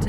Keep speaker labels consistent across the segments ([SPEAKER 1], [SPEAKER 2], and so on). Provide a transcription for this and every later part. [SPEAKER 1] to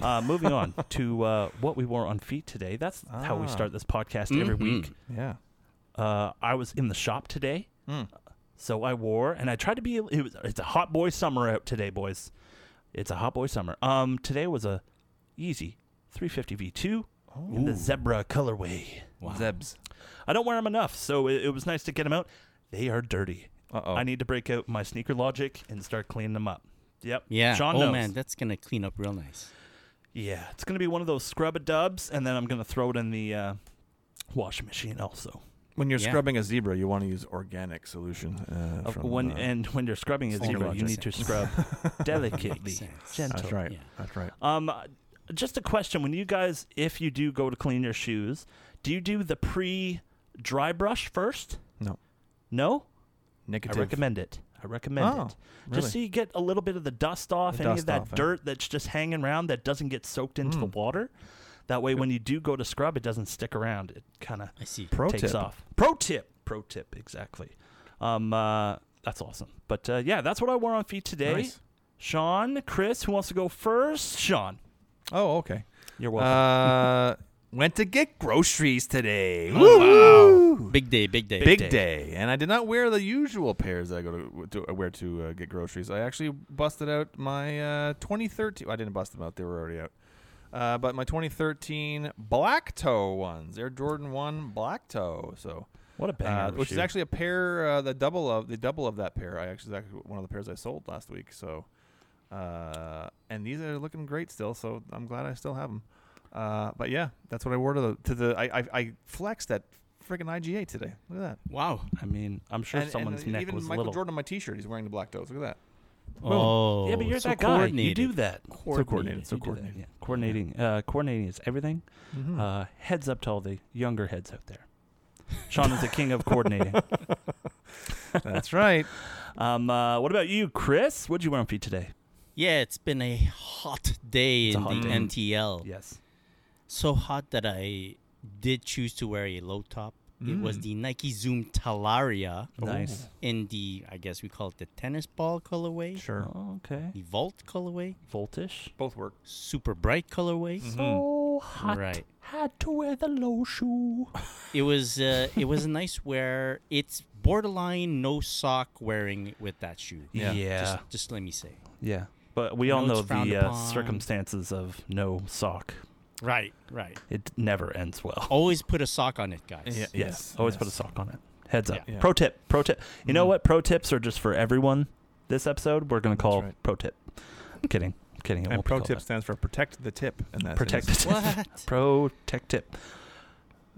[SPEAKER 2] Uh, moving on to uh, what we wore on feet today. That's how we
[SPEAKER 3] Ah.
[SPEAKER 2] start this podcast every
[SPEAKER 4] Mhm.
[SPEAKER 2] week.
[SPEAKER 3] yeah.
[SPEAKER 2] Uh, I was in the shop today,
[SPEAKER 4] Hmm.
[SPEAKER 3] Mm.
[SPEAKER 2] so I wore and I tried to be. It was, it's a hot boy summer out today, boys. It's a hot boy summer. Um, today was a Yeezy 350 V2 in the zebra colorway.
[SPEAKER 4] Wow.
[SPEAKER 3] Zebs.
[SPEAKER 2] I don't wear them enough, so it, it was nice to get them out. They are dirty.
[SPEAKER 3] Uh oh.
[SPEAKER 2] I need to break out my sneaker logic and start cleaning them up. Yep.
[SPEAKER 4] Yeah.
[SPEAKER 2] Sean
[SPEAKER 4] oh
[SPEAKER 2] knows.
[SPEAKER 4] man, that's gonna clean up real nice.
[SPEAKER 2] Yeah, it's gonna be one of those scrub a dubs, and then I'm gonna throw it in the uh, washing machine also.
[SPEAKER 3] When you're
[SPEAKER 4] Yeah.
[SPEAKER 3] scrubbing a zebra, you want to use organic solution. Uh,
[SPEAKER 2] Uh,
[SPEAKER 3] from,
[SPEAKER 2] when
[SPEAKER 3] uh,
[SPEAKER 2] and when you're scrubbing a
[SPEAKER 4] Sneaker
[SPEAKER 2] zebra, you
[SPEAKER 4] logic.
[SPEAKER 2] need to scrub delicately,
[SPEAKER 4] Makes sense.
[SPEAKER 2] gentle.
[SPEAKER 3] that's right.
[SPEAKER 4] yeah.
[SPEAKER 3] That's right.
[SPEAKER 2] Um, just a question: When you guys, if you do go to clean your shoes, do you do the pre-dry brush first?
[SPEAKER 3] No.
[SPEAKER 2] No,
[SPEAKER 3] Negative.
[SPEAKER 2] I recommend it. I recommend
[SPEAKER 3] Oh,
[SPEAKER 2] it.
[SPEAKER 3] really?
[SPEAKER 2] Just so you get a little bit of the dust off,
[SPEAKER 3] The
[SPEAKER 2] any
[SPEAKER 3] dust
[SPEAKER 2] of that
[SPEAKER 3] off, eh? Hmm.
[SPEAKER 2] dirt that's just hanging around that doesn't get soaked into the water. That way, when you do go to scrub, it doesn't stick around. It kind of
[SPEAKER 4] I see.
[SPEAKER 3] Pro
[SPEAKER 2] takes
[SPEAKER 3] tip.
[SPEAKER 2] off. Pro tip. Pro tip. Exactly. Um, uh, that's awesome. But uh, yeah, that's what I wore on feet today.
[SPEAKER 3] Nice.
[SPEAKER 2] Sean, Chris, who wants to go first? Sean,
[SPEAKER 3] Oh, okay.
[SPEAKER 2] you're welcome.
[SPEAKER 3] Uh, went to get groceries
[SPEAKER 4] Oh,
[SPEAKER 3] today. Woo!
[SPEAKER 4] Big day, big day.
[SPEAKER 3] Big,
[SPEAKER 2] day.
[SPEAKER 3] day. and I did not wear the usual pairs that I go to, to I wear to uh, get groceries. I actually busted out my uh, 2013. I didn't bust them out; they were already out. Uh, but my 2013 black toe ones, Air Jordan One black toe. So,
[SPEAKER 2] what a banger!
[SPEAKER 3] uh,
[SPEAKER 2] of a
[SPEAKER 3] which is
[SPEAKER 2] shoe.
[SPEAKER 3] actually a pair, uh, the double of the double of that pair. I actually is actually one of the pairs I sold last week. So, uh, and these are looking great still. So I'm glad I still have them. Uh, but yeah, that's what I wore to the to the. I I, I flexed at friggin' IGA today. Look at that.
[SPEAKER 4] Wow.
[SPEAKER 2] I mean, I'm sure
[SPEAKER 3] And- and
[SPEAKER 2] someone's neck
[SPEAKER 3] even
[SPEAKER 2] was
[SPEAKER 3] Michael
[SPEAKER 2] a little.
[SPEAKER 3] Jordan on my T-shirt. He's wearing the black toes. Look at that.
[SPEAKER 4] Oh.
[SPEAKER 2] yeah, but you're
[SPEAKER 4] so
[SPEAKER 2] that guy. You
[SPEAKER 4] coordinated.
[SPEAKER 2] do that.
[SPEAKER 4] Coordinated.
[SPEAKER 3] coordinated, so
[SPEAKER 2] You do that,
[SPEAKER 3] coordinated.
[SPEAKER 2] yeah. Coordinating. Uh, coordinating is everything.
[SPEAKER 3] Mm-hmm.
[SPEAKER 2] Uh, heads up to all the younger heads out there. Sean is the king of coordinating.
[SPEAKER 3] That's right.
[SPEAKER 2] Um, uh, what about you, Chris? What'd you wear on feet today?
[SPEAKER 4] Yeah, it's been a hot day
[SPEAKER 2] It's a
[SPEAKER 4] in
[SPEAKER 2] hot
[SPEAKER 4] the
[SPEAKER 2] day.
[SPEAKER 4] NTL.
[SPEAKER 2] Yes.
[SPEAKER 4] So hot that I did choose to wear a low top It
[SPEAKER 2] Mm.
[SPEAKER 4] was the Nike Zoom Talaria
[SPEAKER 2] Nice.
[SPEAKER 4] in the, I guess we call it the tennis ball colorway,
[SPEAKER 3] Sure.
[SPEAKER 2] Oh, okay.
[SPEAKER 4] the vault colorway,
[SPEAKER 2] Voltish.
[SPEAKER 3] Both work.
[SPEAKER 4] super bright
[SPEAKER 2] Mm.
[SPEAKER 4] colorway.
[SPEAKER 2] So hot.
[SPEAKER 4] Right.
[SPEAKER 2] Had to wear the low shoe.
[SPEAKER 4] It was uh, it was a nice wear. It's borderline no sock wearing with that shoe.
[SPEAKER 2] Yeah. Yeah.
[SPEAKER 4] Just, just let me say.
[SPEAKER 2] Yeah. But we
[SPEAKER 4] You
[SPEAKER 2] all
[SPEAKER 4] know,
[SPEAKER 2] know
[SPEAKER 4] it's frowned
[SPEAKER 2] the uh,
[SPEAKER 4] upon.
[SPEAKER 2] circumstances of no sock.
[SPEAKER 4] Right, right.
[SPEAKER 2] It never ends well.
[SPEAKER 4] Always put a sock on it, guys.
[SPEAKER 3] Yeah.
[SPEAKER 2] yes.
[SPEAKER 3] Yes,
[SPEAKER 2] Always
[SPEAKER 3] yes.
[SPEAKER 2] put a sock on it. Heads up.
[SPEAKER 4] Yeah.
[SPEAKER 3] Yeah.
[SPEAKER 2] Pro tip. Pro tip. You know what? Pro tips are just for everyone. This episode, we're gonna call
[SPEAKER 3] right.
[SPEAKER 2] pro tip. kidding. kidding. It
[SPEAKER 3] And
[SPEAKER 2] won't be
[SPEAKER 3] pro
[SPEAKER 2] called
[SPEAKER 3] tip
[SPEAKER 2] that.
[SPEAKER 3] stands for protect the tip, and that's
[SPEAKER 2] Protect the tip.
[SPEAKER 4] What?
[SPEAKER 2] Pro tech tip.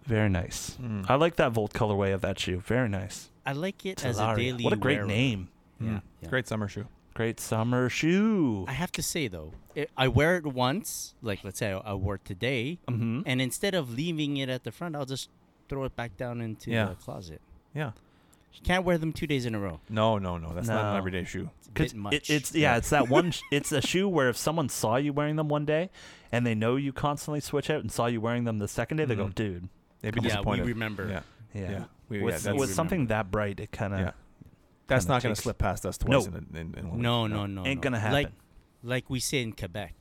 [SPEAKER 2] Very nice.
[SPEAKER 3] Mm.
[SPEAKER 2] I like that Volt colorway of that shoe. Very nice.
[SPEAKER 4] I like it as a
[SPEAKER 2] Talaria.
[SPEAKER 4] daily
[SPEAKER 2] what a great
[SPEAKER 4] wearer.
[SPEAKER 2] name.
[SPEAKER 4] Yeah. yeah.
[SPEAKER 3] Mm. Great summer shoe.
[SPEAKER 2] Great summer shoe.
[SPEAKER 4] I have to say though, i I wear it once, like let's say I, I wore it today,
[SPEAKER 2] Mhm.
[SPEAKER 4] and instead of leaving it at the front, I'll just throw it back down into
[SPEAKER 3] Yeah.
[SPEAKER 4] the closet.
[SPEAKER 3] Yeah.
[SPEAKER 4] You can't wear them two days in a row.
[SPEAKER 3] No, no, no. That's not
[SPEAKER 2] No.
[SPEAKER 3] an everyday shoe.
[SPEAKER 4] It's a
[SPEAKER 2] 'Cause
[SPEAKER 4] bit much.
[SPEAKER 2] It, it's yeah, it's that one. sh- It's a shoe where if someone saw you wearing them one day, and they know you constantly switch out, and saw you wearing them the second day, they go,
[SPEAKER 3] Mhm.
[SPEAKER 2] "Dude,
[SPEAKER 3] They'd be
[SPEAKER 4] Yeah, we
[SPEAKER 3] disappointed.
[SPEAKER 4] remember.
[SPEAKER 3] Yeah.
[SPEAKER 2] yeah."
[SPEAKER 3] Yeah. We- yeah,
[SPEAKER 2] with
[SPEAKER 3] that's-
[SPEAKER 2] with something that bright, it kind of
[SPEAKER 3] Yeah. That's
[SPEAKER 2] kinda
[SPEAKER 3] not going to
[SPEAKER 2] takes-
[SPEAKER 3] slip past us
[SPEAKER 2] No.
[SPEAKER 3] twice in, a, in, in one
[SPEAKER 4] no,
[SPEAKER 3] week.
[SPEAKER 4] no, no.
[SPEAKER 2] ain't
[SPEAKER 4] no.
[SPEAKER 2] gonna happen.
[SPEAKER 4] Like, like we say in Quebec,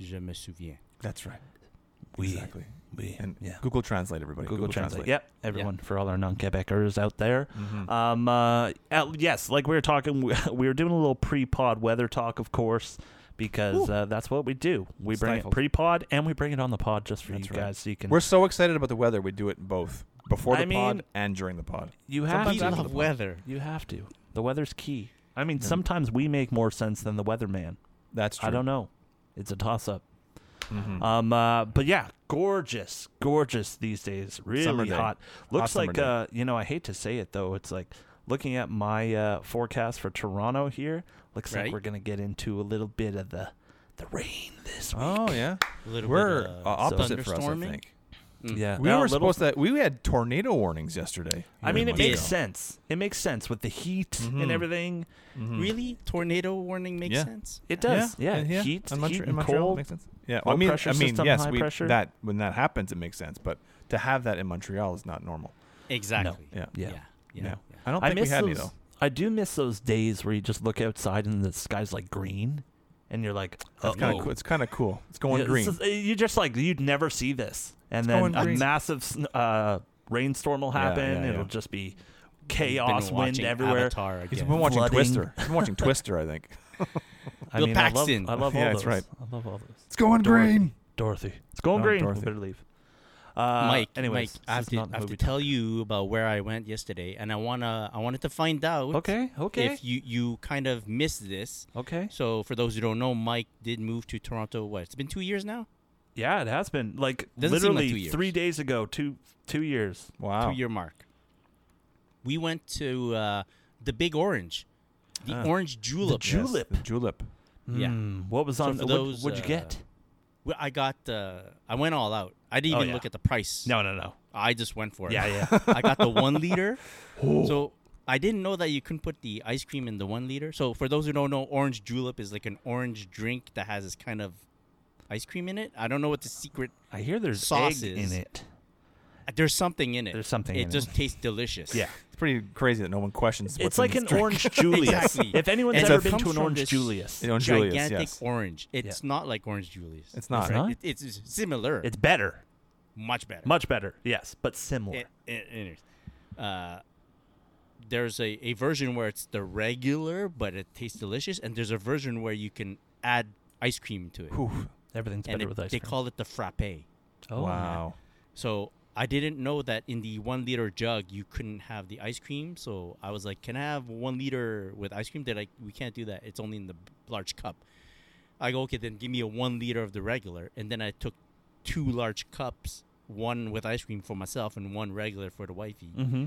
[SPEAKER 4] je me souviens.
[SPEAKER 3] That's right.
[SPEAKER 2] we,
[SPEAKER 3] Exactly.
[SPEAKER 2] we,
[SPEAKER 3] And
[SPEAKER 2] yeah.
[SPEAKER 3] Google Translate, everybody.
[SPEAKER 2] Google, Translate. Yep, everyone for all our non-Quebecers out there.
[SPEAKER 3] Mhm.
[SPEAKER 2] Um, uh, uh, yes, like we were talking, we, we were doing a little pre-pod weather talk, of course, because uh, that's what we do. We bring
[SPEAKER 3] Stifled.
[SPEAKER 2] it pre-pod and we bring it on the pod just for
[SPEAKER 3] That's
[SPEAKER 2] you
[SPEAKER 3] right.
[SPEAKER 2] guys, so you can.
[SPEAKER 3] We're so excited about the weather. We do it both before
[SPEAKER 2] I
[SPEAKER 3] the pod
[SPEAKER 2] mean-
[SPEAKER 3] and during the pod.
[SPEAKER 2] you have
[SPEAKER 4] We
[SPEAKER 3] Sometimes
[SPEAKER 2] to-
[SPEAKER 3] after the
[SPEAKER 4] love
[SPEAKER 3] pod.
[SPEAKER 4] weather.
[SPEAKER 2] You have to. The weather's key. I mean, sometimes we make more sense than the weatherman.
[SPEAKER 3] That's true.
[SPEAKER 2] I don't know. It's a toss up.
[SPEAKER 3] Mhm.
[SPEAKER 2] Um, uh, but yeah, gorgeous, gorgeous these days. Really
[SPEAKER 3] Summer day.
[SPEAKER 2] hot. Looks
[SPEAKER 3] summer
[SPEAKER 2] like
[SPEAKER 3] day.
[SPEAKER 2] uh, you know, I hate to say it though. It's like looking at my uh, forecast for Toronto here. Looks
[SPEAKER 4] Right.
[SPEAKER 2] like we're gonna get into a little bit of the the rain this week.
[SPEAKER 3] Oh yeah,
[SPEAKER 4] A little
[SPEAKER 3] we're
[SPEAKER 4] bit
[SPEAKER 3] uh,
[SPEAKER 4] of
[SPEAKER 3] opposite for us. I
[SPEAKER 4] thunderstorming.
[SPEAKER 3] think
[SPEAKER 4] Mm.
[SPEAKER 2] Yeah,
[SPEAKER 3] we
[SPEAKER 2] uh,
[SPEAKER 3] were
[SPEAKER 2] little-
[SPEAKER 3] supposed to. We had tornado warnings yesterday.
[SPEAKER 2] I mean, it
[SPEAKER 4] Yeah.
[SPEAKER 2] makes sense. It makes sense with the heat
[SPEAKER 3] Mhm.
[SPEAKER 2] and everything.
[SPEAKER 4] Really? Tornado warning makes
[SPEAKER 3] Mm-hmm. Yeah.
[SPEAKER 4] sense?
[SPEAKER 2] It does. Yeah, heat,
[SPEAKER 3] in Montre-
[SPEAKER 2] heat
[SPEAKER 3] in
[SPEAKER 2] and
[SPEAKER 3] Montreal,
[SPEAKER 2] cold.
[SPEAKER 3] makes sense. Yeah,
[SPEAKER 2] Low
[SPEAKER 3] I mean,
[SPEAKER 2] pressure
[SPEAKER 3] I mean,
[SPEAKER 2] system,
[SPEAKER 3] yes,
[SPEAKER 2] high
[SPEAKER 3] we,
[SPEAKER 2] pressure.
[SPEAKER 3] that when that happens, it makes sense. But to have that in Montreal is not normal.
[SPEAKER 4] Exactly.
[SPEAKER 3] Yeah,
[SPEAKER 2] Yeah.
[SPEAKER 4] Yeah.
[SPEAKER 3] yeah.
[SPEAKER 4] yeah, yeah.
[SPEAKER 3] I don't think we
[SPEAKER 2] miss
[SPEAKER 3] had
[SPEAKER 2] those,
[SPEAKER 3] any though.
[SPEAKER 2] I do miss those days where you just look outside and the sky's like green, and you're like,
[SPEAKER 3] It's kind
[SPEAKER 2] "Uh-oh."
[SPEAKER 3] of cool. It's kind of cool. It's going
[SPEAKER 2] Yeah,
[SPEAKER 3] green.
[SPEAKER 2] this is- you're just like you'd never see this, and
[SPEAKER 3] going
[SPEAKER 2] then a
[SPEAKER 3] green.
[SPEAKER 2] massive sn- uh, rainstorm will
[SPEAKER 3] Yeah,
[SPEAKER 2] happen.
[SPEAKER 3] yeah,
[SPEAKER 2] It'll
[SPEAKER 3] yeah.
[SPEAKER 2] just be
[SPEAKER 4] We've been
[SPEAKER 2] chaos, wind
[SPEAKER 4] watching
[SPEAKER 2] everywhere.
[SPEAKER 4] Avatar
[SPEAKER 3] He's
[SPEAKER 4] again.
[SPEAKER 3] been watching
[SPEAKER 2] Flooding.
[SPEAKER 3] Twister. He's been watching Twister. I think
[SPEAKER 2] I
[SPEAKER 4] Bill
[SPEAKER 2] mean, I love,
[SPEAKER 4] Paxton.
[SPEAKER 2] I love all
[SPEAKER 3] Yeah,
[SPEAKER 2] those.
[SPEAKER 3] that's right.
[SPEAKER 2] I love all those.
[SPEAKER 3] it's going
[SPEAKER 2] Dorothy.
[SPEAKER 3] green.
[SPEAKER 2] Dorothy, it's going
[SPEAKER 3] Oh,
[SPEAKER 2] green.
[SPEAKER 3] Dorothy.
[SPEAKER 2] We better leave. Uh,
[SPEAKER 4] Mike,
[SPEAKER 2] anyways,
[SPEAKER 4] Mike, I have
[SPEAKER 2] this is
[SPEAKER 4] to,
[SPEAKER 2] not
[SPEAKER 4] I have to
[SPEAKER 2] movie
[SPEAKER 4] tell you about where I went yesterday, and I wanna, I wanted to find out.
[SPEAKER 2] time. Okay, okay,
[SPEAKER 4] If you, you kind of missed this,
[SPEAKER 2] okay.
[SPEAKER 4] so for those who don't know, Mike did move to Toronto. What? It's been two years now.
[SPEAKER 2] Yeah, it has been like
[SPEAKER 4] Doesn't seem like
[SPEAKER 2] literally
[SPEAKER 4] two years.
[SPEAKER 2] three days ago, two two years.
[SPEAKER 3] Wow.
[SPEAKER 4] Two year mark. We went to uh, the Big Orange, the
[SPEAKER 2] Ah.
[SPEAKER 4] Orange Julep.
[SPEAKER 2] Ju- Julep.
[SPEAKER 3] the julep.
[SPEAKER 4] Yeah.
[SPEAKER 2] Mm, what was on?
[SPEAKER 4] for
[SPEAKER 2] what,
[SPEAKER 4] those,
[SPEAKER 2] what'd you
[SPEAKER 4] uh,
[SPEAKER 2] get?
[SPEAKER 4] Well, I got, uh, I went all out. I didn't
[SPEAKER 2] Oh,
[SPEAKER 4] even
[SPEAKER 2] yeah.
[SPEAKER 4] look at the price.
[SPEAKER 2] No, no, no.
[SPEAKER 4] I just went for it.
[SPEAKER 2] Yeah, yeah.
[SPEAKER 4] I got the one liter. So I didn't know that you couldn't put the ice cream in the one liter. So for those who don't know, orange julep is like an orange drink that has this kind of ice cream in it. I don't know what the secret.
[SPEAKER 2] I hear there's egg in
[SPEAKER 4] Sauces.
[SPEAKER 2] it.
[SPEAKER 4] There's something in it.
[SPEAKER 2] There's something
[SPEAKER 4] It
[SPEAKER 2] in it.
[SPEAKER 4] just tastes delicious.
[SPEAKER 2] Yeah.
[SPEAKER 3] It's pretty crazy that no one questions.
[SPEAKER 2] It's
[SPEAKER 3] what's
[SPEAKER 2] like
[SPEAKER 3] in
[SPEAKER 2] an
[SPEAKER 3] this drink.
[SPEAKER 2] orange Julius.
[SPEAKER 4] Exactly.
[SPEAKER 2] If anyone's
[SPEAKER 4] And
[SPEAKER 2] ever
[SPEAKER 4] it
[SPEAKER 2] been
[SPEAKER 4] comes
[SPEAKER 2] to an
[SPEAKER 4] from
[SPEAKER 2] orange
[SPEAKER 4] this
[SPEAKER 2] Julius,
[SPEAKER 3] You know, Julius,
[SPEAKER 4] Gigantic
[SPEAKER 3] yes.
[SPEAKER 4] orange. It's not like orange Julius.
[SPEAKER 3] It's not.
[SPEAKER 2] not?
[SPEAKER 4] It- It's, similar.
[SPEAKER 2] it's better,
[SPEAKER 4] much better.
[SPEAKER 2] much better. Yes, but similar.
[SPEAKER 4] It, it, anyways, uh, there's a, a version where it's the regular, but it tastes delicious, and there's a version where you can add ice cream to it.
[SPEAKER 3] Whew.
[SPEAKER 2] Everything's
[SPEAKER 4] and
[SPEAKER 2] better
[SPEAKER 4] it-
[SPEAKER 2] with ice
[SPEAKER 4] they
[SPEAKER 2] cream.
[SPEAKER 4] call it the frappe.
[SPEAKER 2] oh,
[SPEAKER 3] wow.
[SPEAKER 4] So I didn't know that in the one liter jug you couldn't have the ice cream. So I was like, "Can I have one liter with ice cream?" They're like, "We can't do that. It's only in the b- large cup." I go, "Okay, then give me a one liter of the regular." And then I took two large cups, one with ice cream for myself and one regular for the wifey.
[SPEAKER 2] Mm-hmm.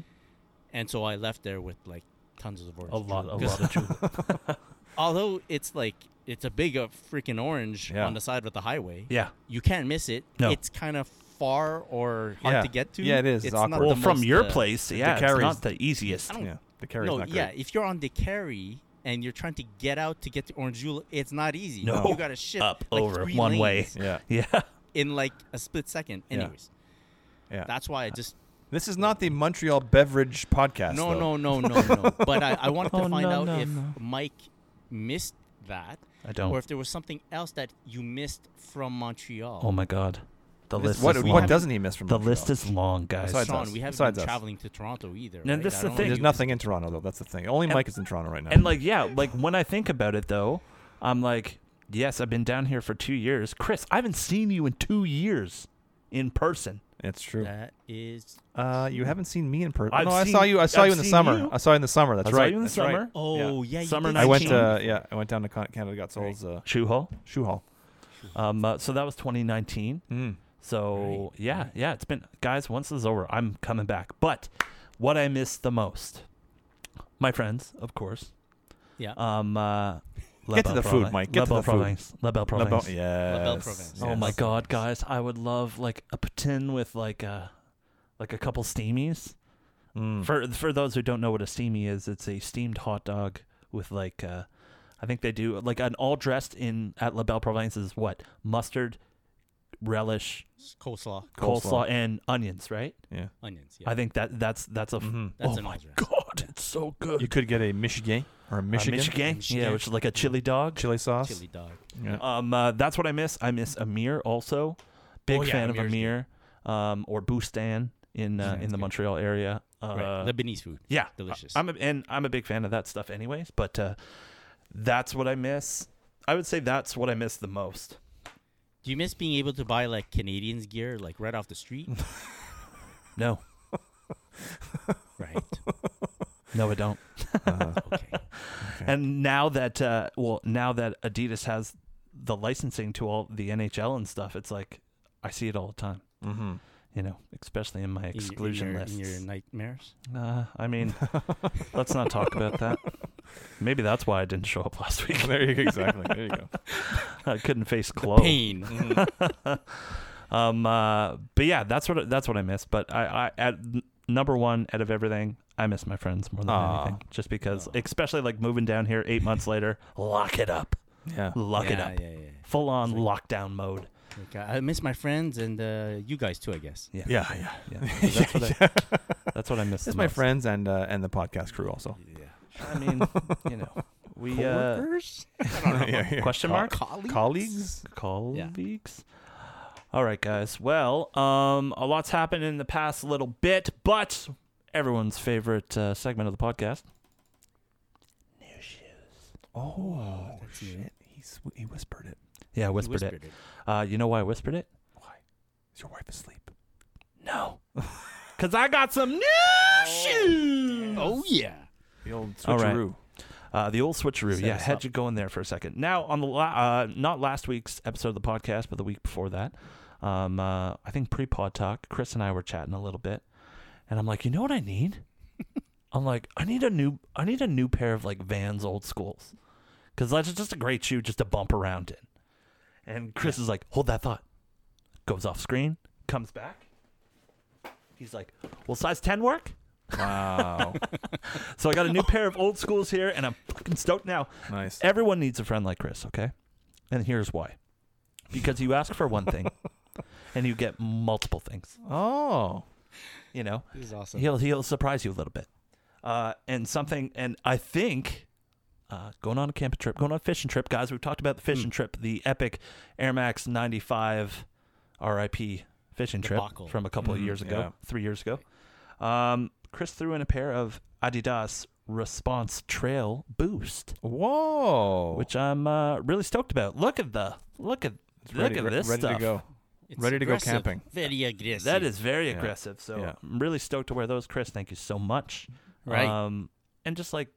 [SPEAKER 4] And so I left there with like tons of orange.
[SPEAKER 2] A lot,
[SPEAKER 4] juice.
[SPEAKER 2] a
[SPEAKER 4] 'Cause
[SPEAKER 2] lot of julep.
[SPEAKER 4] Although it's like it's a big uh, freaking orange
[SPEAKER 3] Yeah.
[SPEAKER 4] on the side of the highway.
[SPEAKER 2] yeah.
[SPEAKER 4] You can't miss it.
[SPEAKER 2] No.
[SPEAKER 4] It's kind of far or hard
[SPEAKER 3] Yeah.
[SPEAKER 4] to get to.
[SPEAKER 3] Yeah, it is. It's
[SPEAKER 4] not
[SPEAKER 3] awkward.
[SPEAKER 4] the
[SPEAKER 2] Well, from
[SPEAKER 4] most,
[SPEAKER 2] your
[SPEAKER 4] uh,
[SPEAKER 2] place,
[SPEAKER 3] the
[SPEAKER 2] yeah, it's
[SPEAKER 3] carries-
[SPEAKER 2] not the easiest.
[SPEAKER 4] I don't
[SPEAKER 3] Yeah. The carry's
[SPEAKER 4] No,
[SPEAKER 3] not great.
[SPEAKER 4] yeah. If you're on the carry and you're trying to get out to get to Orange Julep, it's not easy.
[SPEAKER 2] No.
[SPEAKER 4] You got to shift
[SPEAKER 2] Up
[SPEAKER 4] like
[SPEAKER 2] over
[SPEAKER 4] three
[SPEAKER 2] one
[SPEAKER 4] lanes
[SPEAKER 2] way.
[SPEAKER 3] Yeah.
[SPEAKER 2] Yeah.
[SPEAKER 4] in like a split second.
[SPEAKER 3] Yeah.
[SPEAKER 4] Anyways,
[SPEAKER 3] Yeah.
[SPEAKER 4] that's why I just
[SPEAKER 3] This is not the Montreal beverage podcast.
[SPEAKER 4] No,
[SPEAKER 3] though.
[SPEAKER 4] no, no, no, no. But I, I wanted
[SPEAKER 2] Oh,
[SPEAKER 4] to find
[SPEAKER 2] no,
[SPEAKER 4] out
[SPEAKER 2] no,
[SPEAKER 4] if
[SPEAKER 2] no.
[SPEAKER 4] Mike missed that,
[SPEAKER 2] I don't.
[SPEAKER 4] or if there was something else that you missed from Montreal.
[SPEAKER 2] oh my god, the
[SPEAKER 3] This-
[SPEAKER 2] list.
[SPEAKER 3] what
[SPEAKER 2] is
[SPEAKER 3] what
[SPEAKER 2] long.
[SPEAKER 3] doesn't he miss from
[SPEAKER 2] the
[SPEAKER 3] Montreal?
[SPEAKER 2] list is long, guys.
[SPEAKER 3] Besides
[SPEAKER 4] Sean,
[SPEAKER 3] us,
[SPEAKER 4] we haven't
[SPEAKER 3] besides
[SPEAKER 4] been
[SPEAKER 3] us.
[SPEAKER 4] traveling to Toronto either.
[SPEAKER 2] No,
[SPEAKER 4] right?
[SPEAKER 2] this
[SPEAKER 4] I
[SPEAKER 2] is the
[SPEAKER 4] don't know
[SPEAKER 2] thing.
[SPEAKER 4] if
[SPEAKER 3] There's
[SPEAKER 4] you-
[SPEAKER 3] nothing in Toronto though. That's the thing. Only
[SPEAKER 2] And-
[SPEAKER 3] Mike is in Toronto right now.
[SPEAKER 2] And like, yeah, like when I think about it though, I'm like, yes, I've been down here for two years. Chris, I haven't seen you in two years in person.
[SPEAKER 3] it's true.
[SPEAKER 4] That is.
[SPEAKER 3] Uh, you haven't seen me in person. Oh,
[SPEAKER 2] I've
[SPEAKER 3] No, I
[SPEAKER 2] seen-
[SPEAKER 3] saw you. I saw
[SPEAKER 2] I've
[SPEAKER 3] you in the
[SPEAKER 2] seen
[SPEAKER 3] summer.
[SPEAKER 2] you.
[SPEAKER 3] I saw you in the summer. That's
[SPEAKER 2] I saw
[SPEAKER 3] right.
[SPEAKER 2] you in the
[SPEAKER 3] That's right.
[SPEAKER 2] summer.
[SPEAKER 4] Oh yeah, you
[SPEAKER 2] Summer
[SPEAKER 4] did
[SPEAKER 3] I went.
[SPEAKER 4] see
[SPEAKER 2] 19.
[SPEAKER 4] that.
[SPEAKER 3] Uh, yeah, I went down to Con- Canada Got Souls uh,
[SPEAKER 2] Shoe hole.
[SPEAKER 3] shoe hall.
[SPEAKER 2] Um, uh, so that was 2019.
[SPEAKER 3] Mm.
[SPEAKER 2] So
[SPEAKER 4] Right,
[SPEAKER 2] yeah,
[SPEAKER 4] right.
[SPEAKER 2] yeah, it's been guys. Once this is over, I'm coming back. But what I miss the most, my friends, of course.
[SPEAKER 4] Yeah.
[SPEAKER 2] Um, uh, La
[SPEAKER 3] Get to
[SPEAKER 2] Belle
[SPEAKER 3] the food,
[SPEAKER 2] Provence-
[SPEAKER 3] Mike. Get to
[SPEAKER 2] La
[SPEAKER 3] the
[SPEAKER 2] Belle
[SPEAKER 3] food.
[SPEAKER 2] Provence. La Belle
[SPEAKER 3] La Belle-
[SPEAKER 2] Provence.
[SPEAKER 3] yes.
[SPEAKER 4] Provence.
[SPEAKER 2] Oh my
[SPEAKER 4] Yes.
[SPEAKER 2] god, guys! I would love like a patin with like a like a couple steamies.
[SPEAKER 3] Mm.
[SPEAKER 2] For for those who don't know what a steamy is, it's a steamed hot dog with like uh, I think they do like an all dressed in at La Belle Provence is what mustard, relish,
[SPEAKER 4] coleslaw,
[SPEAKER 2] coleslaw,
[SPEAKER 3] Coleslaw.
[SPEAKER 2] and onions, right?
[SPEAKER 3] Yeah.
[SPEAKER 4] onions. Yeah.
[SPEAKER 2] I think that that's that's a f-
[SPEAKER 3] Mhm.
[SPEAKER 4] That's
[SPEAKER 2] oh
[SPEAKER 4] an
[SPEAKER 2] my
[SPEAKER 4] all-dress.
[SPEAKER 2] god, it's so good.
[SPEAKER 3] You could get a Michigan or a
[SPEAKER 2] Uh,
[SPEAKER 3] Michigan,
[SPEAKER 2] Michigan, yeah,
[SPEAKER 4] Michigan.
[SPEAKER 2] which is like a chili dog.
[SPEAKER 3] chili sauce.
[SPEAKER 4] chili dog.
[SPEAKER 3] Yeah.
[SPEAKER 2] Um, uh, that's what I miss. I miss Amir also. Big
[SPEAKER 4] Oh, yeah,
[SPEAKER 2] fan of
[SPEAKER 4] Amir's
[SPEAKER 2] Amir, um, or Bustan in uh,
[SPEAKER 4] Bustan's
[SPEAKER 2] in the
[SPEAKER 4] good.
[SPEAKER 2] Montreal area. Uh,
[SPEAKER 4] right. Lebanese food.
[SPEAKER 2] Yeah,
[SPEAKER 4] Delicious.
[SPEAKER 2] I, am a, and I'm a big fan of that stuff, anyways. But uh, that's what I miss. I would say that's what I miss the most.
[SPEAKER 4] Do you miss being able to buy like Canadians gear like right off the street?
[SPEAKER 2] No,
[SPEAKER 4] right.
[SPEAKER 2] no, I don't.
[SPEAKER 3] Uh-huh.
[SPEAKER 4] Okay.
[SPEAKER 2] And now that uh, well, now that Adidas has the licensing to all the NHL and stuff, it's like I see it all the time.
[SPEAKER 3] Mm-hmm.
[SPEAKER 2] You know, especially in my
[SPEAKER 4] In your- in
[SPEAKER 2] exclusion
[SPEAKER 4] your,
[SPEAKER 2] lists.
[SPEAKER 4] In your nightmares.
[SPEAKER 2] Uh, I mean, let's not talk about that. Maybe that's why I didn't show up last week.
[SPEAKER 3] there you go. Exactly. There you go.
[SPEAKER 2] I couldn't face Chloe.
[SPEAKER 4] Pain. Mm.
[SPEAKER 2] um, uh, but yeah, that's what that's what I miss. But I, I at n- number one out of everything, I miss my friends more than
[SPEAKER 3] Aw.
[SPEAKER 2] anything. Just because,
[SPEAKER 4] Aw.
[SPEAKER 2] especially like moving down here eight months later, lock it up,
[SPEAKER 3] Yeah.
[SPEAKER 2] lock it
[SPEAKER 4] Yeah,
[SPEAKER 2] up,
[SPEAKER 4] Yeah, yeah, yeah.
[SPEAKER 2] full on
[SPEAKER 4] It's
[SPEAKER 2] lockdown mode.
[SPEAKER 4] Like, I I miss my friends and uh, you guys too, I guess.
[SPEAKER 2] Yeah,
[SPEAKER 3] Yeah. Yeah.
[SPEAKER 2] yeah. So that's, what I, that's what I miss.
[SPEAKER 3] It's
[SPEAKER 2] the
[SPEAKER 3] my
[SPEAKER 2] most.
[SPEAKER 3] friends and uh, and the podcast crew also.
[SPEAKER 4] Yeah.
[SPEAKER 2] I mean, you know, we uh,
[SPEAKER 4] Coworkers?
[SPEAKER 3] yeah, yeah.
[SPEAKER 2] question
[SPEAKER 3] Co-
[SPEAKER 2] mark.
[SPEAKER 4] Colleagues?
[SPEAKER 3] colleagues.
[SPEAKER 2] colleagues. All right, guys. Well, um, a lot's happened in the past little bit, but everyone's favorite uh, segment of the podcast.
[SPEAKER 3] Oh,
[SPEAKER 4] that's new.
[SPEAKER 3] He, sw- he whispered it.
[SPEAKER 2] Yeah, I
[SPEAKER 4] He
[SPEAKER 2] whispered,
[SPEAKER 4] whispered it.
[SPEAKER 2] it. Uh, you know why I whispered it?
[SPEAKER 3] Why? Is your wife asleep?
[SPEAKER 2] No, because I got some new shoes.
[SPEAKER 4] Oh, yeah.
[SPEAKER 3] The old
[SPEAKER 2] All right.
[SPEAKER 3] switcheroo.
[SPEAKER 2] Uh, the old switcheroo.
[SPEAKER 4] Set
[SPEAKER 2] yeah,
[SPEAKER 4] us
[SPEAKER 2] had
[SPEAKER 4] up.
[SPEAKER 2] you going there for a second. Now on the la- uh, not last week's episode of the podcast, but the week before that, um, uh, I think pre-pod talk. Chris and I were chatting a little bit, and I'm like, you know what I need? I'm like, I need a new, I need a new pair of like Vans old schools, because that's just a great shoe just to bump around in. And Chris is like, hold that thought. Goes off screen, comes back. He's like, will size ten work?
[SPEAKER 3] Wow.
[SPEAKER 2] So I got a new pair of old schools here, and I'm fucking stoked now.
[SPEAKER 3] nice.
[SPEAKER 2] Everyone needs a friend like Chris, okay? And here's why. Because you ask for one thing and you get multiple things,
[SPEAKER 3] Oh.
[SPEAKER 2] you know?
[SPEAKER 4] This is awesome.
[SPEAKER 2] He'll he'll surprise you a little bit. Uh, and something and I think uh, going on a camping trip, going on a fishing trip, guys, we've talked about the fishing trip, the epic Air Max 95 RIP fishing
[SPEAKER 4] Debacle.
[SPEAKER 2] trip from a couple of
[SPEAKER 3] Mhm,
[SPEAKER 2] years ago,
[SPEAKER 3] yeah.
[SPEAKER 2] 3 years ago. Um, Chris threw in a pair of Adidas Response Trail Boost
[SPEAKER 3] Whoa.
[SPEAKER 2] which I'm uh, really stoked about. Look at the look at look
[SPEAKER 3] ready,
[SPEAKER 2] at
[SPEAKER 3] re-
[SPEAKER 2] this
[SPEAKER 3] ready
[SPEAKER 2] stuff.
[SPEAKER 3] to go.
[SPEAKER 4] It's
[SPEAKER 3] Ready to go
[SPEAKER 4] aggressive.
[SPEAKER 3] camping.
[SPEAKER 4] Very aggressive.
[SPEAKER 2] That is very
[SPEAKER 3] Yeah.
[SPEAKER 2] aggressive. So
[SPEAKER 3] Yeah.
[SPEAKER 2] I'm really stoked to wear those, Chris. Thank you so much.
[SPEAKER 4] Right.
[SPEAKER 2] Um, and just like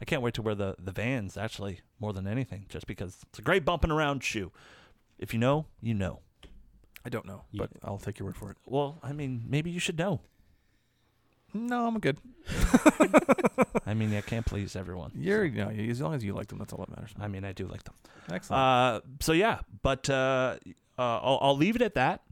[SPEAKER 2] I can't wait to wear the the Vans actually more than anything, just because it's a great bumping around shoe. If you know, you know.
[SPEAKER 3] I don't know,
[SPEAKER 4] You-
[SPEAKER 3] but I'll take your word for it.
[SPEAKER 2] Well, I mean, maybe you should know.
[SPEAKER 3] No, I'm good.
[SPEAKER 2] I mean, I can't please everyone.
[SPEAKER 3] You're you know, as long as you like them, that's all that matters.
[SPEAKER 2] I mean, I do like them.
[SPEAKER 3] Excellent.
[SPEAKER 2] Uh, so yeah, but uh, uh, I'll, I'll leave it at that.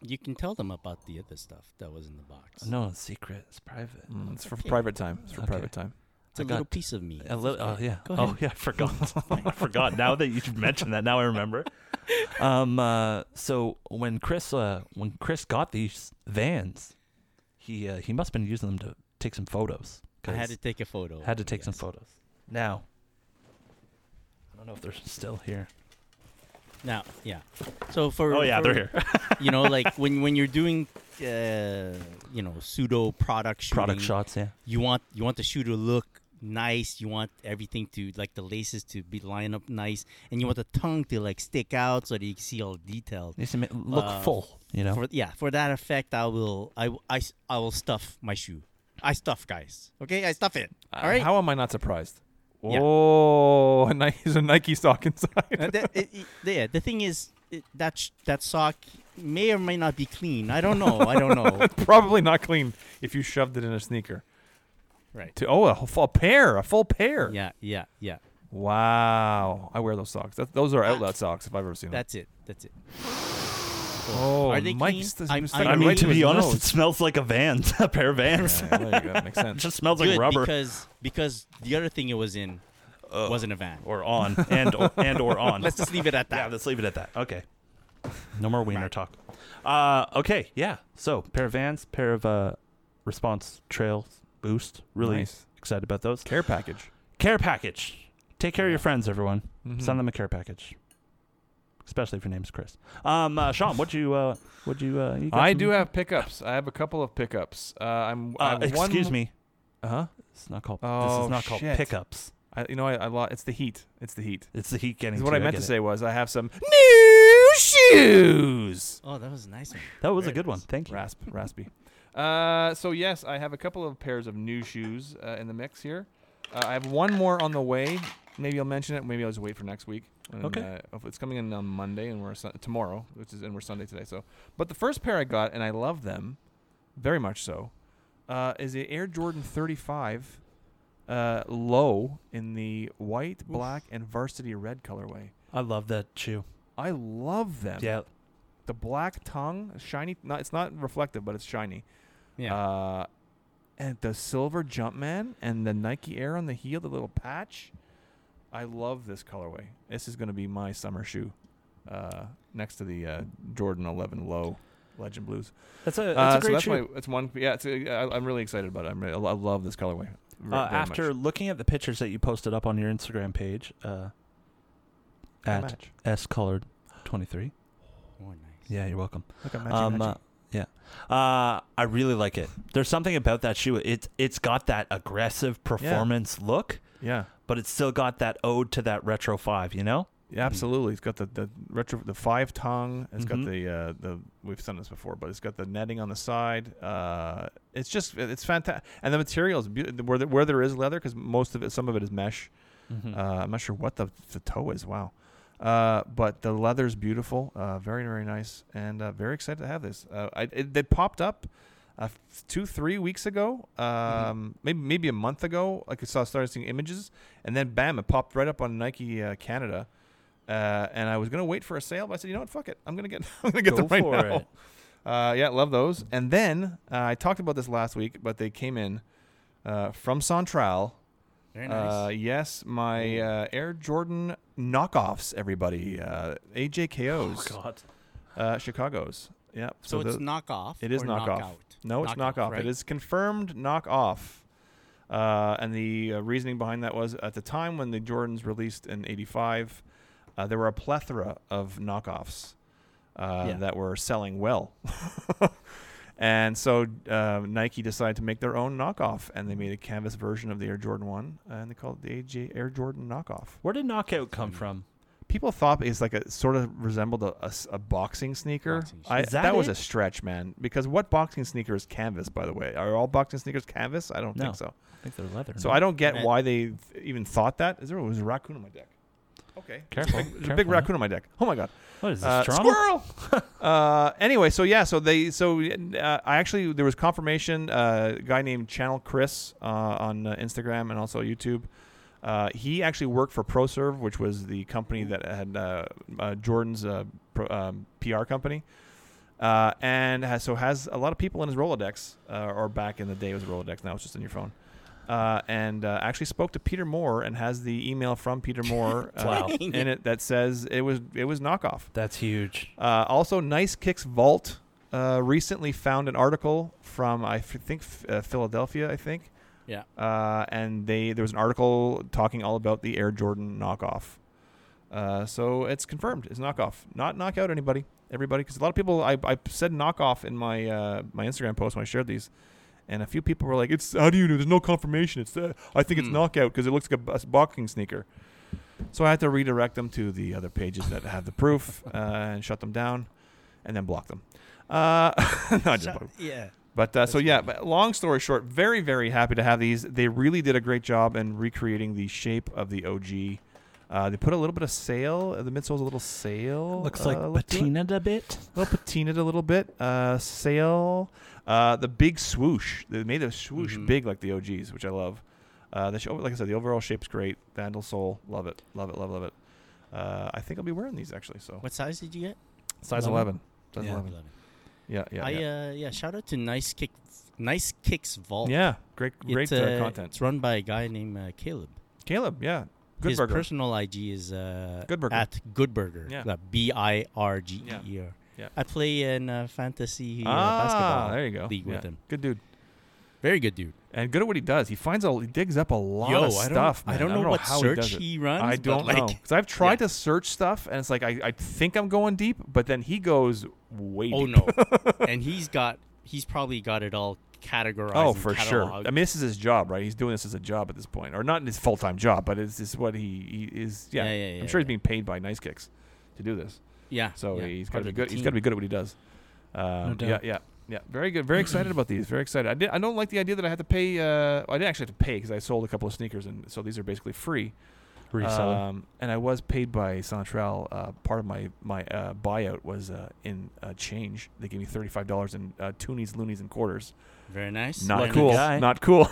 [SPEAKER 4] You can tell them about the other stuff that was in the box.
[SPEAKER 2] No, it's secret. It's private.
[SPEAKER 3] Mm, it's for
[SPEAKER 4] okay.
[SPEAKER 3] private time. It's for
[SPEAKER 2] Okay.
[SPEAKER 3] private time.
[SPEAKER 4] it's a
[SPEAKER 2] I got-
[SPEAKER 4] little piece of me.
[SPEAKER 2] A little, oh yeah.
[SPEAKER 4] Go
[SPEAKER 2] Oh
[SPEAKER 4] ahead.
[SPEAKER 2] yeah, I forgot. I forgot. Now that you mentioned that, now I remember. Um, uh, so when Chris, uh, when Chris got these vans, he uh, he must have been using them to take some photos.
[SPEAKER 4] I had
[SPEAKER 2] 'cause
[SPEAKER 4] to take a photo.
[SPEAKER 2] had to take some
[SPEAKER 4] yes.
[SPEAKER 2] photos. Now, I don't know if they're still here.
[SPEAKER 4] Now, yeah. So for
[SPEAKER 2] Oh yeah,
[SPEAKER 4] for-
[SPEAKER 2] they're here.
[SPEAKER 4] you know, like when when you're doing, uh, you know, pseudo product shooting,
[SPEAKER 2] Product shots, yeah.
[SPEAKER 4] You want you want the shoe to look nice. You want everything to like the laces to be lined up nice, and you want the tongue to like stick out so that you can see all the detail.
[SPEAKER 2] Needs to ma- look
[SPEAKER 4] Uh,
[SPEAKER 2] full, you know.
[SPEAKER 4] For yeah, for that effect, I will I, I s- I will stuff my shoe. I stuff guys. Okay, I stuff it.
[SPEAKER 2] Uh,
[SPEAKER 4] all right.
[SPEAKER 3] Uh, How am I not surprised?
[SPEAKER 4] Yeah.
[SPEAKER 3] Oh, a Nike, there's a Nike sock
[SPEAKER 4] Uh,
[SPEAKER 3] inside.
[SPEAKER 4] that- it- it- yeah, the thing is it, that sh- that sock may or may not be clean. I don't know. I don't know.
[SPEAKER 3] Probably not clean if you shoved it in a sneaker.
[SPEAKER 4] right.
[SPEAKER 3] To oh, a, whole- full pair, a full pair.
[SPEAKER 4] Yeah. Yeah. Yeah.
[SPEAKER 3] Wow, I wear those socks. That, those are outlet socks if I've ever seen them.
[SPEAKER 4] That's it. That's it.
[SPEAKER 3] Oh,
[SPEAKER 4] Are they
[SPEAKER 3] Mike's
[SPEAKER 4] clean?
[SPEAKER 3] this
[SPEAKER 4] I'm-
[SPEAKER 3] mistake
[SPEAKER 4] I'm
[SPEAKER 2] I mean,
[SPEAKER 3] right
[SPEAKER 2] to
[SPEAKER 3] in
[SPEAKER 2] be
[SPEAKER 3] his
[SPEAKER 2] honest, it
[SPEAKER 3] nose.
[SPEAKER 2] smells like a van, a pair of vans.
[SPEAKER 3] Yeah, there you go. That makes
[SPEAKER 2] it
[SPEAKER 3] sense.
[SPEAKER 2] just smells like
[SPEAKER 4] Good,
[SPEAKER 2] rubber
[SPEAKER 4] because because the other thing it was in
[SPEAKER 3] Oh.
[SPEAKER 4] wasn't a van.
[SPEAKER 2] or on and or, and or on.
[SPEAKER 4] Let's just leave it at
[SPEAKER 2] yeah,
[SPEAKER 4] that.
[SPEAKER 2] let's leave it at that. Okay. No more wiener talk. Uh, okay, yeah. So pair of vans, pair of uh, response trails, boost. Really
[SPEAKER 3] Nice.
[SPEAKER 2] excited about those.
[SPEAKER 3] Care package.
[SPEAKER 2] Care package. Take care of your friends, everyone.
[SPEAKER 3] Mhm.
[SPEAKER 2] Send them a care package, especially if your name's Chris. Um, uh, Sean, what you uh, what you? Uh, you got
[SPEAKER 3] I
[SPEAKER 2] some-
[SPEAKER 3] do have pickups. I have a couple of pickups. Uh, I'm. I
[SPEAKER 2] Uh,
[SPEAKER 3] have one-
[SPEAKER 2] excuse me.
[SPEAKER 3] Uh-huh.
[SPEAKER 2] It's not called. this
[SPEAKER 3] Oh,
[SPEAKER 2] is not called
[SPEAKER 3] shit.
[SPEAKER 2] pickups.
[SPEAKER 3] I, you know, I, I lo- It's the heat. It's the heat.
[SPEAKER 2] It's the heat getting.
[SPEAKER 3] What
[SPEAKER 2] to
[SPEAKER 3] I
[SPEAKER 2] you,
[SPEAKER 3] meant to
[SPEAKER 2] get it.
[SPEAKER 3] say was I have some new shoes.
[SPEAKER 4] Oh, that was a nice. one.
[SPEAKER 2] That was a
[SPEAKER 4] Very
[SPEAKER 2] good one.
[SPEAKER 4] nice.
[SPEAKER 2] Thank you.
[SPEAKER 3] Rasp, raspy. Uh, so yes, I have a couple of pairs of new shoes uh, in the mix here. Uh, I have one more on the way. Maybe I'll mention it. Maybe I'll just wait for next week. And,
[SPEAKER 2] Okay.
[SPEAKER 3] Uh, if it's coming in on Monday, and we're sun- tomorrow, which is and we're Sunday today. So, but the first pair I got, and I love them very much. So, uh, is the Air Jordan 35 uh, low in the white, black, and varsity red colorway.
[SPEAKER 2] I love that shoe.
[SPEAKER 3] I love them.
[SPEAKER 2] Yeah.
[SPEAKER 3] The black tongue, shiny. Not, it's not reflective, but it's shiny.
[SPEAKER 4] Yeah.
[SPEAKER 3] Uh, and the silver Jumpman and the Nike Air on the heel, the little patch. I love this colorway. This is going to be my summer shoe. Uh, next to the uh, Jordan 11 Low Legend Blues.
[SPEAKER 2] That's a, that's
[SPEAKER 3] uh,
[SPEAKER 2] a great
[SPEAKER 3] so that's
[SPEAKER 2] shoe.
[SPEAKER 3] my. That's one. Yeah, it's. A, I, I'm really excited about it. I'm really, I love this colorway. ver-
[SPEAKER 2] uh,
[SPEAKER 3] very much.
[SPEAKER 2] after looking at the pictures that you posted up on your Instagram page, uh,
[SPEAKER 3] I
[SPEAKER 2] at
[SPEAKER 3] match.
[SPEAKER 2] S colored twenty three.
[SPEAKER 4] Oh, nice.
[SPEAKER 2] Yeah, you're welcome.
[SPEAKER 3] Look, I'm matching,
[SPEAKER 2] Um,
[SPEAKER 3] matching.
[SPEAKER 2] uh, yeah, uh, I really like it. There's something about that shoe. It's it's got that aggressive performance look,
[SPEAKER 3] yeah.
[SPEAKER 2] but it's still got that ode to that retro five. You know,
[SPEAKER 3] Yeah, absolutely. It's got the, the retro the five tongue. It's
[SPEAKER 2] Mhm.
[SPEAKER 3] got the uh, the we've done this before, but it's got the netting on the side. Uh, it's just it's fantastic, and the material is beautiful. Where, the, where there is leather, because most of it, some of it is mesh.
[SPEAKER 2] Mm-hmm.
[SPEAKER 3] Uh, I'm not sure what the the toe is. Wow, uh, but the leather's beautiful. Uh, very very nice, and uh, very excited to have this. Uh, I it, they popped up. Uh, f- two three weeks ago, um,
[SPEAKER 2] Mm-hmm.
[SPEAKER 3] maybe maybe a month ago, like I saw started seeing images, and then bam, it popped right up on Nike uh, Canada, uh, and I was gonna wait for a sale, but I said, you know what, fuck it, I'm gonna get, I'm gonna get
[SPEAKER 2] Go
[SPEAKER 3] them right
[SPEAKER 2] for
[SPEAKER 3] now.
[SPEAKER 2] it.
[SPEAKER 3] Uh, yeah, love those. And then uh, I talked about this last week, but they came in uh, from Sontral.
[SPEAKER 4] Very nice.
[SPEAKER 3] Uh, yes, my uh, Air Jordan knockoffs, everybody, uh, AJKOs,
[SPEAKER 2] God,
[SPEAKER 3] uh, Chicago's. Yeah,
[SPEAKER 4] Oh, so, it's
[SPEAKER 3] the-
[SPEAKER 4] knockoff.
[SPEAKER 3] it is
[SPEAKER 4] or
[SPEAKER 3] knockoff.
[SPEAKER 4] knockout?
[SPEAKER 3] No, it's knockoff.
[SPEAKER 4] right?
[SPEAKER 3] It is confirmed knockoff. Uh, and the uh, reasoning behind that was at the time when the Jordans released in '85, uh, there were a plethora of knockoffs uh,
[SPEAKER 4] Yeah.
[SPEAKER 3] that were selling well. and so uh, Nike decided to make their own knockoff, and they made a canvas version of the Air Jordan 1, and they called it the AJ Air Jordan knockoff
[SPEAKER 2] where did knockout come from?
[SPEAKER 3] people thought it's like a sort of resembled a, a s- a boxing sneaker.
[SPEAKER 4] Boxing
[SPEAKER 3] I,
[SPEAKER 2] Is
[SPEAKER 3] that
[SPEAKER 2] that
[SPEAKER 3] was
[SPEAKER 2] it?
[SPEAKER 3] a stretch, man. Because what boxing sneaker is canvas? By the way, are all boxing sneakers canvas? I don't
[SPEAKER 2] No.
[SPEAKER 3] think so.
[SPEAKER 2] I think they're leather.
[SPEAKER 3] So I don't get
[SPEAKER 4] Right.
[SPEAKER 3] why they th- even thought that. Is there was a raccoon on my deck? Okay, There's a big- there's a big
[SPEAKER 2] Careful,
[SPEAKER 3] raccoon on my deck. Oh my god.
[SPEAKER 2] What is this?
[SPEAKER 3] Uh,
[SPEAKER 2] Toronto?
[SPEAKER 3] squirrel. uh, anyway, so yeah, so they, so uh, I actually there was confirmation. Uh, a guy named Channel Chris uh, on uh, Instagram and also YouTube. Uh, he actually worked for ProServe, which was the company that had uh, uh, Jordan's uh, pro, um, PR company, uh, and has, so has a lot of people in his Rolodex, uh, or back in the day it was Rolodex. Now it's just in your phone. Uh, and uh, actually spoke to Peter Moore and has the email from Peter Moore uh,
[SPEAKER 2] Wow.
[SPEAKER 3] in it that says it was it was knockoff.
[SPEAKER 2] That's huge.
[SPEAKER 3] Uh, also, Nice Kicks Vault uh, recently found an article from I f- think F- uh, Philadelphia, I think,
[SPEAKER 4] Yeah.
[SPEAKER 3] uh, and they there was an article talking all about the Air Jordan knockoff. Uh, so it's confirmed. It's knockoff, not knock out anybody, everybody. Because a lot of people, I, I said knockoff in my uh, my Instagram post when I shared these, and a few people were like, "It's how do you know? There's no confirmation. It's uh, I think it's
[SPEAKER 4] Hmm.
[SPEAKER 3] knockout because it looks like a, b- a boxing sneaker." So I had to redirect them to the other pages that have the proof uh, and shut them down, and then block them. Uh, no, I just blocked them.
[SPEAKER 4] yeah.
[SPEAKER 3] But uh, so yeah, but long story short, very very happy to have these. They really did a great job in recreating the shape of the OG. Uh, they put a little bit of sail. uh, The midsole's a little sail.
[SPEAKER 2] Looks
[SPEAKER 3] uh,
[SPEAKER 2] like
[SPEAKER 3] look to it.
[SPEAKER 2] patinaed a bit.
[SPEAKER 3] A little patinaed a little bit. Uh, sail. Uh, the big swoosh. They made the swoosh
[SPEAKER 4] Mhm.
[SPEAKER 3] big like the OGs, which I love. Uh, the show, like I said, the overall shape's great. Vandal sole, love it, love it, love it, love it. Uh, I think I'll be wearing these actually. So
[SPEAKER 4] What size did you get?
[SPEAKER 3] size
[SPEAKER 2] 11?
[SPEAKER 3] eleven. Size
[SPEAKER 2] Yeah.
[SPEAKER 3] eleven. Yeah, yeah,
[SPEAKER 4] I
[SPEAKER 3] yeah.
[SPEAKER 4] uh yeah, shout out to Nice Kick Nice Kicks Vault.
[SPEAKER 3] yeah. Great, great
[SPEAKER 4] it's, uh,
[SPEAKER 3] uh, content.
[SPEAKER 4] It's run by a guy named uh, Caleb.
[SPEAKER 3] Caleb, yeah. Good
[SPEAKER 4] His
[SPEAKER 3] burger.
[SPEAKER 4] personal IG is uh,
[SPEAKER 3] Good Burger.
[SPEAKER 4] at Good Burger.
[SPEAKER 3] Yeah.
[SPEAKER 4] B I R G E R.
[SPEAKER 3] Yeah.
[SPEAKER 4] I play in uh, fantasy uh,
[SPEAKER 3] ah,
[SPEAKER 4] basketball
[SPEAKER 3] there you go.
[SPEAKER 4] league
[SPEAKER 3] Yeah.
[SPEAKER 4] with him.
[SPEAKER 3] Good dude.
[SPEAKER 4] Very good dude.
[SPEAKER 3] And good at what he does. He finds a he digs up a lot
[SPEAKER 4] Yo,
[SPEAKER 3] of
[SPEAKER 4] I don't-
[SPEAKER 3] stuff.
[SPEAKER 4] I
[SPEAKER 3] man.
[SPEAKER 4] don't know what
[SPEAKER 3] how
[SPEAKER 4] search
[SPEAKER 3] does it.
[SPEAKER 4] he runs,
[SPEAKER 3] I
[SPEAKER 4] but,
[SPEAKER 3] don't
[SPEAKER 4] like-
[SPEAKER 3] know because I've tried
[SPEAKER 4] Yeah.
[SPEAKER 3] to search stuff and it's like I, I think I'm going deep, but then he goes way
[SPEAKER 4] Oh
[SPEAKER 3] deep.
[SPEAKER 4] no, and he's got he's probably got it all categorized.
[SPEAKER 3] Oh,
[SPEAKER 4] and
[SPEAKER 3] for sure. I
[SPEAKER 4] cataloged.
[SPEAKER 3] mean, this is his job, right? He's doing this as a job at this point, or not his full time job, but it's just what he, he is. Yeah,
[SPEAKER 4] Yeah, yeah, yeah,
[SPEAKER 3] I'm sure
[SPEAKER 4] yeah.
[SPEAKER 3] he's being paid by Nice Kicks to do this.
[SPEAKER 4] yeah.
[SPEAKER 3] So
[SPEAKER 4] yeah,
[SPEAKER 3] he's got to
[SPEAKER 4] part
[SPEAKER 3] be
[SPEAKER 4] of the
[SPEAKER 3] good. He's
[SPEAKER 4] team.
[SPEAKER 3] got to be good at what he does. Um, yeah,
[SPEAKER 2] doubt.
[SPEAKER 3] yeah, yeah. Very good. Very excited about these. Very excited. I did. I don't like the idea that I had to pay. Uh, I didn't actually have to pay because I sold a couple of sneakers, and so these are basically free.
[SPEAKER 2] Uh,
[SPEAKER 3] Um, and I was paid by Central. Uh, part of my my uh, buyout was uh, in uh, change. They gave me thirty five dollars in uh, toonies, loonies, and quarters.
[SPEAKER 4] Very nice.
[SPEAKER 3] Not
[SPEAKER 4] very
[SPEAKER 3] cool.
[SPEAKER 4] nice.
[SPEAKER 2] guy.
[SPEAKER 3] Not cool.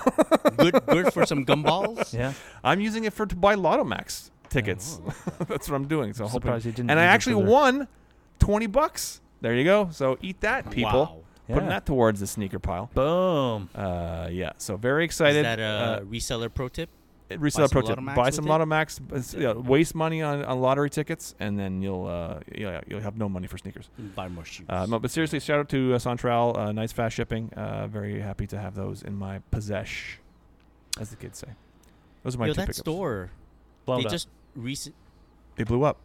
[SPEAKER 4] good. Good for some gumballs.
[SPEAKER 2] yeah.
[SPEAKER 3] I'm using it for to buy Lotto Max tickets.
[SPEAKER 4] Oh,
[SPEAKER 3] That's what I'm doing. So
[SPEAKER 2] I'm
[SPEAKER 3] hoping-
[SPEAKER 2] surprised you didn't
[SPEAKER 3] And I
[SPEAKER 2] use it
[SPEAKER 3] actually
[SPEAKER 2] for the-
[SPEAKER 3] won twenty bucks. There you go. So eat that, people.
[SPEAKER 4] Wow.
[SPEAKER 3] Putting
[SPEAKER 2] Yeah.
[SPEAKER 3] that towards the sneaker pile.
[SPEAKER 5] Boom.
[SPEAKER 3] Uh, yeah. So very
[SPEAKER 4] Is
[SPEAKER 3] excited.
[SPEAKER 4] that a
[SPEAKER 3] Uh,
[SPEAKER 4] reseller pro tip?
[SPEAKER 3] resale
[SPEAKER 4] some
[SPEAKER 3] pro tip:
[SPEAKER 4] Lotto Max
[SPEAKER 3] buy
[SPEAKER 4] with
[SPEAKER 3] some
[SPEAKER 4] it?
[SPEAKER 3] Lotto Max. b- s- yeah, waste money on, on lottery tickets, and then you'll uh, yeah, you'll have no money for sneakers.
[SPEAKER 4] Buy more shoes.
[SPEAKER 3] Uh, no, but seriously, shout out to uh, Sontral. Uh, nice fast shipping. Uh, very happy to have those in my possession, as the kids say. Those are my
[SPEAKER 4] Yo,
[SPEAKER 3] two
[SPEAKER 4] that
[SPEAKER 3] pickups.
[SPEAKER 4] store.
[SPEAKER 5] Blown
[SPEAKER 4] they
[SPEAKER 5] up.
[SPEAKER 4] just recent.
[SPEAKER 3] They blew up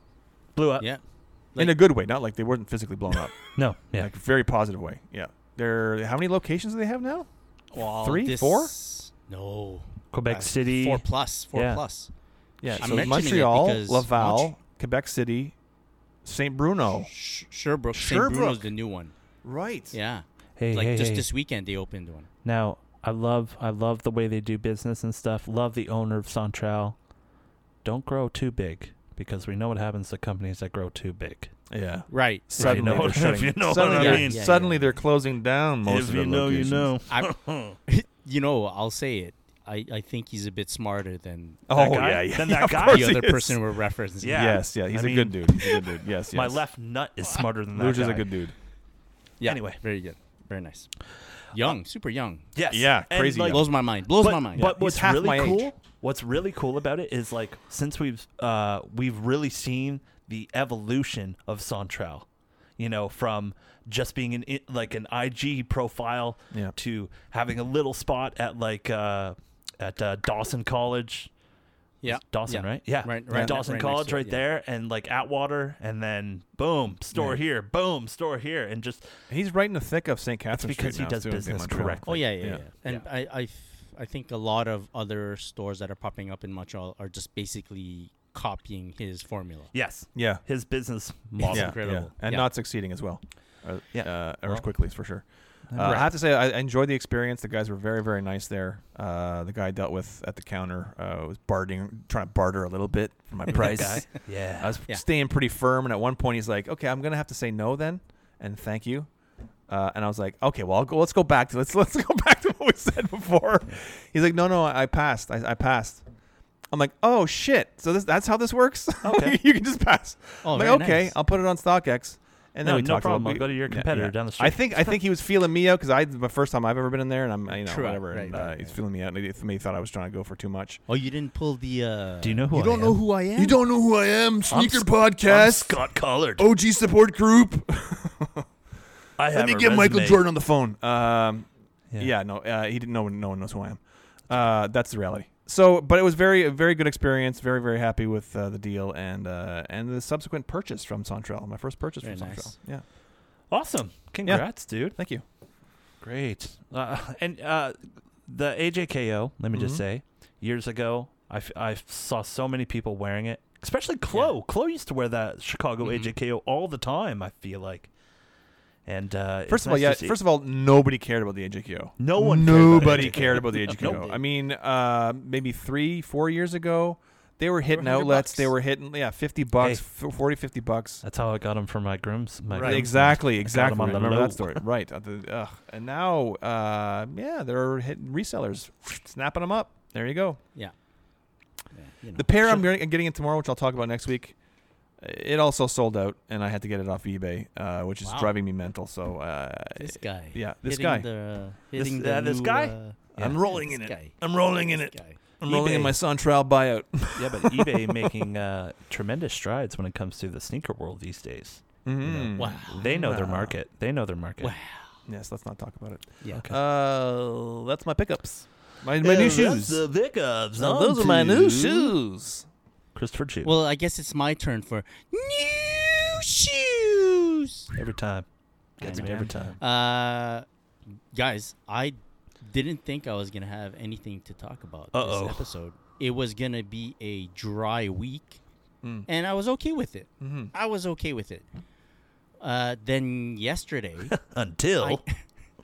[SPEAKER 5] blew up.
[SPEAKER 4] yeah.
[SPEAKER 3] in
[SPEAKER 4] Like-
[SPEAKER 3] a good way, not like they weren't physically blown up.
[SPEAKER 5] No. Yeah.
[SPEAKER 3] Like very positive way. Yeah. They're how many locations do they have now?
[SPEAKER 4] Well,
[SPEAKER 3] Three?
[SPEAKER 4] this-
[SPEAKER 3] Four?
[SPEAKER 4] No.
[SPEAKER 5] Quebec
[SPEAKER 4] Uh,
[SPEAKER 5] City.
[SPEAKER 4] Four plus. Four
[SPEAKER 5] Yeah.
[SPEAKER 4] plus.
[SPEAKER 3] Yeah.
[SPEAKER 4] I'm
[SPEAKER 3] so
[SPEAKER 4] mentioning it
[SPEAKER 3] Montreal,
[SPEAKER 4] because
[SPEAKER 3] Laval,
[SPEAKER 4] Mont-
[SPEAKER 3] Quebec City, St. Bruno.
[SPEAKER 4] Sh- Sherbrooke. St. Bruno's
[SPEAKER 3] Oh. Sherbrooke.
[SPEAKER 4] the new one.
[SPEAKER 3] Right.
[SPEAKER 4] Yeah.
[SPEAKER 2] Hey,
[SPEAKER 4] like
[SPEAKER 2] hey,
[SPEAKER 4] just
[SPEAKER 2] hey.
[SPEAKER 4] this weekend they opened one.
[SPEAKER 2] Now, I love I love the way they do business and stuff. Love the owner of Sontral. Don't grow too big because we know what happens to companies that grow too big.
[SPEAKER 3] Yeah.
[SPEAKER 4] Right.
[SPEAKER 3] Suddenly,
[SPEAKER 5] know
[SPEAKER 3] they're
[SPEAKER 5] what-
[SPEAKER 3] shutting-
[SPEAKER 5] if you know what
[SPEAKER 3] suddenly
[SPEAKER 4] I
[SPEAKER 3] they're-
[SPEAKER 4] mean. Yeah, yeah,
[SPEAKER 3] suddenly
[SPEAKER 4] yeah.
[SPEAKER 3] they're closing down most
[SPEAKER 5] if
[SPEAKER 3] of
[SPEAKER 5] you
[SPEAKER 3] the
[SPEAKER 5] know,
[SPEAKER 3] locations.
[SPEAKER 5] you know.
[SPEAKER 4] I, you know, I'll say it. I, I think he's a bit smarter than
[SPEAKER 3] Oh
[SPEAKER 5] guy?
[SPEAKER 3] yeah, yeah.
[SPEAKER 5] Then
[SPEAKER 3] yeah,
[SPEAKER 5] that
[SPEAKER 3] of
[SPEAKER 5] guy.
[SPEAKER 3] course
[SPEAKER 4] the
[SPEAKER 3] he
[SPEAKER 4] other
[SPEAKER 3] is.
[SPEAKER 4] person we're referencing.
[SPEAKER 5] Yeah.
[SPEAKER 3] Yes, yeah, he's a
[SPEAKER 5] I
[SPEAKER 3] good
[SPEAKER 5] mean-
[SPEAKER 3] dude. He's a good dude. Yes, yes.
[SPEAKER 5] My left nut is smarter than that.
[SPEAKER 3] Luge is a
[SPEAKER 5] guy.
[SPEAKER 3] good dude.
[SPEAKER 4] Yeah,
[SPEAKER 5] Anyway.
[SPEAKER 4] very good, very nice. Young, super young.
[SPEAKER 5] Yes.
[SPEAKER 3] Yeah,
[SPEAKER 5] And,
[SPEAKER 3] crazy
[SPEAKER 5] like,
[SPEAKER 3] young.
[SPEAKER 4] Blows my mind. Blows
[SPEAKER 5] but,
[SPEAKER 4] my mind.
[SPEAKER 5] But
[SPEAKER 3] He's
[SPEAKER 5] what's
[SPEAKER 3] half
[SPEAKER 5] really
[SPEAKER 3] my age.
[SPEAKER 5] cool? What's really cool about it is like since we've uh, we've really seen the evolution of Sontral, you know, from just being an i- like an IG profile
[SPEAKER 3] Yeah.
[SPEAKER 5] to having a little spot at like uh, at uh, Dawson College.
[SPEAKER 4] yeah,
[SPEAKER 5] Dawson,
[SPEAKER 4] yeah.
[SPEAKER 5] right? Yeah.
[SPEAKER 4] right, right.
[SPEAKER 5] Dawson
[SPEAKER 4] right next
[SPEAKER 5] College
[SPEAKER 4] to it,
[SPEAKER 5] right
[SPEAKER 4] yeah.
[SPEAKER 5] there and like Atwater and then boom, store here, boom, store here and just
[SPEAKER 3] He's right in the thick of St. Catherine's
[SPEAKER 5] because he
[SPEAKER 3] Street now,
[SPEAKER 5] does
[SPEAKER 3] too, in
[SPEAKER 5] business
[SPEAKER 3] Montreal.
[SPEAKER 5] correctly.
[SPEAKER 4] Oh yeah, yeah,
[SPEAKER 3] Yeah.
[SPEAKER 4] yeah. And I I, f- I think a lot of other stores that are popping up in Montreal are just basically copying his formula.
[SPEAKER 5] Yes.
[SPEAKER 3] Yeah.
[SPEAKER 5] His business model.
[SPEAKER 3] yeah, Yeah.
[SPEAKER 4] incredible.
[SPEAKER 3] And
[SPEAKER 4] Yeah.
[SPEAKER 3] not succeeding as well. Uh,
[SPEAKER 5] Yeah.
[SPEAKER 3] uh, or as
[SPEAKER 5] Well-
[SPEAKER 3] quickly for sure. Uh, I have to say, I, I enjoyed the experience. The guys were very, very nice there. Uh, the guy I dealt with at the counter uh, was bartering, trying to barter a little bit for my price. I
[SPEAKER 5] Yeah.
[SPEAKER 3] was
[SPEAKER 4] Yeah.
[SPEAKER 3] staying pretty firm, and at one point he's like, "Okay, I'm gonna have to say no then, and thank you." Uh, and I was like, "Okay, well, I'll go, let's go back to let's let's go back to what we said before." He's like, "No, no, I, I passed. I, I passed." I'm like, "Oh shit! So this that's how this works?
[SPEAKER 5] Okay.
[SPEAKER 3] you can just pass."
[SPEAKER 4] Oh,
[SPEAKER 3] I'm like,
[SPEAKER 4] very
[SPEAKER 3] okay,
[SPEAKER 4] nice.
[SPEAKER 3] I'll put it on StockX. And then
[SPEAKER 5] No,
[SPEAKER 3] we
[SPEAKER 5] no
[SPEAKER 3] talked
[SPEAKER 5] problem.
[SPEAKER 3] About,
[SPEAKER 5] I'll go to your competitor down the
[SPEAKER 3] I
[SPEAKER 5] street.
[SPEAKER 3] think I think he was feeling me out because I the first time I've ever been in there, and I'm you know
[SPEAKER 4] True,
[SPEAKER 3] whatever,
[SPEAKER 4] right,
[SPEAKER 3] and
[SPEAKER 4] right,
[SPEAKER 3] uh,
[SPEAKER 4] right.
[SPEAKER 3] he's feeling me out. And he, he thought I was trying to go for too much.
[SPEAKER 4] Oh, you didn't pull the. Uh,
[SPEAKER 2] Do you know who I am?
[SPEAKER 4] who I am?
[SPEAKER 3] don't know who I am?
[SPEAKER 5] I'm Sc- I'm Scott Collard.
[SPEAKER 3] OG support group.
[SPEAKER 5] I have
[SPEAKER 3] Oh, Let me
[SPEAKER 5] a
[SPEAKER 3] get Michael
[SPEAKER 5] resume.
[SPEAKER 3] Jordan on the phone. Um,
[SPEAKER 2] Yeah.
[SPEAKER 3] yeah. no, uh, he didn't. No one, no one knows who I am. Uh, that's the reality. So, but it was very, a very good experience. Very, very happy with uh, the deal and uh, and the subsequent purchase from Santrell. My first purchase
[SPEAKER 4] Very
[SPEAKER 3] from
[SPEAKER 4] nice.
[SPEAKER 3] Santrell. Yeah,
[SPEAKER 2] Awesome. Congrats, dude.
[SPEAKER 3] thank you.
[SPEAKER 2] Great. Uh, and uh, the AJKO, let me just
[SPEAKER 3] Mhm.
[SPEAKER 2] say, years ago, I, f- I f- saw so many people wearing it, especially Chloe. Chloe used to wear that Chicago
[SPEAKER 4] Mhm.
[SPEAKER 2] AJKO all the time, I feel like. And uh,
[SPEAKER 3] First of all, yeah. First of all, nobody cared about the AJKO.
[SPEAKER 2] No one cared about
[SPEAKER 3] Nobody
[SPEAKER 2] AJKO.
[SPEAKER 3] cared about the AJKO.
[SPEAKER 2] Nobody.
[SPEAKER 3] I mean, uh, maybe three, four years ago, they were hitting
[SPEAKER 4] 100
[SPEAKER 3] outlets. They
[SPEAKER 4] bucks.
[SPEAKER 3] were hitting, yeah, fifty bucks, f- 40, 50 bucks.
[SPEAKER 2] that's how I got them for my groom's. My
[SPEAKER 4] Right.
[SPEAKER 2] groom's-
[SPEAKER 3] Exactly,
[SPEAKER 2] got 'em
[SPEAKER 3] exactly.
[SPEAKER 2] on the
[SPEAKER 3] remember
[SPEAKER 2] low.
[SPEAKER 3] that story, right? Uh, the- ugh. And now, uh, yeah, they're hitting resellers, snapping them up. There you go.
[SPEAKER 4] Yeah, you know.
[SPEAKER 3] The pair I'm getting, getting in tomorrow, which I'll talk about next week, it also sold out, and I had to get it off eBay, uh, which is
[SPEAKER 4] Wow.
[SPEAKER 3] driving me mental. So, uh,
[SPEAKER 4] this guy.
[SPEAKER 3] yeah, this
[SPEAKER 4] hitting
[SPEAKER 3] guy.
[SPEAKER 4] The,
[SPEAKER 2] This-
[SPEAKER 4] hitting the
[SPEAKER 2] uh, this
[SPEAKER 4] new,
[SPEAKER 2] guy?
[SPEAKER 4] uh,
[SPEAKER 3] I'm
[SPEAKER 4] yeah,
[SPEAKER 3] rolling
[SPEAKER 4] this
[SPEAKER 3] in it.
[SPEAKER 4] guy.
[SPEAKER 5] I'm rolling in
[SPEAKER 4] This
[SPEAKER 5] it.
[SPEAKER 4] guy.
[SPEAKER 3] I'm rolling in
[SPEAKER 2] eBay.
[SPEAKER 3] my Santrell buyout.
[SPEAKER 2] yeah, but eBay making uh, tremendous strides when it comes to the sneaker world these days.
[SPEAKER 3] Mhm.
[SPEAKER 4] Wow.
[SPEAKER 2] They know their
[SPEAKER 3] Wow.
[SPEAKER 2] market. They know their market.
[SPEAKER 4] Wow.
[SPEAKER 3] Yes, let's not talk about it.
[SPEAKER 4] Yeah.
[SPEAKER 2] Okay.
[SPEAKER 3] Uh, that's my pickups. My, my new shoes.
[SPEAKER 5] Vicobs.
[SPEAKER 3] Uh, those are my new shoes.
[SPEAKER 2] Christopher Chu.
[SPEAKER 4] Well, I guess it's my turn for new shoes.
[SPEAKER 2] every time. Gets
[SPEAKER 4] I
[SPEAKER 2] me
[SPEAKER 4] know.
[SPEAKER 2] every time.
[SPEAKER 4] Uh, guys, I didn't think I was gonna have anything to talk about
[SPEAKER 2] Uh-oh.
[SPEAKER 4] this episode. It was gonna be a dry week,
[SPEAKER 3] Mm.
[SPEAKER 4] and I was okay with it.
[SPEAKER 3] Mm-hmm.
[SPEAKER 4] I was okay with it. Uh, then yesterday,
[SPEAKER 2] Until
[SPEAKER 4] I,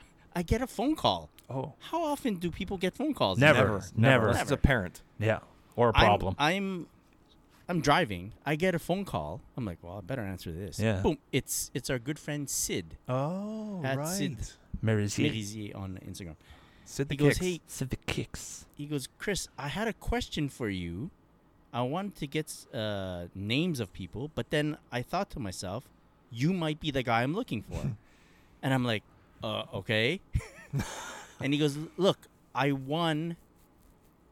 [SPEAKER 4] I get a phone call.
[SPEAKER 3] Oh,
[SPEAKER 4] How often do people get phone calls?
[SPEAKER 2] Never. Never.
[SPEAKER 3] This is a parent.
[SPEAKER 2] yeah, or a
[SPEAKER 4] I'm-
[SPEAKER 2] problem.
[SPEAKER 4] I'm, I'm driving. I get a phone call. I'm like, well, I better answer this.
[SPEAKER 2] Yeah.
[SPEAKER 4] Boom. It's it's our good friend Sid
[SPEAKER 3] Oh,
[SPEAKER 4] At
[SPEAKER 3] right.
[SPEAKER 4] Sid.
[SPEAKER 2] Mary's here.
[SPEAKER 4] Merizier on Instagram.
[SPEAKER 3] Sid the
[SPEAKER 4] He goes,
[SPEAKER 3] Kicks.
[SPEAKER 4] hey,
[SPEAKER 2] Civic kicks.
[SPEAKER 4] he goes, Chris, I had a question for you. I wanted to get uh, names of people, but then I thought to myself, you might be the guy I'm looking for. and I'm like, uh, okay. and he goes, look, I won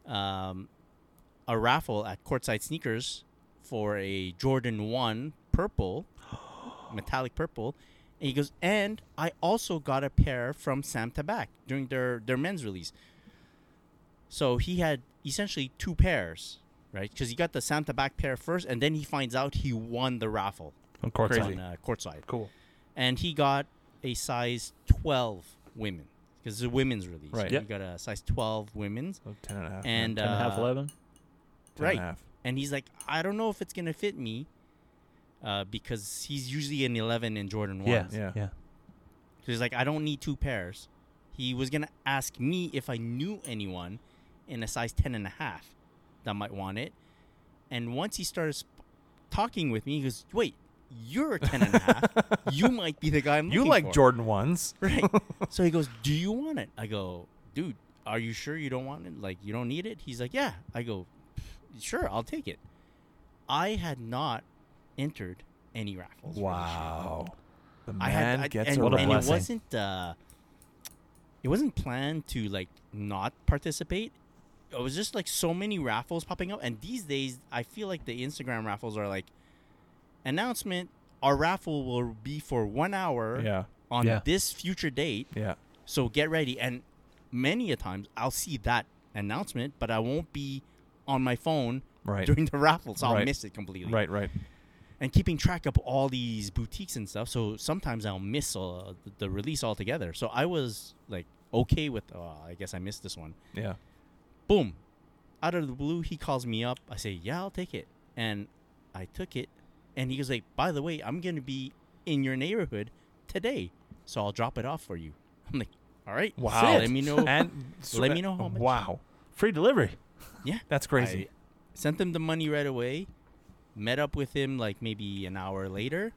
[SPEAKER 4] um, a raffle at Courtside Sneakers for a Jordan 1 purple, metallic purple. And he goes, and I also got a pair from Sam Tabak during their, their men's release. So he had essentially two pairs, right? Because he got the Santa back pair first, and then he finds out he won the raffle
[SPEAKER 2] Of course.
[SPEAKER 3] Crazy.
[SPEAKER 4] on uh, courtside,
[SPEAKER 2] Cool.
[SPEAKER 4] and he got a size twelve women because it's a women's release.
[SPEAKER 3] Right.
[SPEAKER 4] He
[SPEAKER 2] Yep.
[SPEAKER 4] got a size twelve women's,
[SPEAKER 3] So Oh, ten and a half.
[SPEAKER 4] and,
[SPEAKER 2] Ten and a half,
[SPEAKER 4] uh,
[SPEAKER 2] eleven.
[SPEAKER 3] ten
[SPEAKER 4] right.
[SPEAKER 3] And a half.
[SPEAKER 4] and he's like, I don't know if it's gonna fit me, uh, because he's usually an eleven in Jordan ones.
[SPEAKER 2] Yeah, yeah,
[SPEAKER 3] Yeah.
[SPEAKER 2] yeah.
[SPEAKER 4] So he's like, I don't need two pairs. He was gonna ask me if I knew anyone in a size 10 and a half that might want it. And once he started sp- talking with me, he goes, Wait, you're a 10 and a half. you might be the guy I'm
[SPEAKER 3] You
[SPEAKER 4] looking
[SPEAKER 3] like
[SPEAKER 4] for."
[SPEAKER 3] Jordan ones?
[SPEAKER 4] Right. so he goes, Do you want it? I go, Dude, are you sure you don't want it? Like, you don't need it? He's like, Yeah. I go, Sure, I'll take it. I had not entered any raffles. for this year.
[SPEAKER 3] Wow. The man
[SPEAKER 4] I had I,
[SPEAKER 3] gets
[SPEAKER 4] and,
[SPEAKER 3] a
[SPEAKER 2] What a
[SPEAKER 4] and it
[SPEAKER 2] blessing.
[SPEAKER 4] wasn't uh, it wasn't planned to like not participate. It was just like so many raffles popping up, and these days I feel like the Instagram raffles are like announcement. Our raffle will be for one hour
[SPEAKER 3] Yeah.
[SPEAKER 4] on
[SPEAKER 2] Yeah.
[SPEAKER 4] this future date,
[SPEAKER 3] Yeah.
[SPEAKER 4] so get ready. And many a times I'll see that announcement, but I won't be on my phone
[SPEAKER 3] Right.
[SPEAKER 4] during the raffle, so I'll
[SPEAKER 3] Right.
[SPEAKER 4] miss it completely
[SPEAKER 3] Right. Right.
[SPEAKER 4] and keeping track of all these boutiques and stuff. So sometimes I'll miss uh, the release altogether. So I was like okay with, oh, I guess I missed this one.
[SPEAKER 3] Yeah.
[SPEAKER 4] Boom, out of the blue, he calls me up. I say, yeah, I'll take it, and I took it. And he goes like, by the way, I'm gonna be in your neighborhood today, so I'll drop it off for you. I'm like, all right,
[SPEAKER 3] Wow.
[SPEAKER 4] Let me know.
[SPEAKER 3] And
[SPEAKER 4] Let me know how much.
[SPEAKER 3] Wow.
[SPEAKER 2] Free delivery.
[SPEAKER 4] yeah,
[SPEAKER 3] That's crazy.
[SPEAKER 4] I sent him the money right away. Met up with him like maybe an hour later,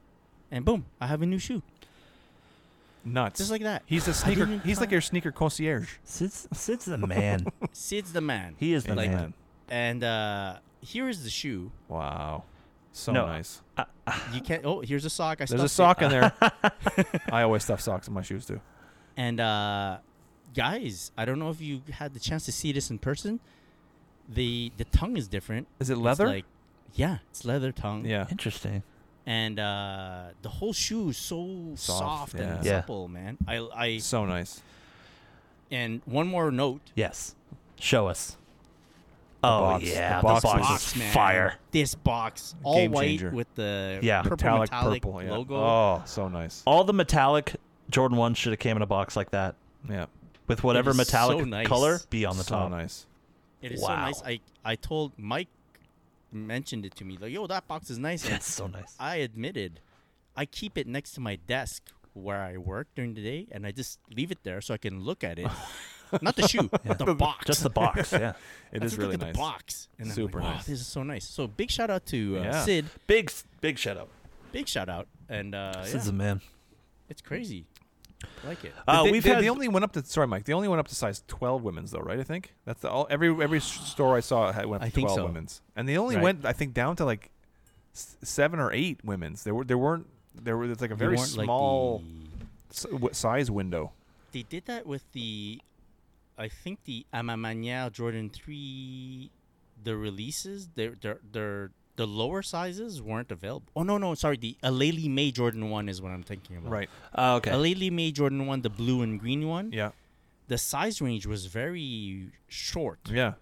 [SPEAKER 4] and boom, I have a new shoe.
[SPEAKER 3] Nuts.
[SPEAKER 4] Just like that.
[SPEAKER 3] he's a sneaker.
[SPEAKER 4] didn't
[SPEAKER 3] He's like
[SPEAKER 4] plan-
[SPEAKER 3] your sneaker concierge.
[SPEAKER 2] Sid's Sid's the man.
[SPEAKER 4] Sid's the man.
[SPEAKER 2] He is the
[SPEAKER 4] Like-
[SPEAKER 2] man.
[SPEAKER 4] And uh here is the shoe.
[SPEAKER 3] Wow. So
[SPEAKER 2] No.
[SPEAKER 3] nice.
[SPEAKER 4] You can't. Oh, here's a sock. I
[SPEAKER 3] There's a
[SPEAKER 4] stuffed
[SPEAKER 3] sock in there. I always stuff socks in my shoes too.
[SPEAKER 4] it. And uh guys, I don't know if you had the chance to see this in person. The the tongue is different.
[SPEAKER 3] Is it
[SPEAKER 4] It's
[SPEAKER 3] leather?
[SPEAKER 4] like, yeah, it's leather tongue.
[SPEAKER 3] yeah.
[SPEAKER 2] Interesting.
[SPEAKER 4] and uh, the whole shoe is so soft,
[SPEAKER 3] Soft,
[SPEAKER 4] and
[SPEAKER 2] yeah. Yeah.
[SPEAKER 4] supple, man. I, I
[SPEAKER 3] So nice.
[SPEAKER 4] and one more note.
[SPEAKER 2] Yes. Show us. oh
[SPEAKER 3] box.
[SPEAKER 2] yeah,
[SPEAKER 3] The
[SPEAKER 2] the
[SPEAKER 3] box
[SPEAKER 2] box,
[SPEAKER 3] was
[SPEAKER 2] is
[SPEAKER 3] Box,
[SPEAKER 2] fire.
[SPEAKER 4] This box, all
[SPEAKER 3] Game
[SPEAKER 4] white
[SPEAKER 3] changer.
[SPEAKER 4] with the
[SPEAKER 2] Yeah.
[SPEAKER 4] purple
[SPEAKER 3] Metallic,
[SPEAKER 4] metallic,
[SPEAKER 3] purple yeah.
[SPEAKER 4] logo.
[SPEAKER 3] Oh, so nice.
[SPEAKER 2] All the metallic Jordan ones should have came in a box like that
[SPEAKER 3] Yeah.
[SPEAKER 2] with whatever
[SPEAKER 4] is
[SPEAKER 2] metallic
[SPEAKER 4] so nice.
[SPEAKER 2] color be on the
[SPEAKER 3] so
[SPEAKER 2] top.
[SPEAKER 3] nice.
[SPEAKER 4] It is so
[SPEAKER 2] Wow.
[SPEAKER 4] nice. I I told Mike mentioned it to me like, yo, that box is nice. And
[SPEAKER 2] Yeah, it's so nice.
[SPEAKER 4] I admitted, I keep it next to my desk where I work during the day, and I just leave it there so I can look at it. Not the shoe, the box.
[SPEAKER 2] Just the box, yeah.
[SPEAKER 3] It
[SPEAKER 4] I
[SPEAKER 3] is
[SPEAKER 4] just
[SPEAKER 3] really
[SPEAKER 4] look at
[SPEAKER 3] nice.
[SPEAKER 4] the box. And I'm
[SPEAKER 3] Super
[SPEAKER 4] like, wow,
[SPEAKER 3] nice.
[SPEAKER 4] This is so nice. So big shout out to uh,
[SPEAKER 3] Yeah.
[SPEAKER 4] Sid.
[SPEAKER 2] Big big shout out.
[SPEAKER 4] Big shout out, and uh,
[SPEAKER 2] Sid's
[SPEAKER 4] yeah,
[SPEAKER 2] a man.
[SPEAKER 4] it's crazy. I like it.
[SPEAKER 2] Uh,
[SPEAKER 3] they,
[SPEAKER 2] we've
[SPEAKER 3] they,
[SPEAKER 2] had
[SPEAKER 3] they only went up to sorry Mike. They only went up to size twelve women's though, right? I think that's the all. Every every s- store I saw had went up
[SPEAKER 4] I
[SPEAKER 3] to
[SPEAKER 4] think
[SPEAKER 3] twelve
[SPEAKER 4] so.
[SPEAKER 3] women's, and they only
[SPEAKER 4] Right.
[SPEAKER 3] went I think down to like s- seven or eight women's. There were there weren't there were it's like a
[SPEAKER 4] They
[SPEAKER 3] very
[SPEAKER 4] weren't like
[SPEAKER 3] small
[SPEAKER 4] the-
[SPEAKER 3] s- w- size window.
[SPEAKER 4] They did that with the, I think the Amamania Jordan three, the releases their their their the lower sizes weren't available. Oh no no sorry the Aleli May Jordan one is what I'm thinking about.
[SPEAKER 3] Right.
[SPEAKER 2] Oh, okay.
[SPEAKER 4] Aleli May Jordan one, the blue and green one.
[SPEAKER 3] Yeah.
[SPEAKER 4] The size range was very short.
[SPEAKER 3] Yeah.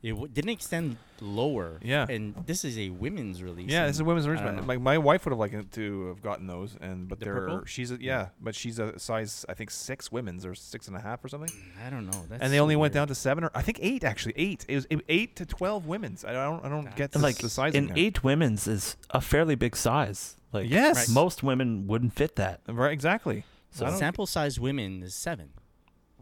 [SPEAKER 4] It w- didn't extend lower.
[SPEAKER 3] Yeah.
[SPEAKER 4] And this is a women's release. Um,
[SPEAKER 3] Yeah,
[SPEAKER 4] and
[SPEAKER 3] this is women's
[SPEAKER 4] don't
[SPEAKER 2] Uh,
[SPEAKER 3] arrangement.
[SPEAKER 4] know.
[SPEAKER 3] Like my wife would have liked it to have gotten those, and but
[SPEAKER 4] The
[SPEAKER 3] they're
[SPEAKER 4] purple?
[SPEAKER 3] she's a, yeah, but she's a size I think six women's or six and a half or something,
[SPEAKER 4] I don't know. That's
[SPEAKER 3] and they
[SPEAKER 4] so
[SPEAKER 3] only went
[SPEAKER 4] weird.
[SPEAKER 3] down to seven or I think eight actually eight. It was it- eight to twelve women's. I don't I don't get the,
[SPEAKER 2] like
[SPEAKER 3] the size
[SPEAKER 2] an eight women's is a fairly big size. Like
[SPEAKER 3] Yes. Right.
[SPEAKER 2] most women wouldn't fit that.
[SPEAKER 3] Right, exactly.
[SPEAKER 2] So
[SPEAKER 3] I don't-
[SPEAKER 4] sample size women is seven.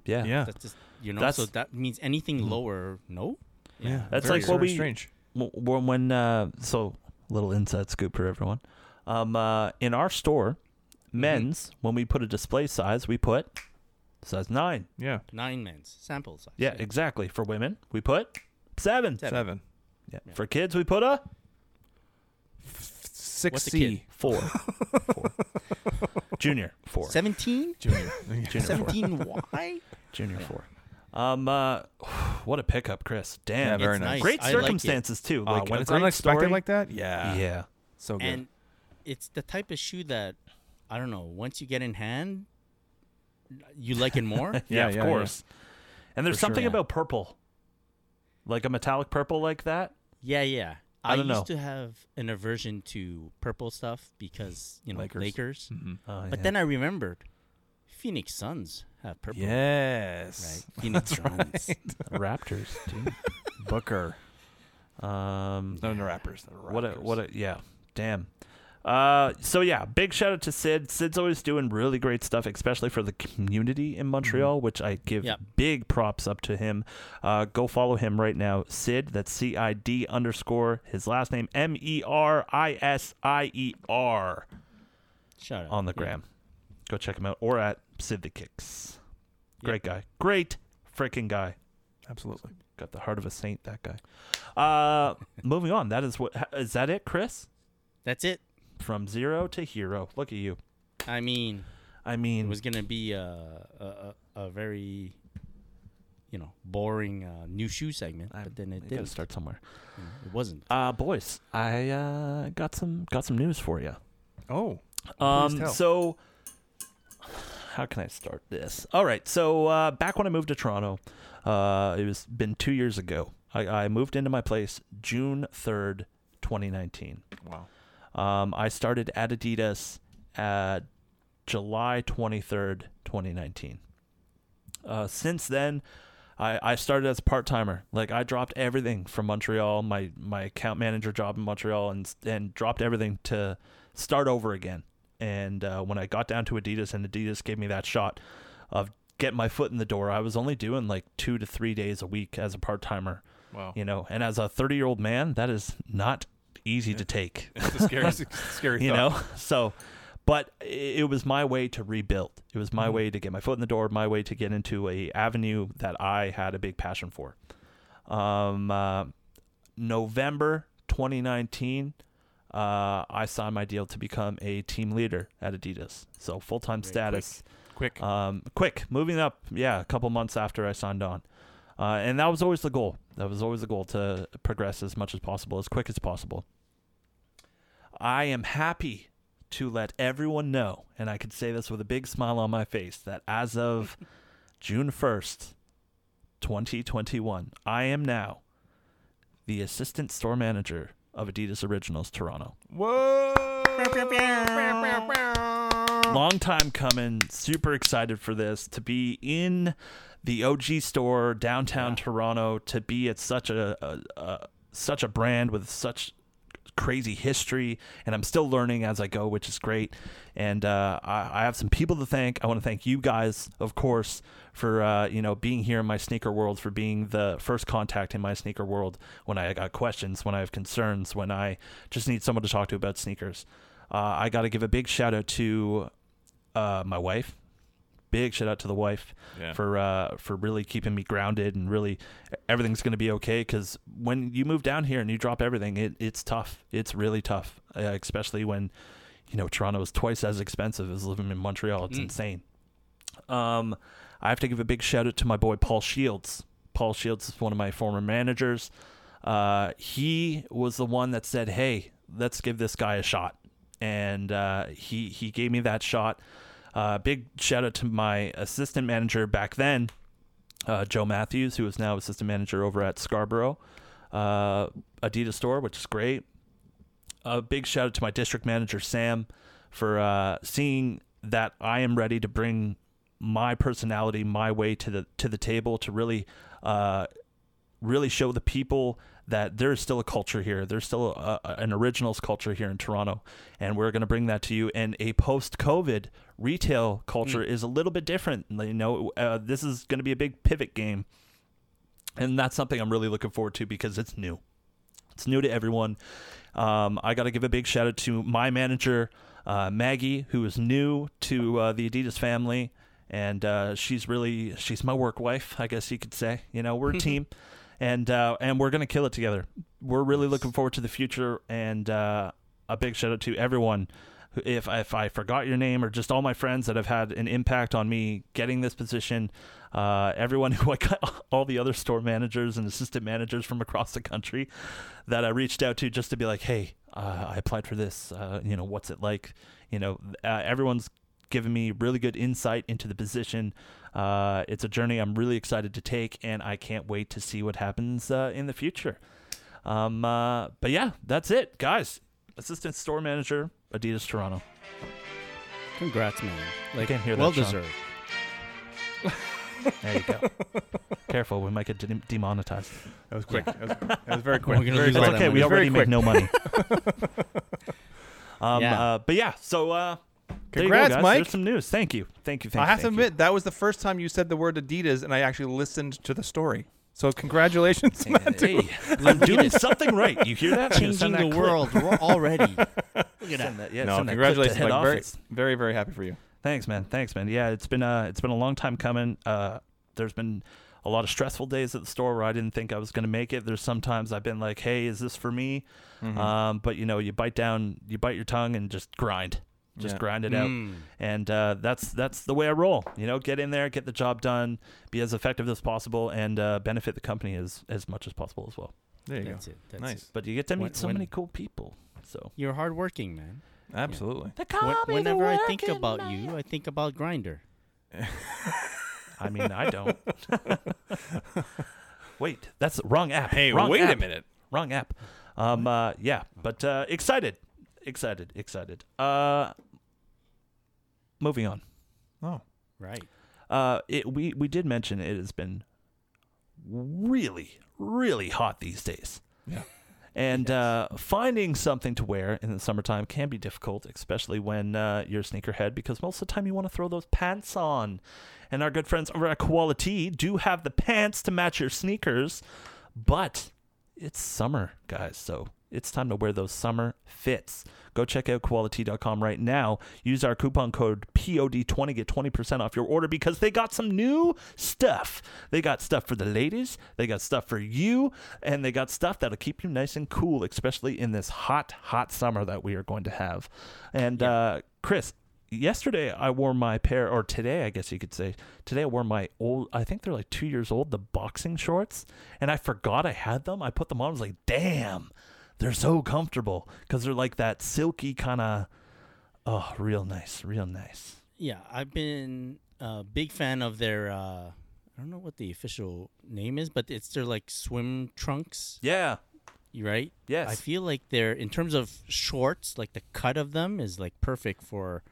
[SPEAKER 2] Yeah.
[SPEAKER 3] yeah,
[SPEAKER 4] That's just you know.
[SPEAKER 2] That's- Mm-hmm.
[SPEAKER 4] so that means anything lower, no.
[SPEAKER 3] yeah,
[SPEAKER 2] That's
[SPEAKER 3] very,
[SPEAKER 2] like what
[SPEAKER 3] very
[SPEAKER 2] we-
[SPEAKER 3] strange.
[SPEAKER 2] w- w- when uh, so little inside scoop for everyone. Um, uh, in our store,
[SPEAKER 3] Mm-hmm.
[SPEAKER 2] men's when we put a display size, we put size nine.
[SPEAKER 3] Yeah,
[SPEAKER 4] Nine men's sample size.
[SPEAKER 2] Yeah, exactly. For women, we put seven.
[SPEAKER 4] Seven.
[SPEAKER 3] seven,
[SPEAKER 2] Yeah. For kids, we put a
[SPEAKER 3] six
[SPEAKER 4] What's a kid?
[SPEAKER 3] C
[SPEAKER 2] four. four. Junior four.
[SPEAKER 4] Seventeen.
[SPEAKER 3] junior.
[SPEAKER 2] Junior four.
[SPEAKER 4] Seventeen. Why?
[SPEAKER 2] Junior four. Um, uh, what a pickup, Chris. Damn.
[SPEAKER 3] Yeah, very
[SPEAKER 4] It's
[SPEAKER 3] nice.
[SPEAKER 2] Great
[SPEAKER 4] I like it.
[SPEAKER 2] circumstances too.
[SPEAKER 3] Uh,
[SPEAKER 2] Like
[SPEAKER 3] when
[SPEAKER 2] a
[SPEAKER 3] it's
[SPEAKER 2] great
[SPEAKER 3] unexpected
[SPEAKER 2] story.
[SPEAKER 3] like that, yeah,
[SPEAKER 2] Yeah.
[SPEAKER 3] so good.
[SPEAKER 4] And it's the type of shoe that I don't know. Once you get in hand, you like it more.
[SPEAKER 2] Yeah,
[SPEAKER 3] Yeah,
[SPEAKER 2] of
[SPEAKER 3] yeah, yeah.
[SPEAKER 2] course. And there's
[SPEAKER 3] For sure.
[SPEAKER 2] something
[SPEAKER 3] Yeah.
[SPEAKER 2] about purple, like a metallic purple like that.
[SPEAKER 4] yeah, yeah.
[SPEAKER 2] I don't
[SPEAKER 4] used
[SPEAKER 2] know.
[SPEAKER 4] to have an aversion to purple stuff because you know
[SPEAKER 3] Lakers.
[SPEAKER 4] Lakers.
[SPEAKER 3] Mhm.
[SPEAKER 2] Oh,
[SPEAKER 4] But
[SPEAKER 2] yeah.
[SPEAKER 4] then I remembered, Phoenix Suns have purple.
[SPEAKER 3] Yes,
[SPEAKER 4] Right. Phoenix Suns.
[SPEAKER 2] Raptors too.
[SPEAKER 3] Booker.
[SPEAKER 2] um,
[SPEAKER 3] No, no rappers. the
[SPEAKER 2] what a
[SPEAKER 3] Raptors.
[SPEAKER 2] what a yeah, damn. Uh, so yeah, big shout out to Sid. Sid's always doing really great stuff, especially for the community in Montreal, which I give
[SPEAKER 4] Yep.
[SPEAKER 2] big props up to him. Uh, go follow him right now, Sid. That's C I D underscore his last name M E R I S I E R
[SPEAKER 4] Shout out
[SPEAKER 2] on the
[SPEAKER 4] Yeah.
[SPEAKER 2] gram. Go check him out or at Sid the Kicks. Great guy, great freaking guy.
[SPEAKER 3] Absolutely.
[SPEAKER 2] Got the heart of a saint, that guy. Uh, moving on. That is what ha- is that it, Chris?
[SPEAKER 4] That's it.
[SPEAKER 2] From zero to hero. Look at you.
[SPEAKER 4] I mean,
[SPEAKER 2] I
[SPEAKER 4] it
[SPEAKER 2] mean,
[SPEAKER 4] was gonna be a a, a, a very you know boring uh, new shoe segment,
[SPEAKER 2] I'm-
[SPEAKER 4] but then it
[SPEAKER 2] you gotta
[SPEAKER 4] didn't.
[SPEAKER 2] start somewhere.
[SPEAKER 4] you know, it wasn't.
[SPEAKER 2] Uh, boys, I uh, got some got some news for you.
[SPEAKER 3] Oh,
[SPEAKER 2] Um,
[SPEAKER 3] tell.
[SPEAKER 2] so how can I start this? All right. So uh, back when I moved to Toronto, uh, it was been two years ago. I, I moved into my place June third, twenty nineteen.
[SPEAKER 3] wow.
[SPEAKER 2] Um, I started at Adidas at July 23rd, 2019. Uh, since then, I, I started as a part timer. Like I dropped everything from Montreal, my my account manager job in Montreal, and and dropped everything to start over again. And uh, when I got down to Adidas, and Adidas gave me that shot of getting my foot in the door, I was only doing like two to three days a week as a part timer.
[SPEAKER 3] Wow.
[SPEAKER 2] You know, and as a 30 year old man, that is not easy to take
[SPEAKER 3] It's a scary, it's a scary
[SPEAKER 2] you
[SPEAKER 3] thought.
[SPEAKER 2] know so but i- it was my way to rebuild it was my way to get my foot in the door my way to get into a avenue that i had a big passion for um, uh, november 2019 uh, i signed my deal to become a team leader at adidas so full-time status
[SPEAKER 3] Quick.
[SPEAKER 2] um, quick moving up yeah a couple months after i signed on uh, and that was always the goal that was always the goal to progress as much as possible as quick as possible I am happy to let everyone know, and I could say this with a big smile on my face, that as of June 1st, 2021, I am now the assistant store manager of Adidas Originals Toronto. long time coming. Super excited for this to be in the OG store downtown Toronto. To be at such a, a, a such a brand with such crazy history, and I'm still learning as I go, which is great. And uh, I, I have some people to thank. I want to thank you guys, of course, for uh, you know being here in my sneaker world, for being the first contact in my sneaker world when I got questions, when I have concerns, when I just need someone to talk to about sneakers. Uh, I got to give a big shout out to uh, my wife. Big shout out to the wife
[SPEAKER 3] Yeah.
[SPEAKER 2] for uh, for really keeping me grounded and really e, everything's gonna be okay. Because when you move down here and you drop everything, it, it's tough. It's really tough, uh, especially when you know Toronto is twice as expensive as living in Montreal. It's insane. Um, I have to give a big shout out to my boy Paul Shields. Paul Shields is one of my former managers. Uh, he was the one that said, "Hey, let's give this guy a shot," and uh, he he gave me that shot. Uh, big shout out to my assistant manager back then, uh, Joe Matthews, who is now assistant manager over at Scarborough uh, Adidas store, which is great a big shout out to my district manager Sam for uh, seeing that I am ready to bring my personality, my way to the to the table to really uh, really show the people that there is still a culture here. There's still a, a- an originals culture here in Toronto, and we're going to bring that to you. And a post-COVID retail culture is a little bit different. You know, uh, this is going to be a big pivot game, and that's something I'm really looking forward to because it's new. It's new to everyone. Um, I got to give a big shout out to my manager, uh, Maggie, who is new to uh, the Adidas family, and uh, she's really she's my work wife, I guess you could say. You know, we're a team, and uh, and we're gonna kill it together. We're really looking forward to the future, and uh, a big shout out to everyone. who- If if I forgot your name or just all my friends that have had an impact on me getting this position, uh, everyone who I got, all the other store managers and assistant managers from across the country, that I reached out to just to be like, hey, uh, I applied for this. Uh, you know, what's it like? You know, uh, everyone's given me really good insight into the position. Uh, it's a journey I'm really excited to take, and I can't wait to see what happens uh, in the future. Um, uh, but yeah, that's it, guys. Assistant store manager, Adidas Toronto.
[SPEAKER 4] Congrats, man. Like,
[SPEAKER 2] can't hear that,
[SPEAKER 4] well
[SPEAKER 2] Sean.
[SPEAKER 4] deserved.
[SPEAKER 2] There you go. Careful, we might get de- demonetized.
[SPEAKER 3] That was quick. That, was, that was very quick.
[SPEAKER 4] We're gonna
[SPEAKER 3] very
[SPEAKER 2] It's
[SPEAKER 4] lose all
[SPEAKER 3] quick.
[SPEAKER 4] that
[SPEAKER 2] okay. We
[SPEAKER 4] money.
[SPEAKER 3] Very
[SPEAKER 2] already make
[SPEAKER 3] quick.
[SPEAKER 2] no money. um,
[SPEAKER 4] Yeah.
[SPEAKER 2] Uh, but yeah, so uh, there you go,
[SPEAKER 3] Congrats,
[SPEAKER 2] guys.
[SPEAKER 3] Mike.
[SPEAKER 2] There's some news. Thank you. Thank you. Thank
[SPEAKER 3] I
[SPEAKER 2] you,
[SPEAKER 3] have to
[SPEAKER 2] thank you.
[SPEAKER 3] admit, that was the first time you said the word Adidas, and I actually listened to the story. So congratulations, Matthew.
[SPEAKER 2] Hey, I'm doing something right. You hear that? I'm gonna
[SPEAKER 4] Changing
[SPEAKER 2] send
[SPEAKER 4] the
[SPEAKER 2] that clip.
[SPEAKER 4] world ro- already. Look at
[SPEAKER 2] Send
[SPEAKER 4] that.
[SPEAKER 2] that- yeah,
[SPEAKER 3] No,
[SPEAKER 2] send that clip to
[SPEAKER 3] congratulations,
[SPEAKER 2] head
[SPEAKER 3] Mike. Very,
[SPEAKER 2] office.
[SPEAKER 3] very, very happy for you.
[SPEAKER 2] Thanks, man. Thanks, man. Yeah, it's been uh, it's been a long time coming. Uh, there's been a lot of stressful days at the store where I didn't think I was gonna make it. There's sometimes I've been like, hey, is this for me?
[SPEAKER 4] Mm-hmm.
[SPEAKER 2] Um, but you know, you bite down, you bite your tongue, and just grind, just
[SPEAKER 3] Yeah.
[SPEAKER 2] grind it out. And uh, that's that's the way I roll. You know, get in there, get the job done, be as effective as possible, and uh, benefit the company as as much as possible as well.
[SPEAKER 3] There you
[SPEAKER 4] That's
[SPEAKER 3] go.
[SPEAKER 4] it. That's
[SPEAKER 3] nice.
[SPEAKER 4] it.
[SPEAKER 2] But you get to meet
[SPEAKER 4] When-
[SPEAKER 2] so
[SPEAKER 4] when-
[SPEAKER 2] many cool people. So
[SPEAKER 4] You're hardworking, man.
[SPEAKER 3] Absolutely.
[SPEAKER 4] When- whenever I think about you, I think about Grinder.
[SPEAKER 2] I mean, I don't. wait, that's the wrong app.
[SPEAKER 3] Hey,
[SPEAKER 2] wrong
[SPEAKER 3] wait a
[SPEAKER 2] app,
[SPEAKER 3] minute.
[SPEAKER 2] Wrong app. Um, uh, yeah, but uh, excited, excited, excited. Uh, moving on.
[SPEAKER 3] Oh,
[SPEAKER 4] Right.
[SPEAKER 2] Uh, it, we we did mention it has been really really hot these days.
[SPEAKER 3] Yeah.
[SPEAKER 2] And uh, finding something to wear in the summertime can be difficult, especially when uh, you're a sneakerhead, because most of the time you want to throw those pants on. And our good friends over at Quality do have the pants to match your sneakers, but it's summer, guys, so it's time to wear those summer fits. Go check out quality.com right now. Use our coupon code POD20, get 20% off your order because they got some new stuff. They got stuff for the ladies, they got stuff for you, and they got stuff that'll keep you nice and cool, especially in this hot, hot summer that we are going to have. And uh, Chris, yesterday I wore my pair, or today I guess you could say, today I wore my old, I think they're like two years old, the boxing shorts, and I forgot I had them. I put them on. I was like, damn, They're so comfortable because they're like that silky kind of, oh, real nice, real nice.
[SPEAKER 4] Yeah, I've been a big fan of their. Uh, I don't know what the official name is, but it's their like swim trunks.
[SPEAKER 2] Yeah,
[SPEAKER 4] You right?
[SPEAKER 2] Yes.
[SPEAKER 4] I feel like they're in terms of shorts, like the cut of them is like perfect for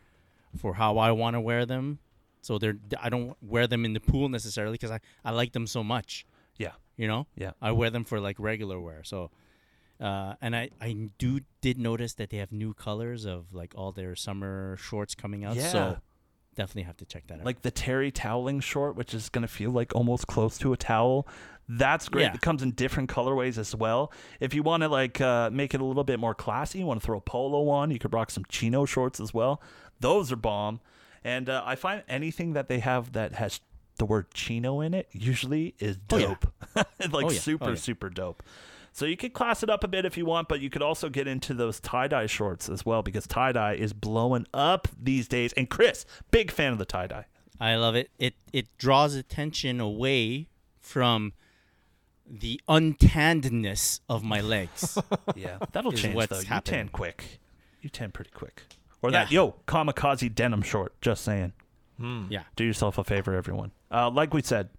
[SPEAKER 4] for how I want to wear them. So they're I don't wear them in the pool necessarily because I I like them so much.
[SPEAKER 2] yeah,
[SPEAKER 4] You know.
[SPEAKER 2] yeah.
[SPEAKER 4] I wear them for like regular wear. So, uh, and I I do did notice that they have new colors of like all their summer shorts coming out.
[SPEAKER 2] Yeah.
[SPEAKER 4] So definitely have to check that out.
[SPEAKER 2] Like the terry toweling short, which is gonna feel like almost close to a towel. That's great.
[SPEAKER 4] Yeah.
[SPEAKER 2] It comes in different colorways as well. If you want to like uh, make it a little bit more classy, you want to throw a polo on. You could rock some chino shorts as well. Those are bomb. And uh, I find anything that they have that has the word chino in it usually is
[SPEAKER 4] Oh, yeah.
[SPEAKER 2] dope. like
[SPEAKER 4] Oh, yeah. Oh,
[SPEAKER 2] super
[SPEAKER 4] yeah.
[SPEAKER 2] super dope. So you could class it up a bit if you want, but you could also get into those tie dye shorts as well because tie dye is blowing up these days. And Chris, big fan of the tie dye.
[SPEAKER 4] I love it. It it draws attention away from the untannedness of my legs.
[SPEAKER 2] Yeah, that'll
[SPEAKER 4] is
[SPEAKER 2] change
[SPEAKER 4] what's
[SPEAKER 2] though. You tan
[SPEAKER 4] happening.
[SPEAKER 2] quick. You tan pretty quick. Or that
[SPEAKER 4] Yeah.
[SPEAKER 2] yo kamikaze denim short. Just saying.
[SPEAKER 4] yeah.
[SPEAKER 2] Do yourself a favor, everyone. Uh, like we said,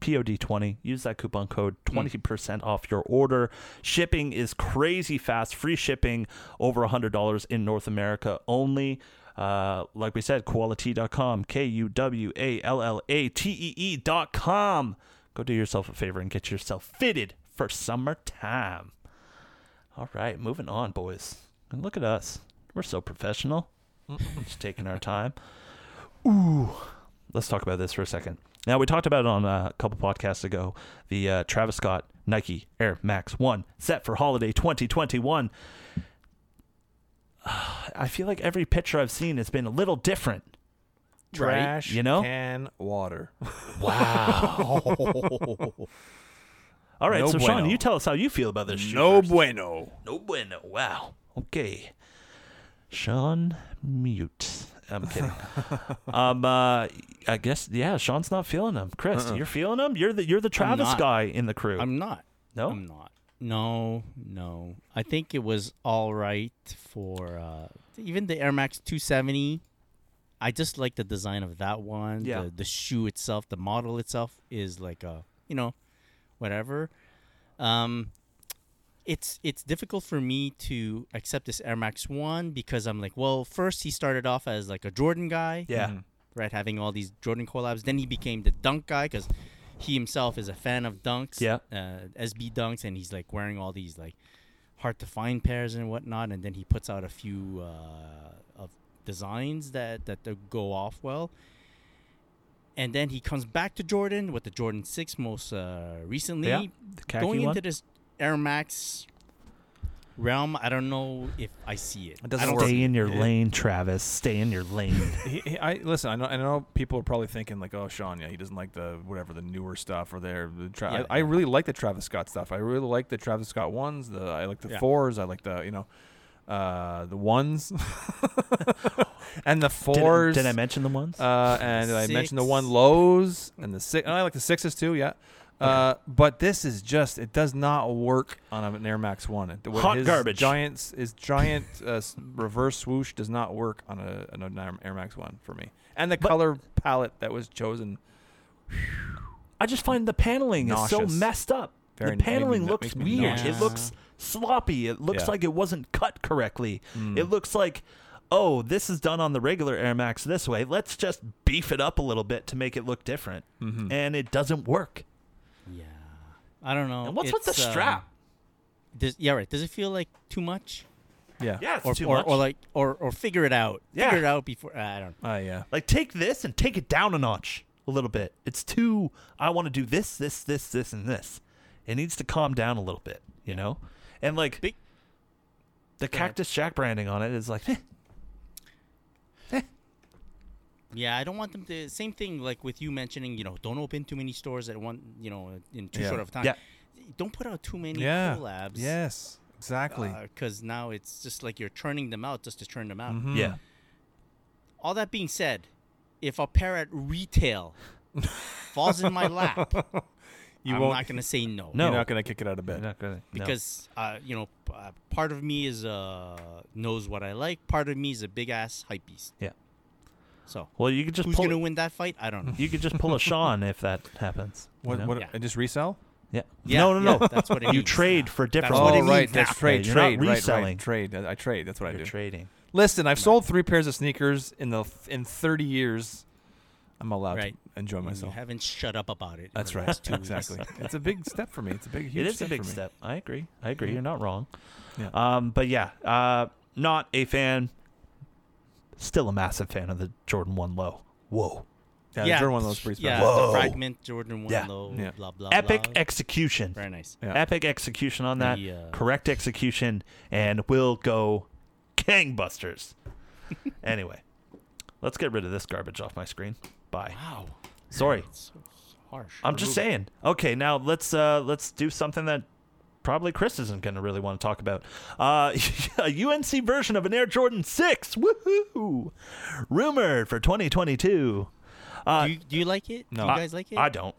[SPEAKER 2] POD twenty. Use that coupon code twenty percent off your order. Shipping is crazy fast. Free shipping over hundred dollars in North America only. Uh, like we said, quality.com, K U W A L L A T E E dot com. Go do yourself a favor and get yourself fitted for summertime. All right, moving on, boys. And look at us. We're so professional. Just taking our time. Ooh, let's talk about this for a second. Now, we talked about it on uh, a couple podcasts ago the uh, Travis Scott Nike Air Max 1 set for holiday 2021. I feel like every picture I've seen has been a little different.
[SPEAKER 3] Trash
[SPEAKER 2] You know?
[SPEAKER 3] can water.
[SPEAKER 2] All right,
[SPEAKER 3] No
[SPEAKER 2] so Sean,
[SPEAKER 3] bueno.
[SPEAKER 2] you tell us how you feel about this shoe. first.
[SPEAKER 3] bueno.
[SPEAKER 2] No bueno. Wow. Okay. Sean, mute. I'm kidding. um, uh, I guess yeah. Sean's not feeling him. Chris, you're feeling him. You're the you're the Travis
[SPEAKER 4] Uh-uh. not.
[SPEAKER 2] guy in the crew.
[SPEAKER 4] I'm not.
[SPEAKER 2] no.
[SPEAKER 4] I'm not. No, no. I think it was all right for uh, even the Air Max 270. I just like the design of that one.
[SPEAKER 2] Yeah.
[SPEAKER 4] The, the shoe itself, the model itself is like a, you know, whatever. Um, it's it's difficult for me to accept this Air Max 1 because I'm like, well, first he started off as like a Jordan guy
[SPEAKER 2] yeah.
[SPEAKER 4] right? Having all these Jordan collabs. Then he became the dunk guy because he himself is a fan of dunks,
[SPEAKER 2] Yeah.
[SPEAKER 4] uh, SB dunks, and he's like wearing all these like hard to find pairs and whatnot. And then he puts out a few uh, of designs that that do go off well. And then he comes back to Jordan with the Jordan Six most uh, recently.
[SPEAKER 2] Yeah, the khaki
[SPEAKER 4] Going
[SPEAKER 2] one.
[SPEAKER 4] into this Air Max realm, I don't know if I see it.
[SPEAKER 3] It
[SPEAKER 2] Stay
[SPEAKER 3] doesn't work.
[SPEAKER 2] in your
[SPEAKER 3] It-
[SPEAKER 2] lane, Travis. Stay in your lane.
[SPEAKER 3] he, he, I listen. I know. I know people are probably thinking like, "Oh, Sean, yeah, he doesn't like the whatever the newer stuff or their." The tra-
[SPEAKER 4] Yeah,
[SPEAKER 3] I, I really like the Travis Scott stuff. I really like the Travis Scott ones. The I like the
[SPEAKER 4] Yeah.
[SPEAKER 3] fours. I like the you know, uh, the ones, and the
[SPEAKER 2] did, I-
[SPEAKER 3] fours.
[SPEAKER 2] did I mention the ones?
[SPEAKER 3] Uh, and did I mentioned the one
[SPEAKER 4] Six.
[SPEAKER 3] lows and the six. And I like the sixes too. Yeah. Uh, but this is just it does not work on an Air Max One. It- what
[SPEAKER 2] Hot
[SPEAKER 3] his
[SPEAKER 2] garbage.
[SPEAKER 3] Giants his giant uh, s- reverse swoosh does not work on a on an Air- Air Max One for me. And the
[SPEAKER 2] But-
[SPEAKER 3] color palette that was chosen,
[SPEAKER 2] I just find the paneling is
[SPEAKER 3] Nauseous.
[SPEAKER 2] so messed up.
[SPEAKER 3] Very-
[SPEAKER 2] the paneling
[SPEAKER 3] makes me-
[SPEAKER 2] looks
[SPEAKER 3] makes me
[SPEAKER 2] weird.
[SPEAKER 4] nauseous.
[SPEAKER 2] It looks sloppy. It looks
[SPEAKER 3] Yeah.
[SPEAKER 2] like it wasn't cut correctly.
[SPEAKER 4] Hmm.
[SPEAKER 2] It looks like, oh, this is done on the regular Air Max this way. Let's just beef it up a little bit to make it look different.
[SPEAKER 4] Mm-hmm.
[SPEAKER 2] And it doesn't work.
[SPEAKER 4] Yeah, I don't know.
[SPEAKER 2] And what's with the
[SPEAKER 4] It's, um,
[SPEAKER 2] strap?
[SPEAKER 4] does yeah right does it feel like too much
[SPEAKER 3] yeah,
[SPEAKER 2] yeah, it's
[SPEAKER 4] or
[SPEAKER 2] too
[SPEAKER 4] or,
[SPEAKER 2] much.
[SPEAKER 4] or like or or figure it out
[SPEAKER 2] Yeah.
[SPEAKER 4] figure it out before uh, i don't know
[SPEAKER 3] Ah, yeah.
[SPEAKER 2] Like take this and take it down a notch a little bit. It's too I want to do this, this, this, this, and this. It needs to calm down a little bit, you know? And like
[SPEAKER 4] Big-
[SPEAKER 2] the cactus jack branding on it is like eh,
[SPEAKER 3] Eh.
[SPEAKER 4] yeah i don't want them to same thing like with you mentioning you know don't open too many stores at one you know in too
[SPEAKER 3] Yeah.
[SPEAKER 4] short of time
[SPEAKER 2] Yeah.
[SPEAKER 4] don't put out too many
[SPEAKER 3] yeah.
[SPEAKER 4] collabs Uh,
[SPEAKER 3] Yes, exactly.
[SPEAKER 4] because now it's just like you're churning them out just to churn them out
[SPEAKER 3] Mhm.
[SPEAKER 2] yeah.
[SPEAKER 4] all that being said if a pair at retail falls in my lap
[SPEAKER 3] You
[SPEAKER 4] I'm
[SPEAKER 3] won't-
[SPEAKER 4] not gonna say no.
[SPEAKER 2] No.
[SPEAKER 3] You're not gonna kick it out of bed.
[SPEAKER 2] You're not gonna- no.
[SPEAKER 4] because uh, you know, p- uh, part of me is uh knows what I like. Part of me is a big ass hype beast.
[SPEAKER 2] Yeah.
[SPEAKER 4] So
[SPEAKER 2] well, you could just
[SPEAKER 4] who's
[SPEAKER 2] pull.
[SPEAKER 4] gonna win that fight? I don't know.
[SPEAKER 2] You could just pull a Sean if that happens. you
[SPEAKER 3] What?
[SPEAKER 2] know?
[SPEAKER 3] What?
[SPEAKER 4] Yeah.
[SPEAKER 3] And just resell?
[SPEAKER 2] Yeah.
[SPEAKER 4] Yeah,
[SPEAKER 2] No, no,
[SPEAKER 4] yeah,
[SPEAKER 2] no.
[SPEAKER 4] that's what it
[SPEAKER 2] You
[SPEAKER 4] means.
[SPEAKER 2] trade for different.
[SPEAKER 4] That's what
[SPEAKER 3] oh,
[SPEAKER 4] it means
[SPEAKER 3] right.
[SPEAKER 4] now.
[SPEAKER 3] That's trade.
[SPEAKER 2] Yeah, you're not
[SPEAKER 3] trade. right, right,
[SPEAKER 2] reselling.
[SPEAKER 3] Trade. I I trade. That's what I
[SPEAKER 2] You're
[SPEAKER 3] do.
[SPEAKER 2] trading.
[SPEAKER 3] Listen, I've sold three pairs of sneakers in the in 30 years. I'm allowed
[SPEAKER 4] Right.
[SPEAKER 3] to enjoy
[SPEAKER 4] And
[SPEAKER 3] myself.
[SPEAKER 4] You haven't shut up about it. in
[SPEAKER 3] That's
[SPEAKER 4] the
[SPEAKER 3] right.
[SPEAKER 4] last two weeks.
[SPEAKER 3] exactly. it's a big step for me. It's a big, huge
[SPEAKER 2] It is a
[SPEAKER 3] step
[SPEAKER 2] big
[SPEAKER 3] for me.
[SPEAKER 2] step. I agree. I agree. You're not wrong.
[SPEAKER 3] Yeah.
[SPEAKER 2] Um, but yeah, uh, not a fan. Still a massive fan of the Jordan One Low. Whoa.
[SPEAKER 3] Yeah,
[SPEAKER 4] yeah,
[SPEAKER 3] Jordan one of those pretty
[SPEAKER 4] yeah,
[SPEAKER 3] special.
[SPEAKER 2] Whoa.
[SPEAKER 4] the fragment Jordan one
[SPEAKER 2] Yeah.
[SPEAKER 4] low,
[SPEAKER 3] Yeah.
[SPEAKER 4] blah blah.
[SPEAKER 2] Epic
[SPEAKER 4] blah.
[SPEAKER 2] execution.
[SPEAKER 4] Very nice.
[SPEAKER 3] Yeah.
[SPEAKER 2] Epic execution on that.
[SPEAKER 4] The, uh,
[SPEAKER 2] Correct execution, and we'll go gangbusters. anyway, let's get rid of this garbage off my screen. Bye.
[SPEAKER 4] Wow,
[SPEAKER 2] Sorry.
[SPEAKER 4] so harsh.
[SPEAKER 2] I'm just
[SPEAKER 4] Brutal.
[SPEAKER 2] saying. Okay, now let's uh let's do something that probably Chris isn't going to really want to talk about. Uh, a UNC version of an Air Jordan Six. Woohoo! Rumored for 2022. Uh,
[SPEAKER 4] Do you, do you like it?
[SPEAKER 3] No.
[SPEAKER 4] Do you
[SPEAKER 2] I-
[SPEAKER 4] guys like it?
[SPEAKER 2] I don't.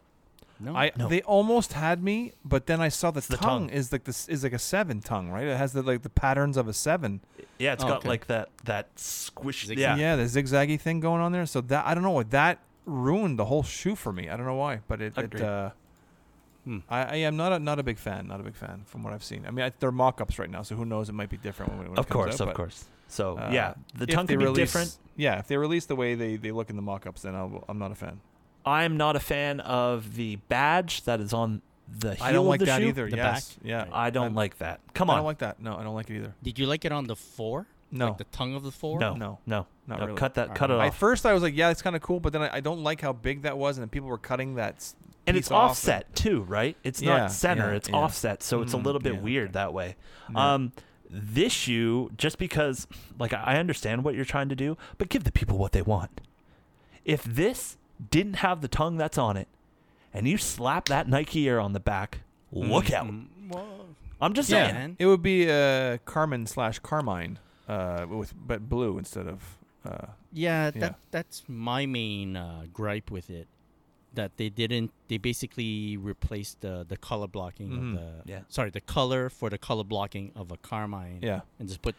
[SPEAKER 4] No.
[SPEAKER 3] I
[SPEAKER 2] No.
[SPEAKER 3] they almost had me, but then I saw the,
[SPEAKER 2] the
[SPEAKER 3] tongue,
[SPEAKER 2] tongue.
[SPEAKER 3] is like this is like a seven tongue, right? It has the like the patterns of a seven.
[SPEAKER 2] Yeah, it's
[SPEAKER 4] Oh,
[SPEAKER 2] got
[SPEAKER 4] okay.
[SPEAKER 2] like that that squish.
[SPEAKER 4] Zig-
[SPEAKER 2] Yeah.
[SPEAKER 3] yeah, the zigzaggy thing going on there. So that I don't know what that ruined the whole shoe for me. I don't know why, but it. it
[SPEAKER 2] Agreed.
[SPEAKER 3] uh,
[SPEAKER 4] Hmm.
[SPEAKER 3] I, I am not a, not a big fan. Not a big fan from what I've seen. I mean, I, they're mock-ups right now, so who knows? It might be different when, when it
[SPEAKER 2] Of
[SPEAKER 3] comes
[SPEAKER 2] course,
[SPEAKER 3] out,
[SPEAKER 2] of
[SPEAKER 3] but,
[SPEAKER 2] course. So
[SPEAKER 3] uh,
[SPEAKER 2] yeah, the
[SPEAKER 3] if
[SPEAKER 2] tongue
[SPEAKER 3] they
[SPEAKER 2] can be
[SPEAKER 3] release-
[SPEAKER 2] different.
[SPEAKER 3] Yeah, if they release the way they, they look in the mock-ups, then I'll, I'm not a fan.
[SPEAKER 2] I'm not a fan of the badge that is on the heel
[SPEAKER 3] I don't
[SPEAKER 2] of
[SPEAKER 3] like
[SPEAKER 2] the
[SPEAKER 3] that
[SPEAKER 2] shoe.
[SPEAKER 3] either.
[SPEAKER 4] the
[SPEAKER 3] yes,
[SPEAKER 4] back?
[SPEAKER 3] yeah.
[SPEAKER 4] Right.
[SPEAKER 2] I don't
[SPEAKER 3] I'm-
[SPEAKER 2] like that. Come
[SPEAKER 3] I
[SPEAKER 2] on.
[SPEAKER 3] don't like that. No, I don't like it either.
[SPEAKER 4] Did you like it on the four?
[SPEAKER 3] No,
[SPEAKER 4] Like the tongue of the four?
[SPEAKER 2] no,
[SPEAKER 3] No,
[SPEAKER 2] no,
[SPEAKER 3] not
[SPEAKER 2] no.
[SPEAKER 3] really.
[SPEAKER 2] Cut that. Cut it
[SPEAKER 3] At
[SPEAKER 2] off.
[SPEAKER 3] first, I was like, yeah, it's kind of cool, but then I, I don't like how big that was, and then people were cutting that. s-
[SPEAKER 2] and
[SPEAKER 3] piece
[SPEAKER 2] it's
[SPEAKER 3] off
[SPEAKER 2] offset too, right? It's
[SPEAKER 3] Yeah,
[SPEAKER 2] not center,
[SPEAKER 3] yeah,
[SPEAKER 2] it's
[SPEAKER 3] yeah.
[SPEAKER 2] offset, so it's a
[SPEAKER 3] Mm,
[SPEAKER 2] little bit
[SPEAKER 3] yeah,
[SPEAKER 2] weird
[SPEAKER 3] okay.
[SPEAKER 2] that way.
[SPEAKER 3] Yeah.
[SPEAKER 2] Um, this shoe, just because, like, I I understand what you're trying to do, but give the people what they want. If this didn't have the tongue that's on it, and you slap that Nike Air on the back, look out!
[SPEAKER 4] Mm, well,
[SPEAKER 2] I'm just
[SPEAKER 3] Yeah,
[SPEAKER 2] saying.
[SPEAKER 4] man.
[SPEAKER 3] it would be uh, Carmen slash Carmine, uh, with but blue instead of. Uh,
[SPEAKER 4] yeah,
[SPEAKER 3] Yeah.
[SPEAKER 4] that that's my main uh, gripe with it. That they didn't. They basically replaced the the color blocking
[SPEAKER 3] Mhm.
[SPEAKER 4] of the.
[SPEAKER 2] Yeah.
[SPEAKER 4] Sorry, the color for the color blocking of a carmine.
[SPEAKER 3] yeah,
[SPEAKER 4] And just put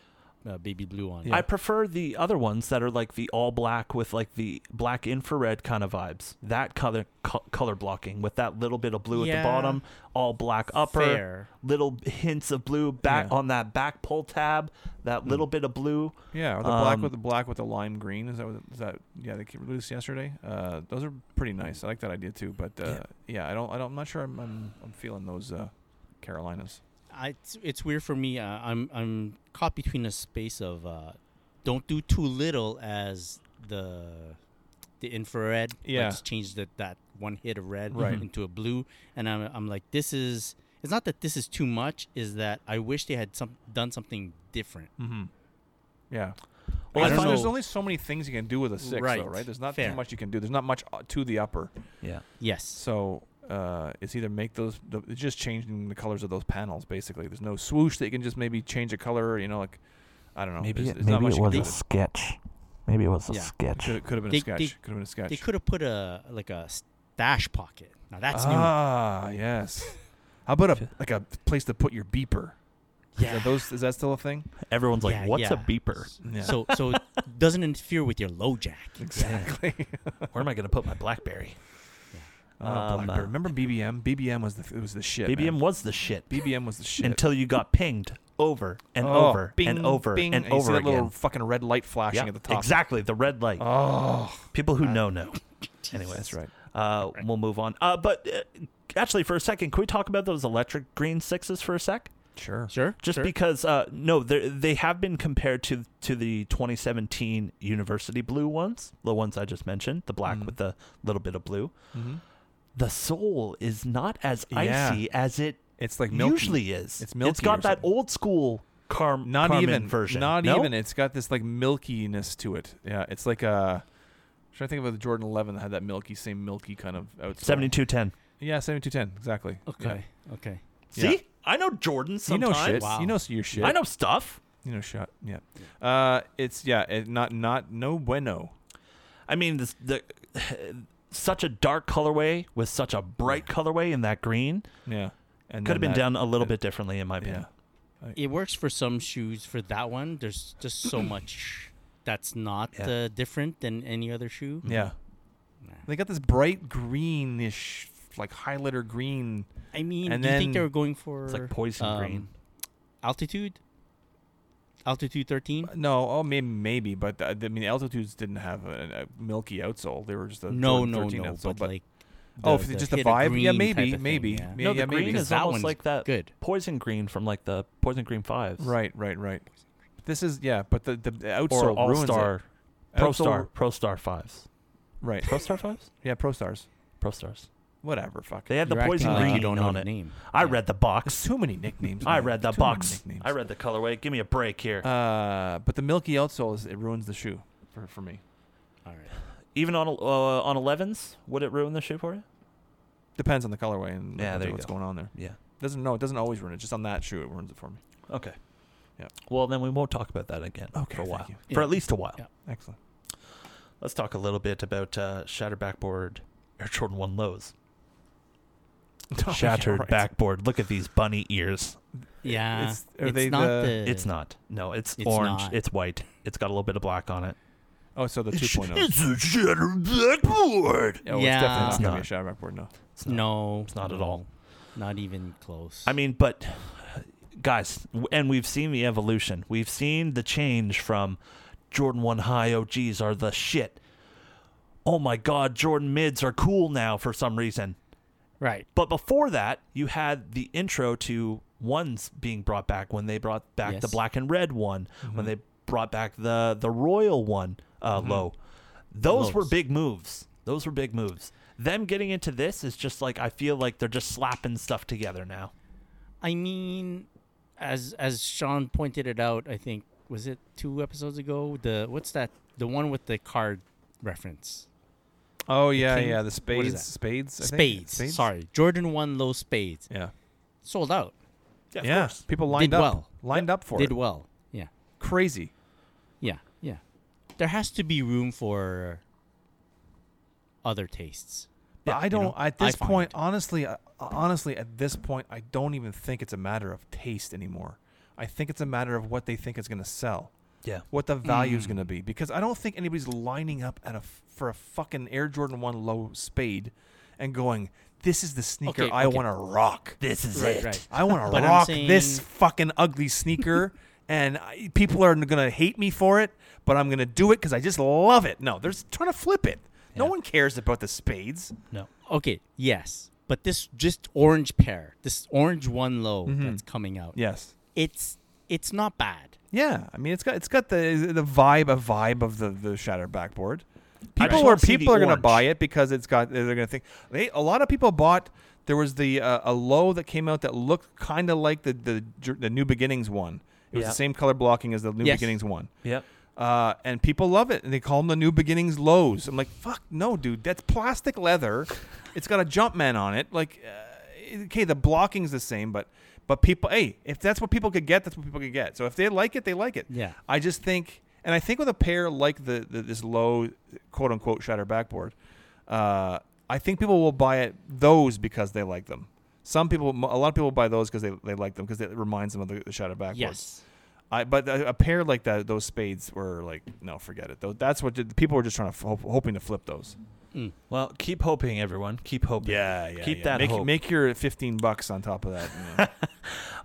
[SPEAKER 4] uh, baby blue on.
[SPEAKER 3] Yeah.
[SPEAKER 2] I prefer the other ones that are like the all black with like the black infrared kind of vibes. That color co- color blocking with that little bit of blue at
[SPEAKER 4] Yeah.
[SPEAKER 2] the bottom, all black upper,
[SPEAKER 4] Fair.
[SPEAKER 2] little hints of blue back
[SPEAKER 3] Yeah.
[SPEAKER 2] on that back pull tab, that little bit of blue.
[SPEAKER 3] yeah. Or the black
[SPEAKER 2] Um,
[SPEAKER 3] with the black with the lime green. Is that what, is that? Yeah, they released yesterday. Uh, those are pretty nice. I like that idea too. But uh, yeah. I don't. I don't. I'm not sure. I'm. I'm, I'm feeling those uh, Carolinas.
[SPEAKER 4] I, it's, it's weird for me. Uh, I'm I'm caught between a space of uh, don't do too little as the the infrared.
[SPEAKER 3] Yeah.
[SPEAKER 4] Let's change that that one hit of red
[SPEAKER 3] Right.
[SPEAKER 4] into a blue, and I'm I'm like this is. It's not that this is too much. Is that I wish they had some done something different.
[SPEAKER 3] Mm-hmm. Yeah.
[SPEAKER 2] Well,
[SPEAKER 3] Well,
[SPEAKER 2] I
[SPEAKER 3] there's
[SPEAKER 4] know-
[SPEAKER 3] only so many things you can do with a six,
[SPEAKER 4] Right.
[SPEAKER 3] though, right? There's not
[SPEAKER 4] Fair.
[SPEAKER 3] too much you can do. There's not much uh, to the upper.
[SPEAKER 2] Yeah.
[SPEAKER 4] Yes.
[SPEAKER 3] So uh, it's either make those, the, it's just changing the colors of those panels, basically. There's no swoosh that you can just maybe change a color, you know, like, I don't know.
[SPEAKER 2] Maybe
[SPEAKER 3] There's-
[SPEAKER 2] it,
[SPEAKER 3] there's not
[SPEAKER 2] maybe
[SPEAKER 3] much
[SPEAKER 2] it
[SPEAKER 3] you can
[SPEAKER 2] was
[SPEAKER 3] do
[SPEAKER 2] a
[SPEAKER 3] with it.
[SPEAKER 2] sketch. Maybe it was a
[SPEAKER 4] Yeah.
[SPEAKER 2] sketch.
[SPEAKER 3] Could, could have been
[SPEAKER 4] They-
[SPEAKER 3] a sketch.
[SPEAKER 4] they-
[SPEAKER 3] could have been a sketch.
[SPEAKER 4] They could have put a like a stash pocket. Now that's
[SPEAKER 3] ah, yes. How about a like a place to put your beeper?
[SPEAKER 4] new.
[SPEAKER 3] Is that those is that still a thing?
[SPEAKER 2] Everyone's like,
[SPEAKER 4] Yeah,
[SPEAKER 2] "What's a
[SPEAKER 4] yeah.
[SPEAKER 2] beeper?
[SPEAKER 3] Yeah.
[SPEAKER 4] So so it doesn't interfere with your low jack.
[SPEAKER 3] Exactly.
[SPEAKER 2] Where am I going to put my BlackBerry?"
[SPEAKER 3] oh,
[SPEAKER 2] Um,
[SPEAKER 3] Blackberry.
[SPEAKER 2] uh,
[SPEAKER 3] Remember BBM? BBM was the it was the shit. man.
[SPEAKER 2] BBM was the shit
[SPEAKER 3] BBM was the shit.
[SPEAKER 2] until you got pinged over and
[SPEAKER 3] Oh,
[SPEAKER 2] over
[SPEAKER 3] bing,
[SPEAKER 2] and over
[SPEAKER 3] bing,
[SPEAKER 2] and
[SPEAKER 3] you
[SPEAKER 2] over
[SPEAKER 3] see that
[SPEAKER 2] again.
[SPEAKER 3] little fucking red light flashing
[SPEAKER 2] Yeah,
[SPEAKER 3] at the top.
[SPEAKER 2] Exactly, the red light.
[SPEAKER 3] Oh,
[SPEAKER 2] People who know know. Anyway,
[SPEAKER 3] that's right.
[SPEAKER 2] Uh, we'll move on. Uh, but uh, actually, for a second, can we talk about those electric green sixes for a sec?
[SPEAKER 3] Sure.
[SPEAKER 4] Sure.
[SPEAKER 2] Just
[SPEAKER 4] sure.
[SPEAKER 2] because, uh, no, they're- they have been compared to to the 2017 University Blue ones, the ones I just mentioned, the black
[SPEAKER 3] Mm.
[SPEAKER 2] with the little bit of blue.
[SPEAKER 3] Mhm.
[SPEAKER 2] The sole is not as
[SPEAKER 3] Yeah.
[SPEAKER 2] icy as it
[SPEAKER 3] It's like milky.
[SPEAKER 2] usually is.
[SPEAKER 3] It's milky
[SPEAKER 2] It's got
[SPEAKER 3] or
[SPEAKER 2] that
[SPEAKER 3] something.
[SPEAKER 2] old school car-
[SPEAKER 3] Not
[SPEAKER 2] Karmann
[SPEAKER 3] even
[SPEAKER 2] version.
[SPEAKER 3] Not
[SPEAKER 2] No?
[SPEAKER 3] even. It's got this like milkiness to it. Yeah, it's like a. Should I think of the Jordan 11 that had that milky, same milky kind of outsole?
[SPEAKER 2] 7210.
[SPEAKER 3] Yeah, 7210, exactly.
[SPEAKER 4] Okay. Okay.
[SPEAKER 2] See,
[SPEAKER 3] Yeah.
[SPEAKER 2] I know Jordan
[SPEAKER 3] Yeah. You know
[SPEAKER 2] sometimes.
[SPEAKER 3] shit.
[SPEAKER 4] Wow.
[SPEAKER 3] You know your shit.
[SPEAKER 2] I know stuff.
[SPEAKER 3] You know shot. Yeah. Uh, it's yeah. It, not not no bueno.
[SPEAKER 2] I mean, this, the such a dark colorway with such a bright colorway in that green.
[SPEAKER 3] Yeah. And
[SPEAKER 2] Could have been
[SPEAKER 3] then that-
[SPEAKER 2] done a little
[SPEAKER 3] it-
[SPEAKER 2] bit differently, in my opinion.
[SPEAKER 3] Yeah.
[SPEAKER 4] It works for some shoes. For that one, there's just so much that's not
[SPEAKER 2] Yeah.
[SPEAKER 4] uh, different than any other shoe.
[SPEAKER 2] Mm-hmm.
[SPEAKER 3] Yeah. They got this bright greenish, like highlighter green.
[SPEAKER 4] I mean,
[SPEAKER 3] And
[SPEAKER 4] do you think they
[SPEAKER 3] then-
[SPEAKER 4] were going for um,
[SPEAKER 2] It's like poison green.
[SPEAKER 4] altitude? Altitude thirteen?
[SPEAKER 3] No, oh maybe, maybe, but I, I mean, altitudes didn't have a, a milky outsole. They were
[SPEAKER 2] uh,
[SPEAKER 3] just a
[SPEAKER 4] No,
[SPEAKER 3] Jordan
[SPEAKER 4] no,
[SPEAKER 3] 13
[SPEAKER 4] no.
[SPEAKER 3] outsole,
[SPEAKER 4] but, like,
[SPEAKER 3] oh, if it's just a
[SPEAKER 4] hit of
[SPEAKER 3] vibe, yeah,
[SPEAKER 4] green
[SPEAKER 3] maybe,
[SPEAKER 4] type of
[SPEAKER 3] maybe,
[SPEAKER 4] thing, yeah.
[SPEAKER 3] maybe,
[SPEAKER 2] no, the
[SPEAKER 3] yeah, maybe.
[SPEAKER 2] green is
[SPEAKER 4] that
[SPEAKER 2] almost
[SPEAKER 4] one's
[SPEAKER 2] like that
[SPEAKER 4] good.
[SPEAKER 2] poison green from like the poison green fives,
[SPEAKER 3] Right, right, right. This is yeah, but the the, the outsole
[SPEAKER 2] Or all
[SPEAKER 3] ruins it.
[SPEAKER 2] star, pro
[SPEAKER 3] Outsole-
[SPEAKER 2] star, pro star fives,
[SPEAKER 3] Right.
[SPEAKER 2] pro star fives,
[SPEAKER 3] Yeah, Pro Stars.
[SPEAKER 2] pro stars.
[SPEAKER 3] Whatever. Fuck.
[SPEAKER 2] They had the
[SPEAKER 4] You're acting
[SPEAKER 2] poison
[SPEAKER 4] like
[SPEAKER 2] green
[SPEAKER 4] you don't know
[SPEAKER 2] on
[SPEAKER 4] the
[SPEAKER 2] it.
[SPEAKER 4] name.
[SPEAKER 2] I
[SPEAKER 4] Yeah.
[SPEAKER 2] read the
[SPEAKER 3] There's
[SPEAKER 2] box.
[SPEAKER 3] too many nicknames.
[SPEAKER 2] I
[SPEAKER 3] man.
[SPEAKER 2] read the
[SPEAKER 3] Too many
[SPEAKER 2] box.
[SPEAKER 3] nicknames.
[SPEAKER 2] I read the colorway. Give me a break here.
[SPEAKER 3] Uh, but the milky outsole is it ruins the shoe for for me.
[SPEAKER 4] All right.
[SPEAKER 2] Even on el- uh, on 11s, would it ruin the shoe for you?
[SPEAKER 3] Depends on the colorway and
[SPEAKER 2] Yeah,
[SPEAKER 3] what-
[SPEAKER 2] there you
[SPEAKER 3] what's
[SPEAKER 2] go.
[SPEAKER 3] going on there.
[SPEAKER 2] Yeah.
[SPEAKER 3] Doesn't no, it doesn't always ruin it. Just on that shoe, it ruins it for me.
[SPEAKER 2] Okay.
[SPEAKER 3] Yeah.
[SPEAKER 2] Well, then we won't talk about that again
[SPEAKER 3] Okay,
[SPEAKER 2] for a
[SPEAKER 3] thank
[SPEAKER 2] while.
[SPEAKER 3] you.
[SPEAKER 2] For
[SPEAKER 4] Yeah.
[SPEAKER 2] at least a while.
[SPEAKER 4] Yeah.
[SPEAKER 3] Excellent.
[SPEAKER 2] Let's talk a little bit about uh, shattered backboard Air Jordan 1 lows.
[SPEAKER 3] Oh, yeah,
[SPEAKER 2] shattered
[SPEAKER 3] right.
[SPEAKER 2] backboard. Look at these bunny ears.
[SPEAKER 4] Yeah,
[SPEAKER 3] It's-
[SPEAKER 4] it's,
[SPEAKER 3] are they
[SPEAKER 4] not
[SPEAKER 3] the-
[SPEAKER 4] the,
[SPEAKER 2] It's not. No, it's,
[SPEAKER 4] It's
[SPEAKER 2] orange.
[SPEAKER 4] not.
[SPEAKER 2] It's white. It's got a little bit of black on it.
[SPEAKER 3] Oh, so the 2.0.
[SPEAKER 2] a shattered backboard.
[SPEAKER 3] Oh, it's
[SPEAKER 4] Yeah.
[SPEAKER 3] definitely
[SPEAKER 2] It's
[SPEAKER 3] not gonna be a
[SPEAKER 2] not.
[SPEAKER 3] shadow backboard. No.
[SPEAKER 2] It's not.
[SPEAKER 4] No,
[SPEAKER 2] It's not at
[SPEAKER 4] no,
[SPEAKER 2] all.
[SPEAKER 4] Not even close.
[SPEAKER 2] I mean, but guys, w- and we've seen the evolution. We've seen the change from Jordan 1 high OGs are the shit. Oh my God, Jordan mids are cool now for some reason.
[SPEAKER 4] right?
[SPEAKER 2] But before that, you had the intro to ones being brought back when they brought back the
[SPEAKER 4] Yes.
[SPEAKER 2] black and red one, when they brought back the the royal one uh, low. Those were
[SPEAKER 4] Lows.
[SPEAKER 2] big moves. Those were big moves. Them getting into this is just like I feel like they're just slapping stuff together now.
[SPEAKER 4] I mean, as as Sean pointed it out, I think was it two episodes ago. The what's that? The one with the card reference.
[SPEAKER 3] Oh yeah,
[SPEAKER 4] king-
[SPEAKER 3] yeah. The
[SPEAKER 4] what is
[SPEAKER 3] spades.
[SPEAKER 4] that?
[SPEAKER 3] Spades. I think.
[SPEAKER 4] Spades. Sorry, Jordan won low spades.
[SPEAKER 3] Yeah.
[SPEAKER 4] Sold out.
[SPEAKER 2] Yeah,
[SPEAKER 3] yeah. People lined
[SPEAKER 4] Did
[SPEAKER 3] up.
[SPEAKER 4] well.
[SPEAKER 3] Lined up for
[SPEAKER 4] Did
[SPEAKER 3] it.
[SPEAKER 4] well. Yeah,
[SPEAKER 3] Crazy.
[SPEAKER 4] yeah, yeah. There has to be room for other tastes.
[SPEAKER 3] But
[SPEAKER 4] Yeah,
[SPEAKER 3] I
[SPEAKER 4] you
[SPEAKER 3] don't.
[SPEAKER 4] know,
[SPEAKER 3] at
[SPEAKER 4] I
[SPEAKER 3] this
[SPEAKER 4] find.
[SPEAKER 3] point, honestly, uh, honestly, at this point, I don't even think it's a matter of taste anymore. I think it's a matter of what they think is going to sell,
[SPEAKER 2] Yeah.
[SPEAKER 3] what the value
[SPEAKER 4] Mm.
[SPEAKER 3] is going to be. Because I don't think anybody's lining up at a f- for a fucking Air Jordan One low spade, and going, "This is the sneaker
[SPEAKER 4] Okay,
[SPEAKER 3] I
[SPEAKER 4] okay.
[SPEAKER 3] want to rock.
[SPEAKER 2] This is
[SPEAKER 4] Right,
[SPEAKER 2] it.
[SPEAKER 4] right.
[SPEAKER 3] I want to
[SPEAKER 4] But I'm
[SPEAKER 3] rock this
[SPEAKER 4] saying-
[SPEAKER 3] fucking ugly sneaker." And I, people are going to hate me for it, but I'm going to do it because I just love it. No, they're just trying to flip it. No
[SPEAKER 2] Yeah.
[SPEAKER 3] one cares about the spades.
[SPEAKER 2] No.
[SPEAKER 4] Okay, yes, but this just orange pair, this orange one low that's coming out.
[SPEAKER 3] Yes.
[SPEAKER 4] it's it's not bad.
[SPEAKER 3] Yeah, I mean it's got it's got the the vibe a vibe of the the shattered backboard. People
[SPEAKER 2] just
[SPEAKER 3] are
[SPEAKER 2] don't see the
[SPEAKER 3] people are going to
[SPEAKER 2] orange.
[SPEAKER 3] buy it because it's got they're going to think they a lot of people bought there was the uh, a low that came out that looked kind of like the, the Jer- the New Beginnings one. It was
[SPEAKER 2] Yeah.
[SPEAKER 3] the same color blocking as the New
[SPEAKER 4] Yes.
[SPEAKER 3] Beginnings one.
[SPEAKER 2] Yep.
[SPEAKER 3] Uh, and people love it, and they call them the New Beginnings lows. I'm like, fuck no, dude, that's plastic leather. It's got a Jumpman on it. Like, uh, okay, the blocking's the same, but but people, hey, if that's what people could get, that's what people could get. So if they like it, they like it.
[SPEAKER 4] Yeah.
[SPEAKER 3] I just think, and I think with a pair like the, the this low, quote unquote, shatter backboard, uh, I think people will buy it those because they like them. Some people, a lot of people buy those because they, they like them because it reminds them of the, the shatter backboard.
[SPEAKER 4] Yes.
[SPEAKER 3] I but a, a pair like that, those spades were like, no, forget it. Though that's what did, people were just trying to f- hope, hoping to flip those.
[SPEAKER 2] Well, keep hoping, everyone. Keep hoping. Keep that
[SPEAKER 3] Make,
[SPEAKER 2] hope.
[SPEAKER 3] make your fifteen bucks on top of that. you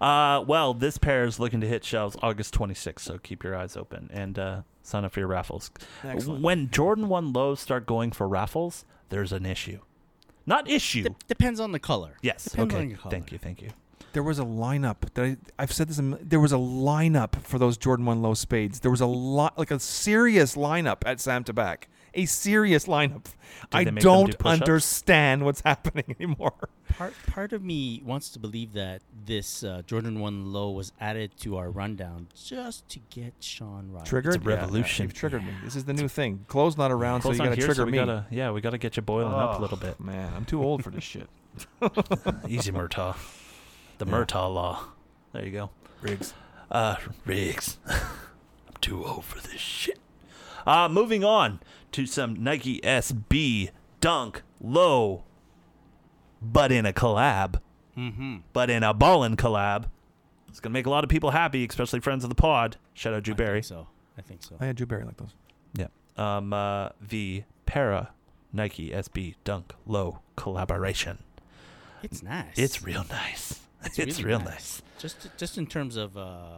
[SPEAKER 3] know.
[SPEAKER 2] Uh, well, this pair is looking to hit shelves August 26th, so keep your eyes open and uh, sign up for your raffles.
[SPEAKER 3] Excellent.
[SPEAKER 2] When Jordan 1 lows start going for raffles, there's an issue. Not issue.
[SPEAKER 4] Dep- depends on the color.
[SPEAKER 2] yes.
[SPEAKER 4] Depends
[SPEAKER 2] okay.
[SPEAKER 4] on your color.
[SPEAKER 2] Thank you. Thank you.
[SPEAKER 3] there was a lineup. That I, I've said this. a mil- There was a lineup for those Jordan One Low spades. There was a lot, like a serious lineup at Sam Tabac. A serious lineup.
[SPEAKER 2] they make
[SPEAKER 3] I
[SPEAKER 2] them do
[SPEAKER 3] don't
[SPEAKER 2] push-ups?
[SPEAKER 3] understand what's happening anymore.
[SPEAKER 4] Part part of me wants to believe that this uh, Jordan One Low was added to our rundown just to get Sean right.
[SPEAKER 3] Triggered Yeah, yeah,
[SPEAKER 2] revolution.
[SPEAKER 3] you've triggered me. This is the new thing. Clothes not around,
[SPEAKER 2] Close
[SPEAKER 3] so
[SPEAKER 2] on
[SPEAKER 3] you gotta
[SPEAKER 2] here,
[SPEAKER 3] trigger
[SPEAKER 2] we
[SPEAKER 3] me.
[SPEAKER 2] Gotta, yeah, we got to get you boiling up a little bit.
[SPEAKER 3] Man, I'm too old for this shit.
[SPEAKER 2] Easy, Murtaugh. The Murtaugh law. There you go.
[SPEAKER 3] Riggs.
[SPEAKER 2] Uh, Riggs. I'm too old for this shit. Uh, moving on to some Nike SB dunk low, but in a collab,
[SPEAKER 4] Mm-hmm.
[SPEAKER 2] but in a ballin' collab. It's gonna make a lot of people happy, especially friends of the pod. Shout out Drew Barry.
[SPEAKER 4] So I think so.
[SPEAKER 3] Oh yeah, Drew Barry like those.
[SPEAKER 2] Yeah. Um, uh, the Para Nike SB Dunk Low collaboration.
[SPEAKER 4] It's nice.
[SPEAKER 2] It's real nice. It's, real nice.
[SPEAKER 4] Just just in terms of uh,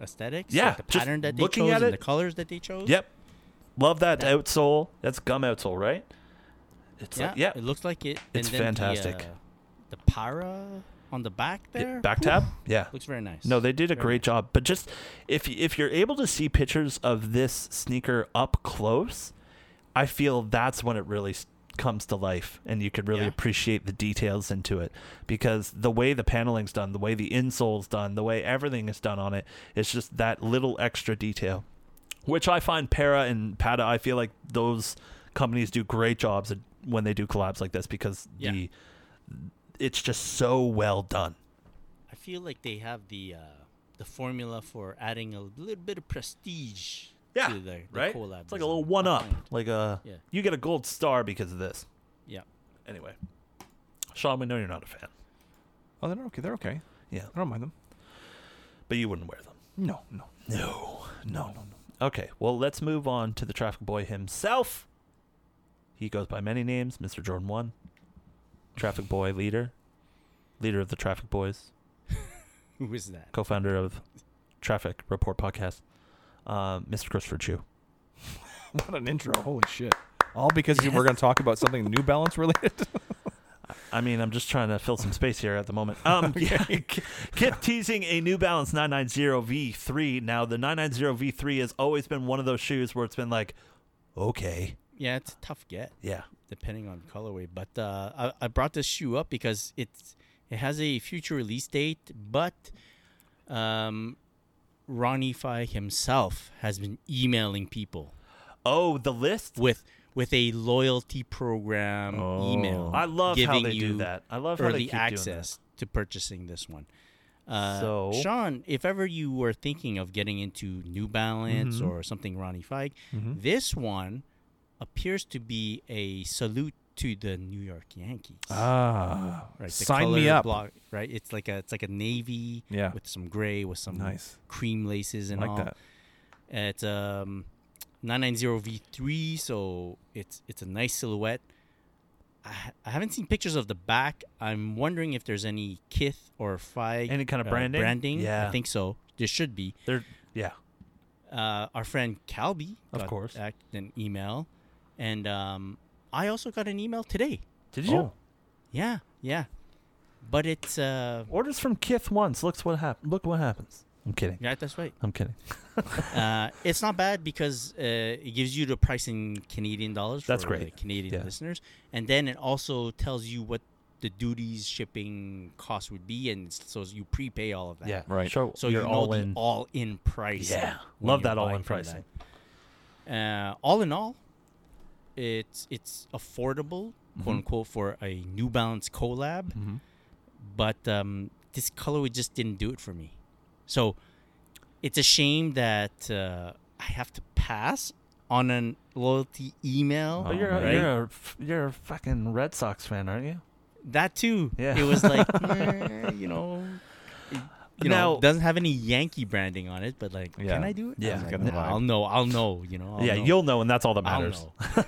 [SPEAKER 4] aesthetics.
[SPEAKER 2] Yeah,
[SPEAKER 4] like the
[SPEAKER 2] just
[SPEAKER 4] pattern that they
[SPEAKER 2] looking
[SPEAKER 4] chose
[SPEAKER 2] at
[SPEAKER 4] and
[SPEAKER 2] it-
[SPEAKER 4] the colors that they chose.
[SPEAKER 2] Yep. Love that
[SPEAKER 4] That-
[SPEAKER 2] outsole. That's gum outsole, right? It's
[SPEAKER 4] Yeah,
[SPEAKER 2] like yeah.
[SPEAKER 4] It looks like it.
[SPEAKER 2] It's
[SPEAKER 4] and then
[SPEAKER 2] fantastic.
[SPEAKER 4] The, uh, the para on the back
[SPEAKER 2] Yeah,
[SPEAKER 4] there.
[SPEAKER 2] Back
[SPEAKER 4] whew,
[SPEAKER 2] tab? Yeah.
[SPEAKER 4] Looks very nice.
[SPEAKER 2] No, they did a
[SPEAKER 4] Very
[SPEAKER 2] great
[SPEAKER 4] nice.
[SPEAKER 2] job. But just if y- if you're able to see pictures of this sneaker up close, I feel that's when it really s- comes to life and you could really
[SPEAKER 4] Yeah.
[SPEAKER 2] appreciate the details into it because the way the paneling's done, the way the insole's done, the way everything is done on it, it's just that little extra detail. Which I find Para and Pada, I feel like those companies do great jobs at- when they do collabs like this because
[SPEAKER 4] Yeah.
[SPEAKER 2] the it's just so well done.
[SPEAKER 4] I feel like they have the uh, the formula for adding a little bit of prestige.
[SPEAKER 2] Yeah,
[SPEAKER 4] To their,
[SPEAKER 2] right?
[SPEAKER 4] collab
[SPEAKER 2] It's like a little one
[SPEAKER 4] design, I
[SPEAKER 2] up.
[SPEAKER 4] find.
[SPEAKER 2] Like a
[SPEAKER 4] Yeah.
[SPEAKER 2] you get a gold star because of this.
[SPEAKER 4] Yeah.
[SPEAKER 2] Anyway, Sean, we know you're not a fan.
[SPEAKER 3] Oh, they're okay. They're okay.
[SPEAKER 2] Yeah,
[SPEAKER 3] I don't mind them.
[SPEAKER 2] but you wouldn't wear them.
[SPEAKER 3] No, no.
[SPEAKER 2] No, no, no, no. Okay, well let's move on to the traffic boy himself. He goes by many names, Mr. Jordan One, Traffic Boy leader, leader of the Traffic Boys,
[SPEAKER 4] Who is that?
[SPEAKER 2] co-founder of Traffic Report Podcast, um, Mr. Christopher Chu.
[SPEAKER 3] What an intro! Holy shit! All because you we're going to talk about something New Balance related.
[SPEAKER 2] I mean, I'm just trying to fill some space here at the moment. Um, yeah, k- kept teasing a New Balance 990 V3. Now, the 990 V3 has always been one of those shoes where it's been like, okay,
[SPEAKER 4] Yeah, it's a tough get
[SPEAKER 2] yeah,
[SPEAKER 4] depending on colorway. But uh, I, I brought this shoe up because it's it has a future release date, but um, Ronnie Fi himself has been emailing people
[SPEAKER 2] oh, the list.
[SPEAKER 4] with with a loyalty program email.
[SPEAKER 2] Oh. I love how
[SPEAKER 4] giving
[SPEAKER 2] they
[SPEAKER 4] you
[SPEAKER 2] do that. I love how they
[SPEAKER 4] early
[SPEAKER 2] keep
[SPEAKER 4] access to purchasing this one. Uh,
[SPEAKER 2] So-
[SPEAKER 4] Sean, if ever you were thinking of getting into New Balance
[SPEAKER 2] Mm-hmm.
[SPEAKER 4] or something Ronnie Fike, this one appears to be a salute to the New York Yankees.
[SPEAKER 3] Ah,
[SPEAKER 4] right, the
[SPEAKER 3] sign me
[SPEAKER 4] color
[SPEAKER 3] up.
[SPEAKER 4] block- right, it's like a it's like a navy
[SPEAKER 3] Yeah.
[SPEAKER 4] with some gray with some
[SPEAKER 3] Nice.
[SPEAKER 4] cream laces and
[SPEAKER 3] like
[SPEAKER 4] all.
[SPEAKER 3] that.
[SPEAKER 4] It's um 990v3, so it's it's a nice silhouette. I, ha- I haven't seen pictures of the back. I'm wondering if there's any Kith or Fi
[SPEAKER 2] Any kind of branding?
[SPEAKER 4] uh, branding,
[SPEAKER 2] Yeah.
[SPEAKER 4] I think so. There should be.
[SPEAKER 2] Doing that. They're, yeah.
[SPEAKER 4] Uh, our friend Calby,
[SPEAKER 2] Of
[SPEAKER 4] got
[SPEAKER 2] course.
[SPEAKER 4] act- an email, and um, I also got an email today.
[SPEAKER 2] Did you?
[SPEAKER 3] Oh.
[SPEAKER 4] Yeah, yeah, but it's uh,
[SPEAKER 2] Orders from Kith once. Looks what hap- Look what happens. I'm kidding.
[SPEAKER 4] yeah, that's right.
[SPEAKER 2] I'm kidding.
[SPEAKER 4] uh, it's not bad because uh, it gives you the price in Canadian dollars.
[SPEAKER 2] That's
[SPEAKER 4] for the
[SPEAKER 2] great.
[SPEAKER 4] Canadian
[SPEAKER 2] Yeah.
[SPEAKER 4] listeners, and then it also tells you what the duties, shipping cost would be, and s- so you prepay all of that.
[SPEAKER 2] Yeah.
[SPEAKER 3] Right.
[SPEAKER 2] Show,
[SPEAKER 4] So
[SPEAKER 2] you're
[SPEAKER 4] you know
[SPEAKER 2] all
[SPEAKER 4] the
[SPEAKER 2] in.
[SPEAKER 4] all-in price.
[SPEAKER 2] yeah.
[SPEAKER 4] when
[SPEAKER 2] Love
[SPEAKER 4] you're
[SPEAKER 2] that all in
[SPEAKER 4] buying from
[SPEAKER 2] pricing.
[SPEAKER 4] that. Uh, all in all, it's it's affordable,
[SPEAKER 2] Mm-hmm.
[SPEAKER 4] quote unquote, for a New Balance collab, but um, this colorway just didn't do it for me. So it's a shame that uh, I have to pass on a loyalty email.
[SPEAKER 2] But you're, a-
[SPEAKER 4] right?
[SPEAKER 2] you're, a, f- you're a fucking Red Sox fan, aren't you?
[SPEAKER 4] that too.
[SPEAKER 2] Yeah.
[SPEAKER 4] It was like, eh, you know, it- you know,
[SPEAKER 2] Now-
[SPEAKER 4] doesn't have any Yankee branding on it, but like,
[SPEAKER 3] Yeah.
[SPEAKER 4] can I do it?
[SPEAKER 2] Yeah.
[SPEAKER 4] I was
[SPEAKER 2] It's
[SPEAKER 4] like,
[SPEAKER 3] got a
[SPEAKER 4] "Nah,
[SPEAKER 3] vibe."
[SPEAKER 4] I'll know. I'll know. You know. I'll
[SPEAKER 2] yeah,
[SPEAKER 4] know.
[SPEAKER 2] you'll Oh, know, and that's all that
[SPEAKER 4] I'll
[SPEAKER 2] matters.
[SPEAKER 4] know.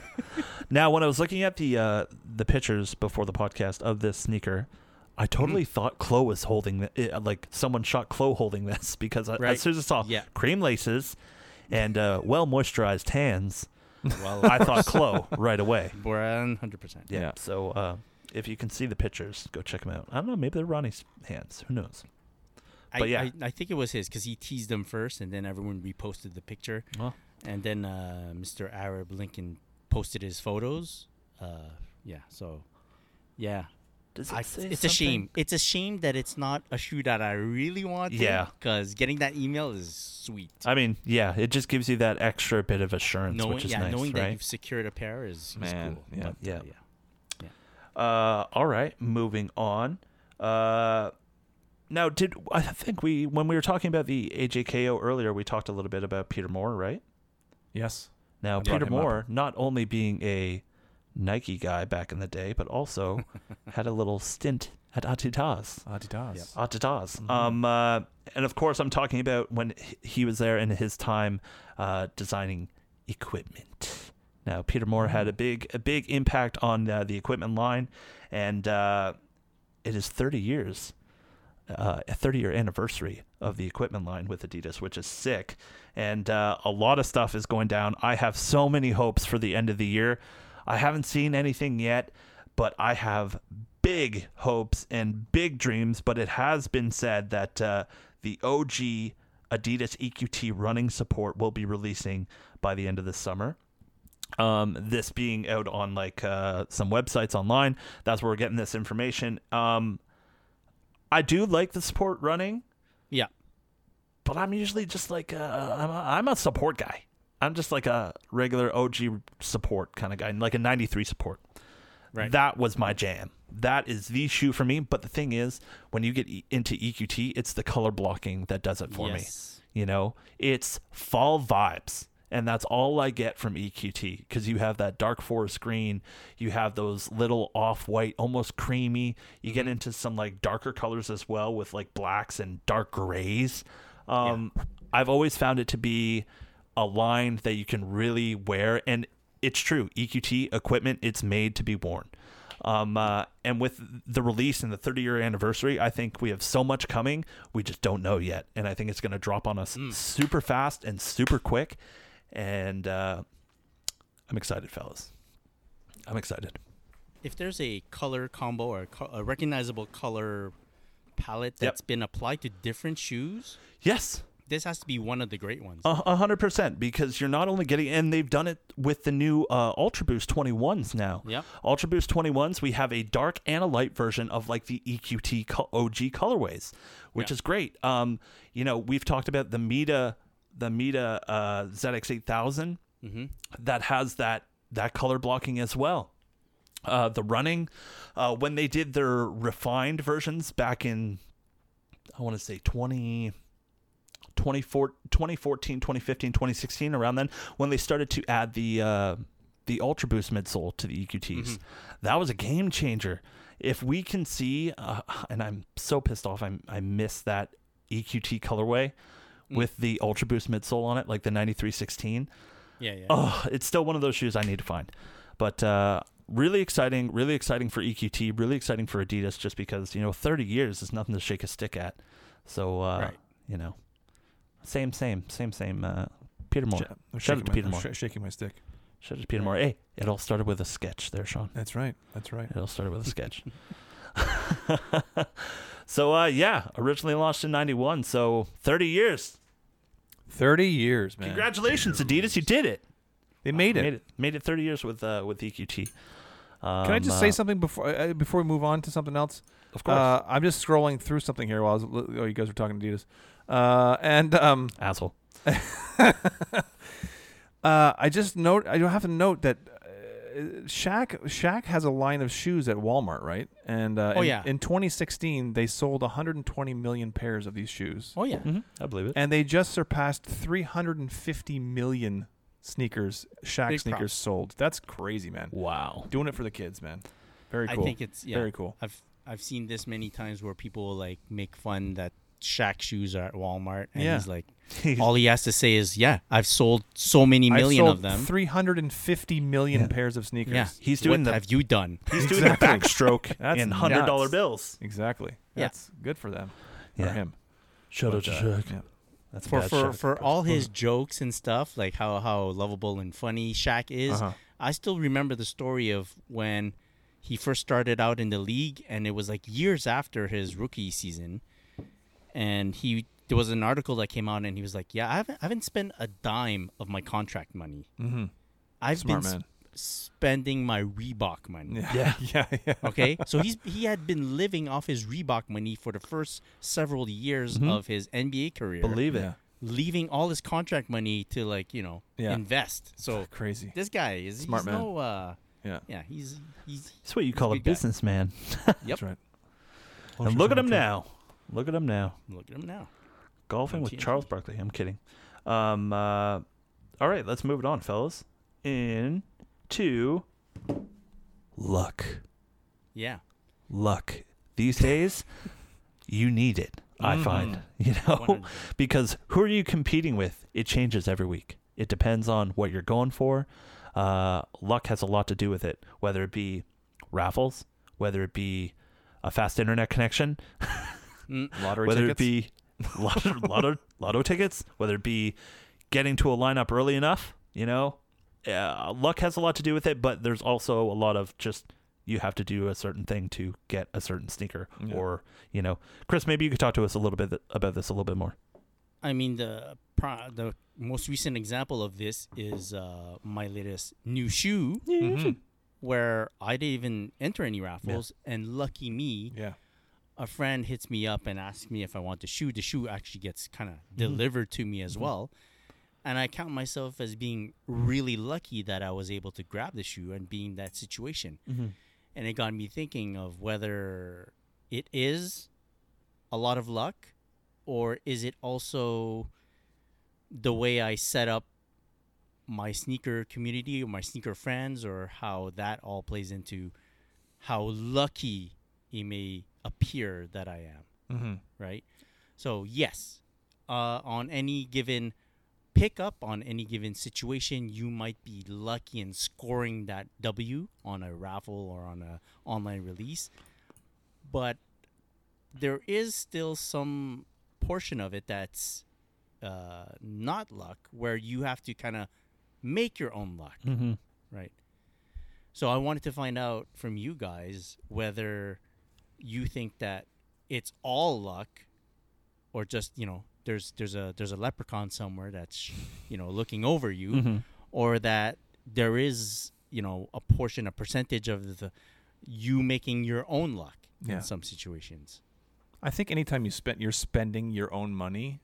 [SPEAKER 2] Now, when I was looking at the uh, the pictures before the podcast of this sneaker,
[SPEAKER 4] Hmm.
[SPEAKER 2] I totally thought Chloe was holding the, it, like someone shot Chloe holding this because I,
[SPEAKER 4] Right.
[SPEAKER 2] as soon as I saw
[SPEAKER 4] Yeah.
[SPEAKER 2] cream laces and uh, well moisturized hands,
[SPEAKER 4] Well,
[SPEAKER 2] I thought Chloe right away.
[SPEAKER 4] one hundred percent.
[SPEAKER 2] Yeah.
[SPEAKER 3] Yeah.
[SPEAKER 2] So uh, if you can see the pictures, go check them out. I don't know. Maybe they're Ronnie's hands. Who knows?
[SPEAKER 4] I,
[SPEAKER 2] But yeah.
[SPEAKER 4] I, I think it was his because he teased them first, and then everyone reposted the picture,
[SPEAKER 2] Well.
[SPEAKER 4] and then uh, Mr. Arab Lincoln posted his photos. Uh, yeah. So, yeah.
[SPEAKER 2] Does
[SPEAKER 4] I-
[SPEAKER 2] it say
[SPEAKER 4] it's a
[SPEAKER 2] something?
[SPEAKER 4] shame. It's a shame that it's not a shoe that I really want.
[SPEAKER 2] Yeah.
[SPEAKER 4] Because getting that email is sweet.
[SPEAKER 2] I mean, yeah, it just gives you that extra bit of assurance,
[SPEAKER 4] knowing,
[SPEAKER 2] which is
[SPEAKER 4] yeah,
[SPEAKER 2] nice,
[SPEAKER 4] knowing
[SPEAKER 2] right?
[SPEAKER 4] that you've secured a pair is, is
[SPEAKER 3] Man,
[SPEAKER 4] cool.
[SPEAKER 3] yeah.
[SPEAKER 4] But, uh,
[SPEAKER 2] Yeah.
[SPEAKER 4] yeah.
[SPEAKER 2] Uh, all right, moving on. Uh, now, did I think we when we were talking about the AJKO earlier, we talked a little bit about Peter Moore, right?
[SPEAKER 3] Yes.
[SPEAKER 2] Now,
[SPEAKER 3] I brought
[SPEAKER 2] Peter
[SPEAKER 3] him up.
[SPEAKER 2] Moore, not only being a Nike guy back in the day, but also had a little stint at Adidas.
[SPEAKER 3] Adidas.
[SPEAKER 2] Adidas. Um, uh, and of course, I'm talking about when h- he was there in his time uh, designing equipment. Now, Peter Moore had a big, a big impact on uh, the equipment line, and uh, it is 30 years, uh, a 30 year anniversary of the equipment line with Adidas, which is sick. And uh, a lot of stuff is going down. I have so many hopes for the end of the year. I haven't seen anything yet but I have big hopes and big dreams. But it has been said that uh, the OG Adidas EQT running support will be releasing by the end of the summer. Um, this being out on like uh, some websites online, that's where we're getting this information. Um, I do like the support running,
[SPEAKER 4] Yeah.
[SPEAKER 2] but I'm usually just like uh, I'm, a, I'm a support guy. I'm just like a regular OG support kind of guy, like a 93 support.
[SPEAKER 4] Right.
[SPEAKER 2] That was my jam. That is the shoe for me. But the thing is, when you get e- into EQT, it's the color blocking that does it for
[SPEAKER 4] Yes.
[SPEAKER 2] me. You know, it's fall vibes. And that's all I get from E EQT because you have that dark forest green. You have those little off white, almost creamy. You get into some like darker colors as well with like blacks and dark grays. Um, I've always found it to be a line that you can really wear, and it's true. EQT equipment, it's made to be worn. Um, uh, and with the release and the 30 year anniversary, I think we have so much coming. We just don't know yet, and I think it's going to drop on us super fast and super quick. And uh, I'm excited, fellas. I'm excited.
[SPEAKER 4] If there's a color combo or a, co- a recognizable color palette that's been applied to different shoes,
[SPEAKER 2] Yes,
[SPEAKER 4] this has to be one of the great ones.
[SPEAKER 2] A a hundred percent, because you're not only getting, and they've done it with the new uh, Ultra Boost 21s now.
[SPEAKER 4] Yep.
[SPEAKER 2] Ultra Boost 21s, we have a dark and a light version of like the EQT co- OG colorways, which
[SPEAKER 4] Yeah.
[SPEAKER 2] is great. Um, you know, we've talked about the Meta, the Meta uh, ZX8000
[SPEAKER 4] Mm-hmm.
[SPEAKER 2] that has that that color blocking as well. Uh, the running, uh, when they did their refined versions back in, I want to say 20, 24 2014 2015 2016 around then when they started to add the uh, the ultra boost midsole to the eqts that was a game changer if we can see uh, and i'm so pissed off I'm, i missed that eqt colorway with the ultra boost midsole on it like the 9316
[SPEAKER 4] yeah, yeah.
[SPEAKER 2] oh it's still one of those shoes i need to find but uh, really exciting really exciting for eqt really exciting for adidas just because you know 30 years is nothing to shake a stick at so uh,
[SPEAKER 4] Right.
[SPEAKER 2] you know same same same same uh, peter moore
[SPEAKER 3] Sh- I'm
[SPEAKER 2] shout out
[SPEAKER 3] shaking
[SPEAKER 2] to
[SPEAKER 3] Oh, my-
[SPEAKER 2] peter
[SPEAKER 3] I'm
[SPEAKER 2] moore
[SPEAKER 3] sh- shaking my stick.
[SPEAKER 2] shout out to peter moore hey it all started with a sketch there sean
[SPEAKER 3] That's right. That's right.
[SPEAKER 2] it all started with a sketch so uh, yeah originally launched in 91 so 30 years
[SPEAKER 3] Thirty years, man.
[SPEAKER 2] congratulations adidas you did it
[SPEAKER 3] They made it.
[SPEAKER 2] made it made it 30 years with uh, with eqt um,
[SPEAKER 3] Can I just say
[SPEAKER 2] uh,
[SPEAKER 3] something before uh, before we move on to something else?
[SPEAKER 2] Of course.
[SPEAKER 3] Uh, I'm just scrolling through something here while I was, li- oh, you guys were talking to Adidas, uh, and um,
[SPEAKER 2] asshole
[SPEAKER 3] uh, I just note I have to note that uh, Shaq Shaq has a line of shoes at Walmart, right? And uh,
[SPEAKER 4] Oh,
[SPEAKER 3] in,
[SPEAKER 4] yeah.
[SPEAKER 3] in 2016 they sold 120 million pairs of these shoes,
[SPEAKER 4] oh, yeah.
[SPEAKER 2] Mm-hmm. I believe it.
[SPEAKER 3] and they just surpassed 350 million sneakers Shaq
[SPEAKER 4] Big
[SPEAKER 3] sneakers
[SPEAKER 4] props.
[SPEAKER 3] sold. That's crazy, man.
[SPEAKER 2] Wow.
[SPEAKER 3] Doing it for the kids, man. Very cool.
[SPEAKER 4] I think it's yeah,
[SPEAKER 3] very cool.
[SPEAKER 4] I've I've seen this many times where people like make fun that Shaq shoes are at Walmart, and
[SPEAKER 3] Yeah.
[SPEAKER 4] he's like, all he has to say is, "Yeah, I've sold so many
[SPEAKER 3] I've
[SPEAKER 4] million
[SPEAKER 3] sold
[SPEAKER 4] of them."
[SPEAKER 3] 350 million pairs of sneakers.
[SPEAKER 4] yeah,
[SPEAKER 2] He's doing
[SPEAKER 4] what
[SPEAKER 2] the-
[SPEAKER 4] Have you done?
[SPEAKER 2] He's doing a backstroke
[SPEAKER 3] That's
[SPEAKER 2] in hundred dollar
[SPEAKER 3] nuts.
[SPEAKER 2] bills.
[SPEAKER 3] Exactly.
[SPEAKER 4] Yeah.
[SPEAKER 3] That's good for them.
[SPEAKER 2] Yeah.
[SPEAKER 3] For him. uh,
[SPEAKER 2] Shout out to Shaq.
[SPEAKER 3] yeah.
[SPEAKER 2] uh, That's
[SPEAKER 4] for
[SPEAKER 2] bad
[SPEAKER 4] for,
[SPEAKER 2] Shaq.
[SPEAKER 4] for all his
[SPEAKER 3] Mm-hmm.
[SPEAKER 4] jokes and stuff, like how how lovable and funny Shaq is.
[SPEAKER 3] Uh-huh.
[SPEAKER 4] I still remember the story of when he first started out in the league, and it was like years after his rookie season, and he there was an article that came out, and he was like, "Yeah, I haven't I haven't spent a dime of my contract money.
[SPEAKER 3] Mm-hmm.
[SPEAKER 4] I've
[SPEAKER 3] Smart
[SPEAKER 4] been
[SPEAKER 3] man.
[SPEAKER 4] sp- spending my Reebok money."
[SPEAKER 3] Yeah. Yeah. Yeah.
[SPEAKER 4] Okay, so he's he had been living off his Reebok money for the first several years
[SPEAKER 3] Mm-hmm.
[SPEAKER 4] of his NBA career
[SPEAKER 2] believe it.
[SPEAKER 3] Yeah.
[SPEAKER 4] leaving all his contract money to like you know
[SPEAKER 3] Yeah.
[SPEAKER 4] invest. So
[SPEAKER 3] Crazy.
[SPEAKER 4] this guy is
[SPEAKER 3] Smart
[SPEAKER 4] he's
[SPEAKER 3] man.
[SPEAKER 4] No, uh,
[SPEAKER 3] Yeah.
[SPEAKER 4] yeah, he's he's
[SPEAKER 2] That's what you call a
[SPEAKER 4] Good guy.
[SPEAKER 2] businessman.
[SPEAKER 3] That's right.
[SPEAKER 2] And look at him now. Look at him now.
[SPEAKER 4] look at him now.
[SPEAKER 2] Golfing
[SPEAKER 4] On
[SPEAKER 2] with
[SPEAKER 4] TNT.
[SPEAKER 2] Charles Barkley. I'm kidding. Um. Uh, all right, let's move it on, fellas. In to luck.
[SPEAKER 4] Yeah.
[SPEAKER 2] Luck. These days, you need it, I find, you know,
[SPEAKER 4] 100%.
[SPEAKER 2] because who are you competing with? It changes every week. It depends on what you're going for. Uh, luck has a lot to do with it, whether it be raffles, whether it be a fast internet connection,
[SPEAKER 3] Lottery
[SPEAKER 2] whether
[SPEAKER 3] tickets.
[SPEAKER 2] it be lotto, lotto, lotto tickets, whether it be getting to a lineup early enough, you know, uh, luck has a lot to do with it, but there's also a lot of just you have to do a certain thing to get a certain sneaker
[SPEAKER 3] Yeah.
[SPEAKER 2] or you know chris maybe you could talk to us a little bit th- about this a little bit more
[SPEAKER 4] I mean the pro- the most recent example of this is uh, my latest new shoe, Mm-hmm. where I didn't even enter any raffles, and lucky me,
[SPEAKER 3] yeah.
[SPEAKER 4] a friend hits me up and asks me if I want the shoe. The shoe actually gets kind of delivered to me as well, and I count myself as being really lucky that I was able to grab the shoe and be in that situation, and it got me thinking of whether it is a lot of luck or is it also the way I set up my sneaker community or my sneaker friends or how that all plays into how lucky it may appear that I am. Mm-hmm. Right? So, yes, uh, on any given pickup, on any given situation, you might be lucky in scoring that W on a raffle or on a online release. But there is still some portion of it that's uh, not luck, where you have to kind of make your own luck, right? So I wanted to find out from you guys whether you think that it's all luck, or just you know there's there's a there's a leprechaun somewhere that's you know looking over you, or that there is you know a portion, a percentage of the you making your own luck
[SPEAKER 3] Yeah.
[SPEAKER 4] in some situations.
[SPEAKER 3] I think anytime you spend, you're spending your own money,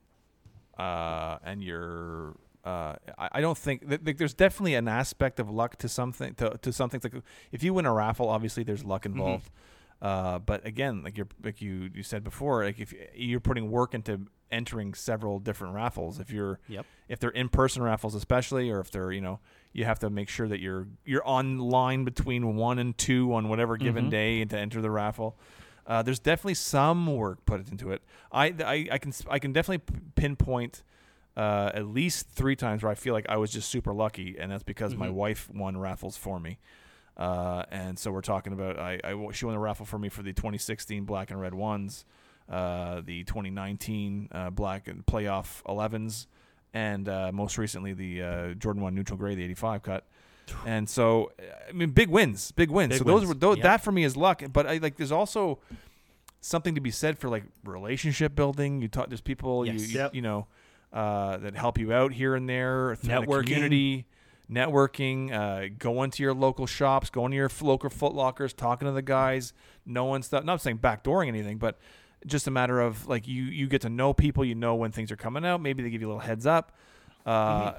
[SPEAKER 3] uh, and you're. Uh, I, I don't think th- th- there's definitely an aspect of luck to something to, to some things like if you win a raffle, obviously there's luck involved. Uh, but again, like you're like you you said before, like if you're putting work into entering several different raffles, if you're
[SPEAKER 4] Yep.
[SPEAKER 3] if they're in person raffles especially, or if they're you know you have to make sure that you're you're on line between one and two on whatever given day to enter the raffle. Uh, there's definitely some work put into it. I, I, I can s- I can definitely p- pinpoint uh, at least three times where I feel like I was just super lucky, and that's because my wife won raffles for me. Uh, and so we're talking about I, I wa- she won a raffle for me for the 2016 black and red ones, uh, the 2019 uh, black and playoff 11s, and uh, most recently the uh, Jordan One neutral gray the 85 cut. And so I mean big wins, big wins.
[SPEAKER 2] Big
[SPEAKER 3] so those
[SPEAKER 2] wins.
[SPEAKER 3] were those,
[SPEAKER 4] Yep.
[SPEAKER 3] that for me is luck, but I like there's also something to be said for like relationship building. You talk there's people you
[SPEAKER 4] Yes.
[SPEAKER 3] you, you know uh, that help you out here and there through the
[SPEAKER 2] Networking.
[SPEAKER 3] community, networking, uh, going to your local shops, going to your f- local Foot Lockers, talking to the guys, knowing stuff. Not saying backdooring anything, but just a matter of like you you get to know people. You know when things are coming out. Maybe they give you a little heads up. Uh,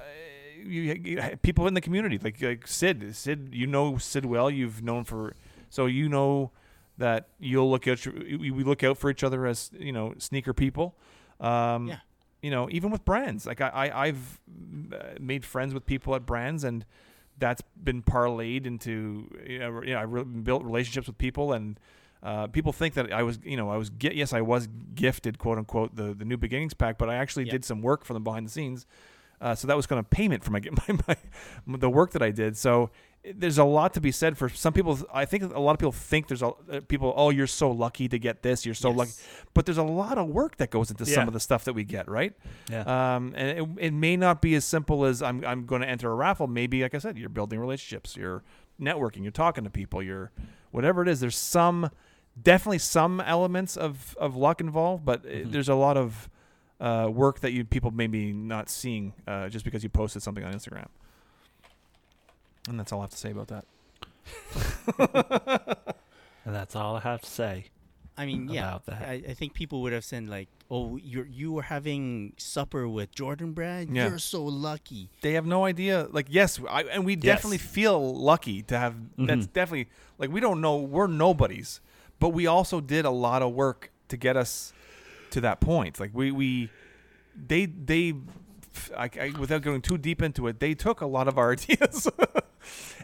[SPEAKER 3] you, you- people in the community, like like Sid, Sid, you know Sid well. You've known for so you know that you'll look out. We we look out for each other as you know sneaker people. Um,
[SPEAKER 4] Yeah.
[SPEAKER 3] You know, even with brands, like I, I I've uh, made friends with people at brands, and that's been parlayed into you know, you know I re- built relationships with people and. Uh, people think that I was, you know, I was get. Yes, I was gifted, quote unquote, the the new beginnings pack, but I actually
[SPEAKER 4] Yeah.
[SPEAKER 3] did some work for them behind the scenes. Uh, so that was kind of payment for my, my, my the work that I did. So it- there's a lot to be said for some people. I think a lot of people think there's a uh, people. Oh, you're so lucky to get this. You're so lucky,
[SPEAKER 4] Yes.
[SPEAKER 3] but there's a lot of work that goes into
[SPEAKER 2] Yeah.
[SPEAKER 3] some of the stuff that we get right.
[SPEAKER 2] Yeah.
[SPEAKER 3] Um, and it, it may not be as simple as I'm I'm going to enter a raffle. Maybe like I said, you're building relationships. You're networking. You're talking to people. You're whatever it is. There's some definitely some elements of of luck involved, but uh, there's a lot of uh, work that you people may be not seeing uh, just because you posted something on Instagram. And that's all I have to say about that.
[SPEAKER 2] and that's all i have to say
[SPEAKER 4] I mean, yeah,
[SPEAKER 2] about that.
[SPEAKER 4] I, I think people would have said like, "Oh, you're you were having supper with Jordan Brand.
[SPEAKER 3] Yeah.
[SPEAKER 4] You're so lucky."
[SPEAKER 3] They have no idea. Like, yes, I, and we definitely feel lucky to have.
[SPEAKER 2] Mm-hmm.
[SPEAKER 3] That's definitely like we don't know. We're nobodies, but we also did a lot of work to get us to that point. Like we we they they I, I, without going too deep into it, they took a lot of our ideas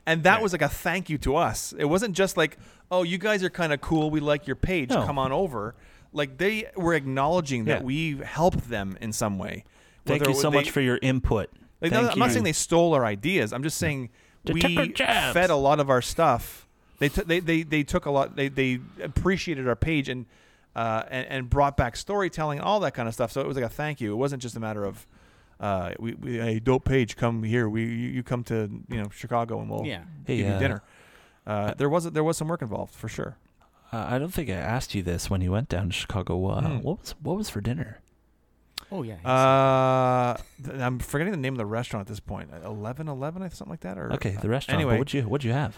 [SPEAKER 3] And that was like a thank you to us. It wasn't just like, oh, you guys are kind of cool. We like your page.
[SPEAKER 2] No.
[SPEAKER 3] Come on over. Like they were acknowledging that
[SPEAKER 2] Yeah.
[SPEAKER 3] we helped them in some way.
[SPEAKER 2] Thank
[SPEAKER 3] Whether
[SPEAKER 2] you so
[SPEAKER 3] they-
[SPEAKER 2] much for your input.
[SPEAKER 3] Like, no,
[SPEAKER 2] Thank
[SPEAKER 3] I'm not
[SPEAKER 2] you.
[SPEAKER 3] saying they stole our ideas. I'm just saying
[SPEAKER 2] They
[SPEAKER 3] we
[SPEAKER 2] took our jabs.
[SPEAKER 3] fed a lot of our stuff. They, took they, they they took a lot. They they appreciated our page and uh and, and brought back storytelling, all that kind of stuff. So it was like a thank you. It wasn't just a matter of uh we, we hey dope page come here. We you, you come to you know Chicago and we'll
[SPEAKER 4] Yeah.
[SPEAKER 2] Hey,
[SPEAKER 3] give
[SPEAKER 2] uh,
[SPEAKER 3] you dinner. Uh, there was there was some work involved for sure.
[SPEAKER 2] Uh, I don't think I asked you this when you went down to Chicago. Uh,
[SPEAKER 3] Hmm.
[SPEAKER 2] What was what was for dinner?
[SPEAKER 4] Oh yeah.
[SPEAKER 3] Uh, th- I'm forgetting the name of the restaurant at this point. Eleven Eleven, I something like that. Or uh,
[SPEAKER 2] Okay, the restaurant.
[SPEAKER 3] Anyway,
[SPEAKER 2] Anyway, what'd you what'd you have?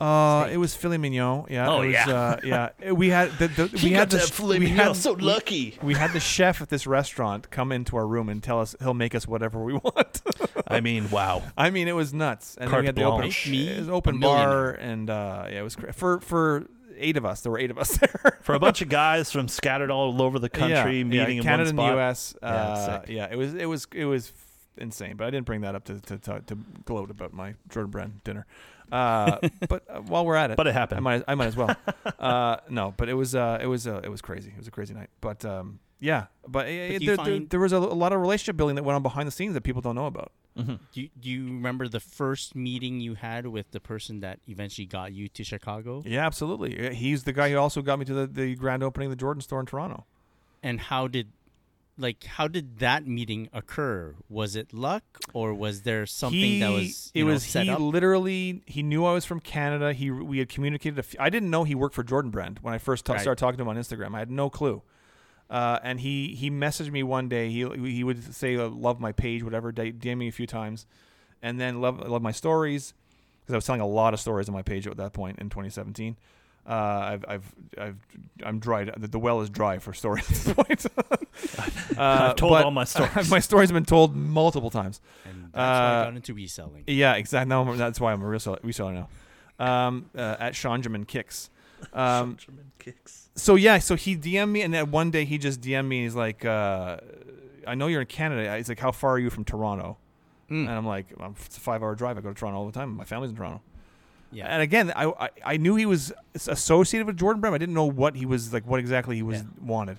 [SPEAKER 3] Uh, it was filet mignon. Yeah.
[SPEAKER 5] Oh,
[SPEAKER 3] it was,
[SPEAKER 5] yeah.
[SPEAKER 3] Uh, yeah. It- We had the, the we had the we had, we-
[SPEAKER 5] lucky.
[SPEAKER 3] We had the chef at this restaurant come into our room and tell us he'll make us whatever we want.
[SPEAKER 2] I mean, wow.
[SPEAKER 3] I mean, it was nuts. And then
[SPEAKER 2] Carte
[SPEAKER 3] we had the open,
[SPEAKER 2] blanche.
[SPEAKER 4] Make me
[SPEAKER 3] it was
[SPEAKER 4] a
[SPEAKER 3] open bar, and uh, yeah, it was cra- for for eight of us. There were eight of us there.
[SPEAKER 2] For
[SPEAKER 5] For a bunch of guys from scattered all over the country
[SPEAKER 3] yeah,
[SPEAKER 5] meeting in
[SPEAKER 3] yeah, Canada
[SPEAKER 5] one spot.
[SPEAKER 3] and the U.S.
[SPEAKER 2] Yeah,
[SPEAKER 3] Uh,
[SPEAKER 2] sick.
[SPEAKER 3] yeah, it was it was it was f- insane. But I didn't bring that up to to talk, to gloat about my Jordan Brand dinner. Uh, but uh, while we're at it,
[SPEAKER 2] But it
[SPEAKER 3] I
[SPEAKER 2] happened.
[SPEAKER 3] might I might as well. uh, no, but it was uh, it was uh, it was crazy. It was a crazy night. But um, yeah, but, uh,
[SPEAKER 4] do you
[SPEAKER 3] there, there,
[SPEAKER 4] find-
[SPEAKER 3] there was a, a lot of relationship building that went on behind the scenes that people don't know about.
[SPEAKER 4] do, you- do you remember the first meeting you had with the person that eventually got you to Chicago?
[SPEAKER 3] Yeah, absolutely. Uh, He's the guy who also got me to the, the grand opening of the Jordan store in Toronto.
[SPEAKER 4] And how did like how did that meeting occur? Was it luck or was there something that was
[SPEAKER 3] it
[SPEAKER 4] you know,
[SPEAKER 3] was
[SPEAKER 4] set
[SPEAKER 3] he
[SPEAKER 4] up?
[SPEAKER 3] literally he knew I was from Canada. He we had communicated. A few, I didn't know he worked for Jordan Brand when I first ta-
[SPEAKER 4] Right.
[SPEAKER 3] started talking to him on Instagram. I had no clue. Uh, and he he messaged me one day. He he would say uh, love my page, whatever. d- DM me a few times, and then love love my stories because I was telling a lot of stories on my page at that point in 2017. Uh, I've I've I've I'm dried. The, the well is dry for stories at this point. Uh,
[SPEAKER 2] I've told
[SPEAKER 3] but
[SPEAKER 2] all my stories.
[SPEAKER 3] my story's been told multiple times.
[SPEAKER 4] And that's why I
[SPEAKER 3] uh,
[SPEAKER 4] got into reselling.
[SPEAKER 3] Yeah, exactly. Now I'm- that's why I'm a reseller, reseller now. Um, uh, at Shonjaman Kicks. Um, So yeah, so he DM'd me, and then one day he just DM'd me. He's like, uh, "I know you're in Canada." He's like, "How far are you from Toronto?"
[SPEAKER 4] Hmm.
[SPEAKER 3] And I'm like, I'm, "It's a five-hour drive. I go to Toronto all the time. My family's in Toronto."
[SPEAKER 4] Yeah.
[SPEAKER 3] And again, I, I I knew he was associated with Jordan Brem. I didn't know what he was like, what exactly he was
[SPEAKER 4] Yeah.
[SPEAKER 3] wanted.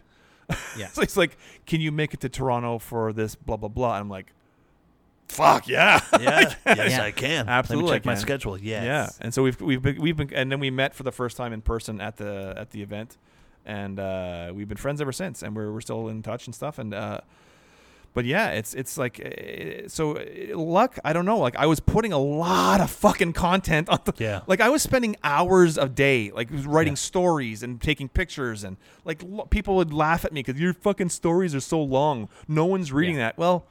[SPEAKER 4] Yeah.
[SPEAKER 3] so he's like, "Can you make it to Toronto for this?" Blah blah blah. And I'm like, "Fuck yeah!"
[SPEAKER 2] Yeah, yes,
[SPEAKER 4] Yeah.
[SPEAKER 2] I can.
[SPEAKER 3] Absolutely,
[SPEAKER 2] Let
[SPEAKER 3] I
[SPEAKER 2] me check my
[SPEAKER 3] can.
[SPEAKER 2] schedule. Yes.
[SPEAKER 3] Yeah, and so we've we've been, we've been and then we met for the first time in person at the at the event, and uh, we've been friends ever since, and we're we're still in touch and stuff, and uh, but yeah, it's it's like uh, so uh, luck. I don't know. Like I was putting a lot of fucking content on the
[SPEAKER 2] Yeah.
[SPEAKER 3] Like I was spending hours a day like writing stories and taking pictures and like lo- people would laugh at me because your fucking stories are so long. No one's reading that. Well.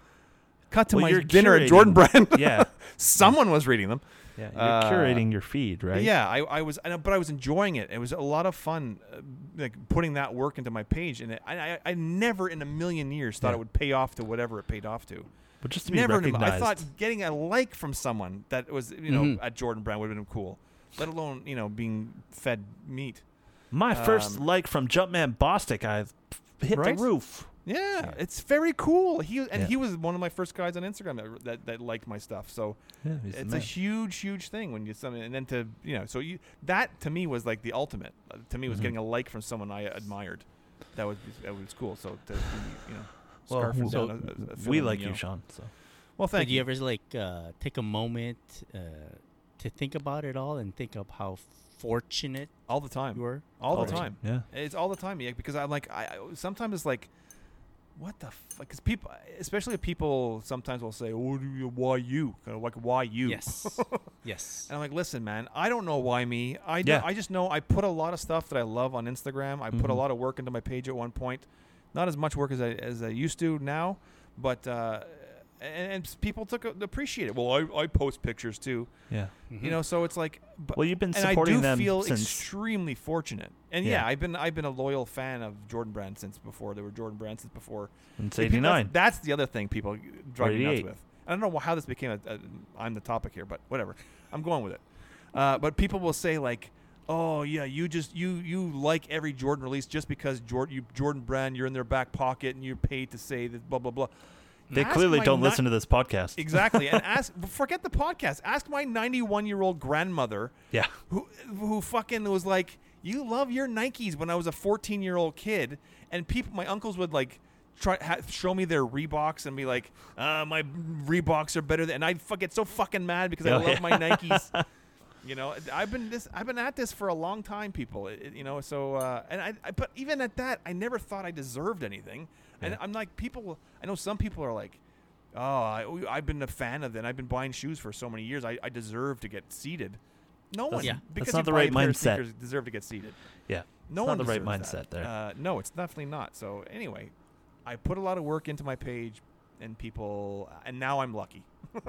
[SPEAKER 3] Cut to
[SPEAKER 2] Well,
[SPEAKER 3] my
[SPEAKER 2] you're
[SPEAKER 3] dinner
[SPEAKER 2] curating.
[SPEAKER 3] at Jordan Brand.
[SPEAKER 2] Yeah.
[SPEAKER 3] Someone was reading them.
[SPEAKER 2] Yeah, you're
[SPEAKER 3] Uh,
[SPEAKER 2] curating your feed, right?
[SPEAKER 3] Yeah, I, I was, and, I- but I was enjoying it. It was a lot of fun, uh, like putting that work into my page, and it, I, I, I never in a million years thought
[SPEAKER 2] Yeah.
[SPEAKER 3] it would pay off to whatever it paid off to.
[SPEAKER 2] But just to be
[SPEAKER 3] Never, in a mi-
[SPEAKER 2] recognized. Mm-hmm.
[SPEAKER 3] I thought getting a like from someone that was, you know, at Jordan Brand would have been cool. Let alone, you know, being fed meat.
[SPEAKER 2] my first
[SPEAKER 3] um,
[SPEAKER 2] like from Jumpman Bostic, I hit
[SPEAKER 3] Right?
[SPEAKER 2] the roof.
[SPEAKER 3] Yeah, it's very cool. He and
[SPEAKER 2] Yeah.
[SPEAKER 3] he was one of my first guys on Instagram that that, that liked my stuff. So
[SPEAKER 2] Yeah, he's the
[SPEAKER 3] it's a
[SPEAKER 2] man.
[SPEAKER 3] huge, huge thing when you something, and then to you know, so you that to me was like the ultimate. Uh, to me, was getting a like from someone I admired. That was that was cool. So to be, you know,
[SPEAKER 2] Well,
[SPEAKER 3] scarfing
[SPEAKER 2] so
[SPEAKER 3] down a- a- a
[SPEAKER 2] we
[SPEAKER 3] filet
[SPEAKER 2] like you,
[SPEAKER 3] mignon.
[SPEAKER 2] Sean. So
[SPEAKER 3] Well,
[SPEAKER 4] Did
[SPEAKER 3] thank
[SPEAKER 4] you ever like uh, take a moment uh, to think about it all and think of how fortunate
[SPEAKER 3] all the time.
[SPEAKER 4] you were?
[SPEAKER 3] all,
[SPEAKER 2] All
[SPEAKER 3] the
[SPEAKER 2] the
[SPEAKER 3] time.
[SPEAKER 2] time,
[SPEAKER 3] it's all the time. Yeah, because I'm like, I I- sometimes it's like, what the fuck? Because people, especially people, sometimes will say, "Oh, do you- why you?" Kind of like, "Why you?"
[SPEAKER 4] Yes. yes.
[SPEAKER 3] And I'm like, listen, man, I don't know why me. I do-
[SPEAKER 2] Yeah.
[SPEAKER 3] I just know I put a lot of stuff that I love on Instagram. I put a
[SPEAKER 2] Mhm.
[SPEAKER 3] lot of work into my page at one point. Not as much work as I as I used to now, but uh, and, and s- people took a, appreciate it. Well, I, I post pictures too,
[SPEAKER 2] yeah.
[SPEAKER 3] you know. So it's like, but,
[SPEAKER 2] Mm-hmm. Well, you've been
[SPEAKER 3] and I
[SPEAKER 2] supporting
[SPEAKER 3] do
[SPEAKER 2] them
[SPEAKER 3] feel
[SPEAKER 2] since-
[SPEAKER 3] extremely fortunate. And yeah.
[SPEAKER 2] Yeah.
[SPEAKER 3] I've been I've been a loyal fan of Jordan Brand since before there were Jordan Brand since before.
[SPEAKER 2] It's
[SPEAKER 3] Like, people- that's-
[SPEAKER 2] 89.
[SPEAKER 3] That's, the other thing people drive me nuts
[SPEAKER 2] 88.
[SPEAKER 3] with. I don't know how this became a, a I'm the topic here, but whatever. I'm going with it. Uh, but people will say like, "Oh yeah, you just you you like every Jordan release just because Jordan you Jordan Brand you're in their back pocket and you're paid to say that blah blah blah."
[SPEAKER 2] They
[SPEAKER 3] Ask
[SPEAKER 2] clearly
[SPEAKER 3] my
[SPEAKER 2] don't
[SPEAKER 3] nut-
[SPEAKER 2] listen to this podcast.
[SPEAKER 3] Exactly. And ask forget the podcast. Ask my 91-year-old grandmother
[SPEAKER 2] Yeah.
[SPEAKER 3] who who fucking was like, "You love your Nikes." When I was a 14-year-old kid, and people, my uncles would like try ha, show me their Reeboks and be like, uh, "My Reeboks are better than," and I'd fuck, get so fucking mad because I
[SPEAKER 2] Oh,
[SPEAKER 3] love
[SPEAKER 2] yeah.
[SPEAKER 3] my Nikes. You know, I've been this. I've been at this for a long time, people. It- it- you know, so uh, and I, I. But even at that, I never thought I deserved anything. And I'm like, people. I know some people are like, oh, I, oh, I've been a fan of that. I've been buying shoes for so many years. I, I deserve to get seated. No one,
[SPEAKER 4] yeah.
[SPEAKER 3] because
[SPEAKER 2] That's not
[SPEAKER 3] you
[SPEAKER 2] the right
[SPEAKER 3] buy a pair of
[SPEAKER 2] mindset.
[SPEAKER 3] sneakers, Deserve to get seated.
[SPEAKER 2] Yeah.
[SPEAKER 3] No
[SPEAKER 2] it's
[SPEAKER 3] one
[SPEAKER 2] not the right
[SPEAKER 3] deserves that.
[SPEAKER 2] mindset there.
[SPEAKER 3] Uh, no, it's definitely not. So anyway, I put a lot of work into my page, and people, and now I'm lucky.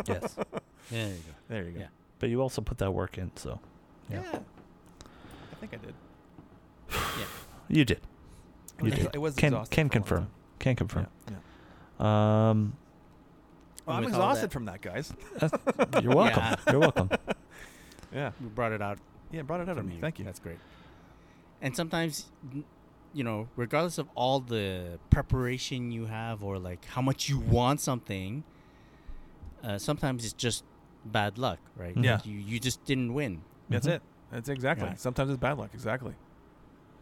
[SPEAKER 2] yes.
[SPEAKER 4] Yeah, there you go.
[SPEAKER 3] There you go.
[SPEAKER 4] Yeah.
[SPEAKER 2] But you also put that work in, so Yeah.
[SPEAKER 3] yeah. I think I did.
[SPEAKER 2] you did.
[SPEAKER 3] It
[SPEAKER 2] You
[SPEAKER 3] was-
[SPEAKER 2] did.
[SPEAKER 3] It was
[SPEAKER 2] can
[SPEAKER 3] exhausting
[SPEAKER 2] can
[SPEAKER 3] for a
[SPEAKER 2] confirm.
[SPEAKER 3] long time.
[SPEAKER 2] Can confirm.
[SPEAKER 3] Yeah.
[SPEAKER 2] Um
[SPEAKER 3] Well, I'm
[SPEAKER 4] With all
[SPEAKER 3] exhausted
[SPEAKER 4] that-
[SPEAKER 3] from that, guys.
[SPEAKER 2] you're welcome.
[SPEAKER 4] Yeah.
[SPEAKER 2] You're welcome.
[SPEAKER 3] Yeah.
[SPEAKER 4] You brought it out
[SPEAKER 3] Yeah, brought it out of
[SPEAKER 4] from
[SPEAKER 3] me. Thank you.
[SPEAKER 4] That's great. And sometimes, n- you know, regardless of all the preparation you have or like how much you want something, uh, sometimes it's just bad luck, right?
[SPEAKER 2] Yeah.
[SPEAKER 4] Like, You you just didn't win.
[SPEAKER 3] That's
[SPEAKER 2] Mhm.
[SPEAKER 3] it. That's exactly.
[SPEAKER 4] Mm-hmm. Yeah.
[SPEAKER 3] Sometimes it's bad luck. Exactly.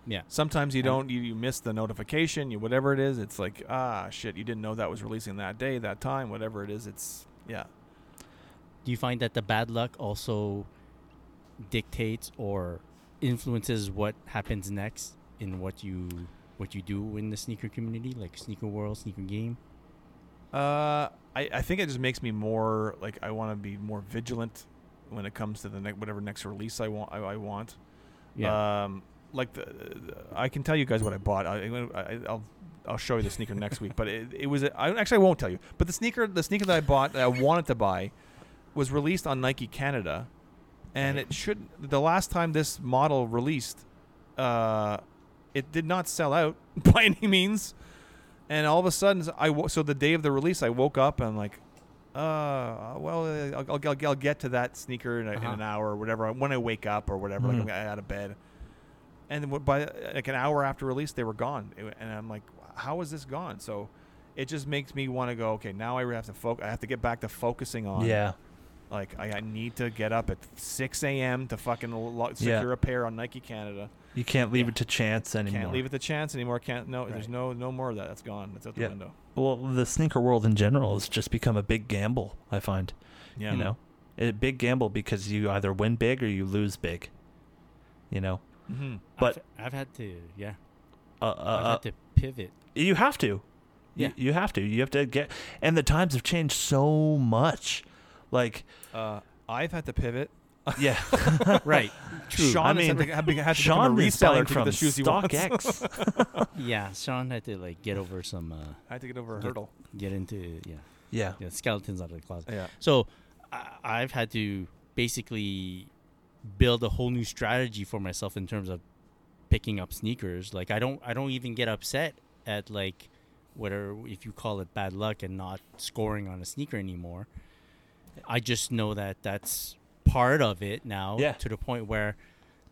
[SPEAKER 4] Yeah.
[SPEAKER 3] Sometimes you
[SPEAKER 4] And-
[SPEAKER 3] don't. You, you miss the notification. You whatever it is. It's like ah shit. You didn't know that was releasing that day, that time, whatever it is. It's yeah.
[SPEAKER 4] Do you find that the bad luck also dictates or influences what happens next in what you what you do in the sneaker community, like sneaker world, sneaker game?
[SPEAKER 3] Uh, I I think it just makes me more like I want to be more vigilant when it comes to the next whatever next release I want. I, I want.
[SPEAKER 2] Uh,
[SPEAKER 3] Um, like the, I can tell you guys what I bought. I, I, I'll I'll show you the sneaker next week. But it, it was a- I actually I won't tell you. But the sneaker the sneaker that I bought that I wanted to buy was released on Nike Canada, and it should the last time this model released, uh, it did not sell out by any means. And all of a sudden, s- I wo- so the day of the release, I woke up and I'm like, uh, well, uh, I'll, I'll, I'll get to that sneaker in, a, in
[SPEAKER 4] Uh-huh.
[SPEAKER 3] an hour or whatever when I wake up or whatever,
[SPEAKER 2] Mhm.
[SPEAKER 3] like I'm out of bed. And then wh- by uh, like an hour after release, they were gone, It wa- and I'm like, how is this gone? So it just makes me want to go. Okay, now I have to focus. I have to get back to focusing on.
[SPEAKER 2] yeah.
[SPEAKER 3] Like I, I need to get up at 6 a.m. to fucking lo-
[SPEAKER 2] Yeah.
[SPEAKER 3] secure a pair on Nike Canada.
[SPEAKER 2] You can't leave it to chance anymore.
[SPEAKER 3] Can't leave it to chance anymore. Can't no. There's
[SPEAKER 4] Right.
[SPEAKER 3] no no more of that. That's gone. That's out the
[SPEAKER 2] Yeah.
[SPEAKER 3] window.
[SPEAKER 2] Well, the sneaker world in general has just become a big gamble, I find.
[SPEAKER 3] Yeah.
[SPEAKER 2] You know? A big gamble because you either win big or you lose big. You know?
[SPEAKER 3] Mm-hmm.
[SPEAKER 2] But
[SPEAKER 4] I've, I've had to, yeah,
[SPEAKER 2] uh, uh,
[SPEAKER 4] I've
[SPEAKER 2] uh,
[SPEAKER 4] had to pivot.
[SPEAKER 2] you have to.
[SPEAKER 4] Yeah.
[SPEAKER 2] You, you have to. You have to get and the times have changed so much. Like
[SPEAKER 3] Uh, I've had to pivot.
[SPEAKER 2] yeah.
[SPEAKER 4] right. True.
[SPEAKER 3] Sean
[SPEAKER 2] I
[SPEAKER 3] has
[SPEAKER 2] mean,
[SPEAKER 3] had to, had to, had to become
[SPEAKER 2] Sean
[SPEAKER 3] a
[SPEAKER 2] is buying
[SPEAKER 3] reseller to
[SPEAKER 2] from
[SPEAKER 3] get the shoes he wants.
[SPEAKER 2] StockX.
[SPEAKER 4] Yeah, Sean had to like get over some, uh,
[SPEAKER 3] I had to get over a
[SPEAKER 4] Yeah.
[SPEAKER 3] hurdle.
[SPEAKER 4] get into yeah,
[SPEAKER 2] yeah.
[SPEAKER 4] yeah, skeletons out of the closet.
[SPEAKER 3] Yeah.
[SPEAKER 4] So I, I've had to basically build a whole new strategy for myself in terms of picking up sneakers. Like I don't, I don't even get upset at like whatever if you call it bad luck and not scoring on a sneaker anymore. I just know that that's part of it now.
[SPEAKER 2] Yeah.
[SPEAKER 4] To the point where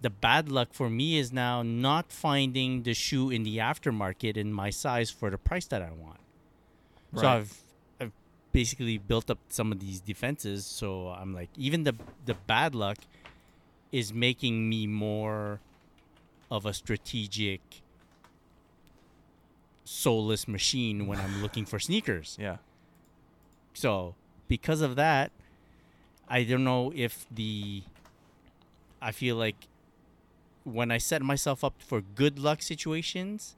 [SPEAKER 4] the bad luck for me is now not finding the shoe in the aftermarket in my size for the price that I want. So
[SPEAKER 3] Right.
[SPEAKER 4] I've I've basically built up some of these defenses. So I'm like, even the the bad luck is making me more of a strategic soulless machine when I'm looking for sneakers.
[SPEAKER 3] Yeah.
[SPEAKER 4] So because of that, I don't know if the I feel like when I set myself up for good luck situations,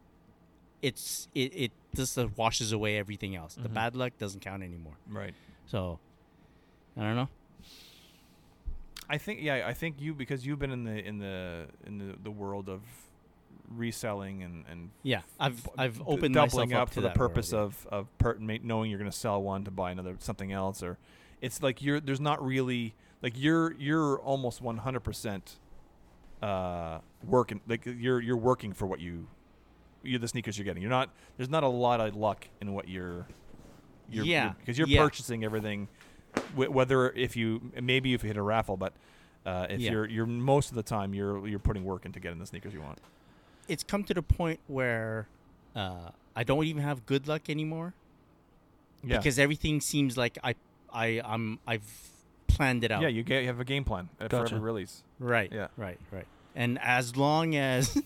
[SPEAKER 4] it's it, it just uh, washes away everything else. The bad luck doesn't count anymore.
[SPEAKER 3] Right.
[SPEAKER 4] So I don't know.
[SPEAKER 3] I think yeah, I think you because you've been in the in the in the, the world of reselling and and
[SPEAKER 4] Yeah, I've I've
[SPEAKER 3] d-
[SPEAKER 4] opened
[SPEAKER 3] doubling
[SPEAKER 4] myself
[SPEAKER 3] up,
[SPEAKER 4] up, to
[SPEAKER 3] for the
[SPEAKER 4] that world,
[SPEAKER 3] purpose
[SPEAKER 4] yeah.
[SPEAKER 3] of of per- ma- knowing you're going to sell one to buy another something else or it's like you're there's not really like you're you're almost 100% uh working like you're you're working for what you you're the sneakers you're getting. You're not there's not a lot of luck in what you're you're,
[SPEAKER 4] Yeah,
[SPEAKER 3] because you're
[SPEAKER 4] yeah.
[SPEAKER 3] purchasing everything wh- whether if you maybe if you hit a raffle but uh, if
[SPEAKER 4] Yeah.
[SPEAKER 3] you're you're most of the time you're you're putting work into getting the sneakers you want.
[SPEAKER 4] it's come to the point where uh, I don't even have good luck anymore.
[SPEAKER 3] Yeah.
[SPEAKER 4] because everything seems like I I I'm I've planned it out.
[SPEAKER 3] yeah, you, get, you have a game plan uh, for
[SPEAKER 2] Oh. Gotcha.
[SPEAKER 3] every release.
[SPEAKER 4] Right.
[SPEAKER 3] Yeah.
[SPEAKER 4] Right. Right. And as long as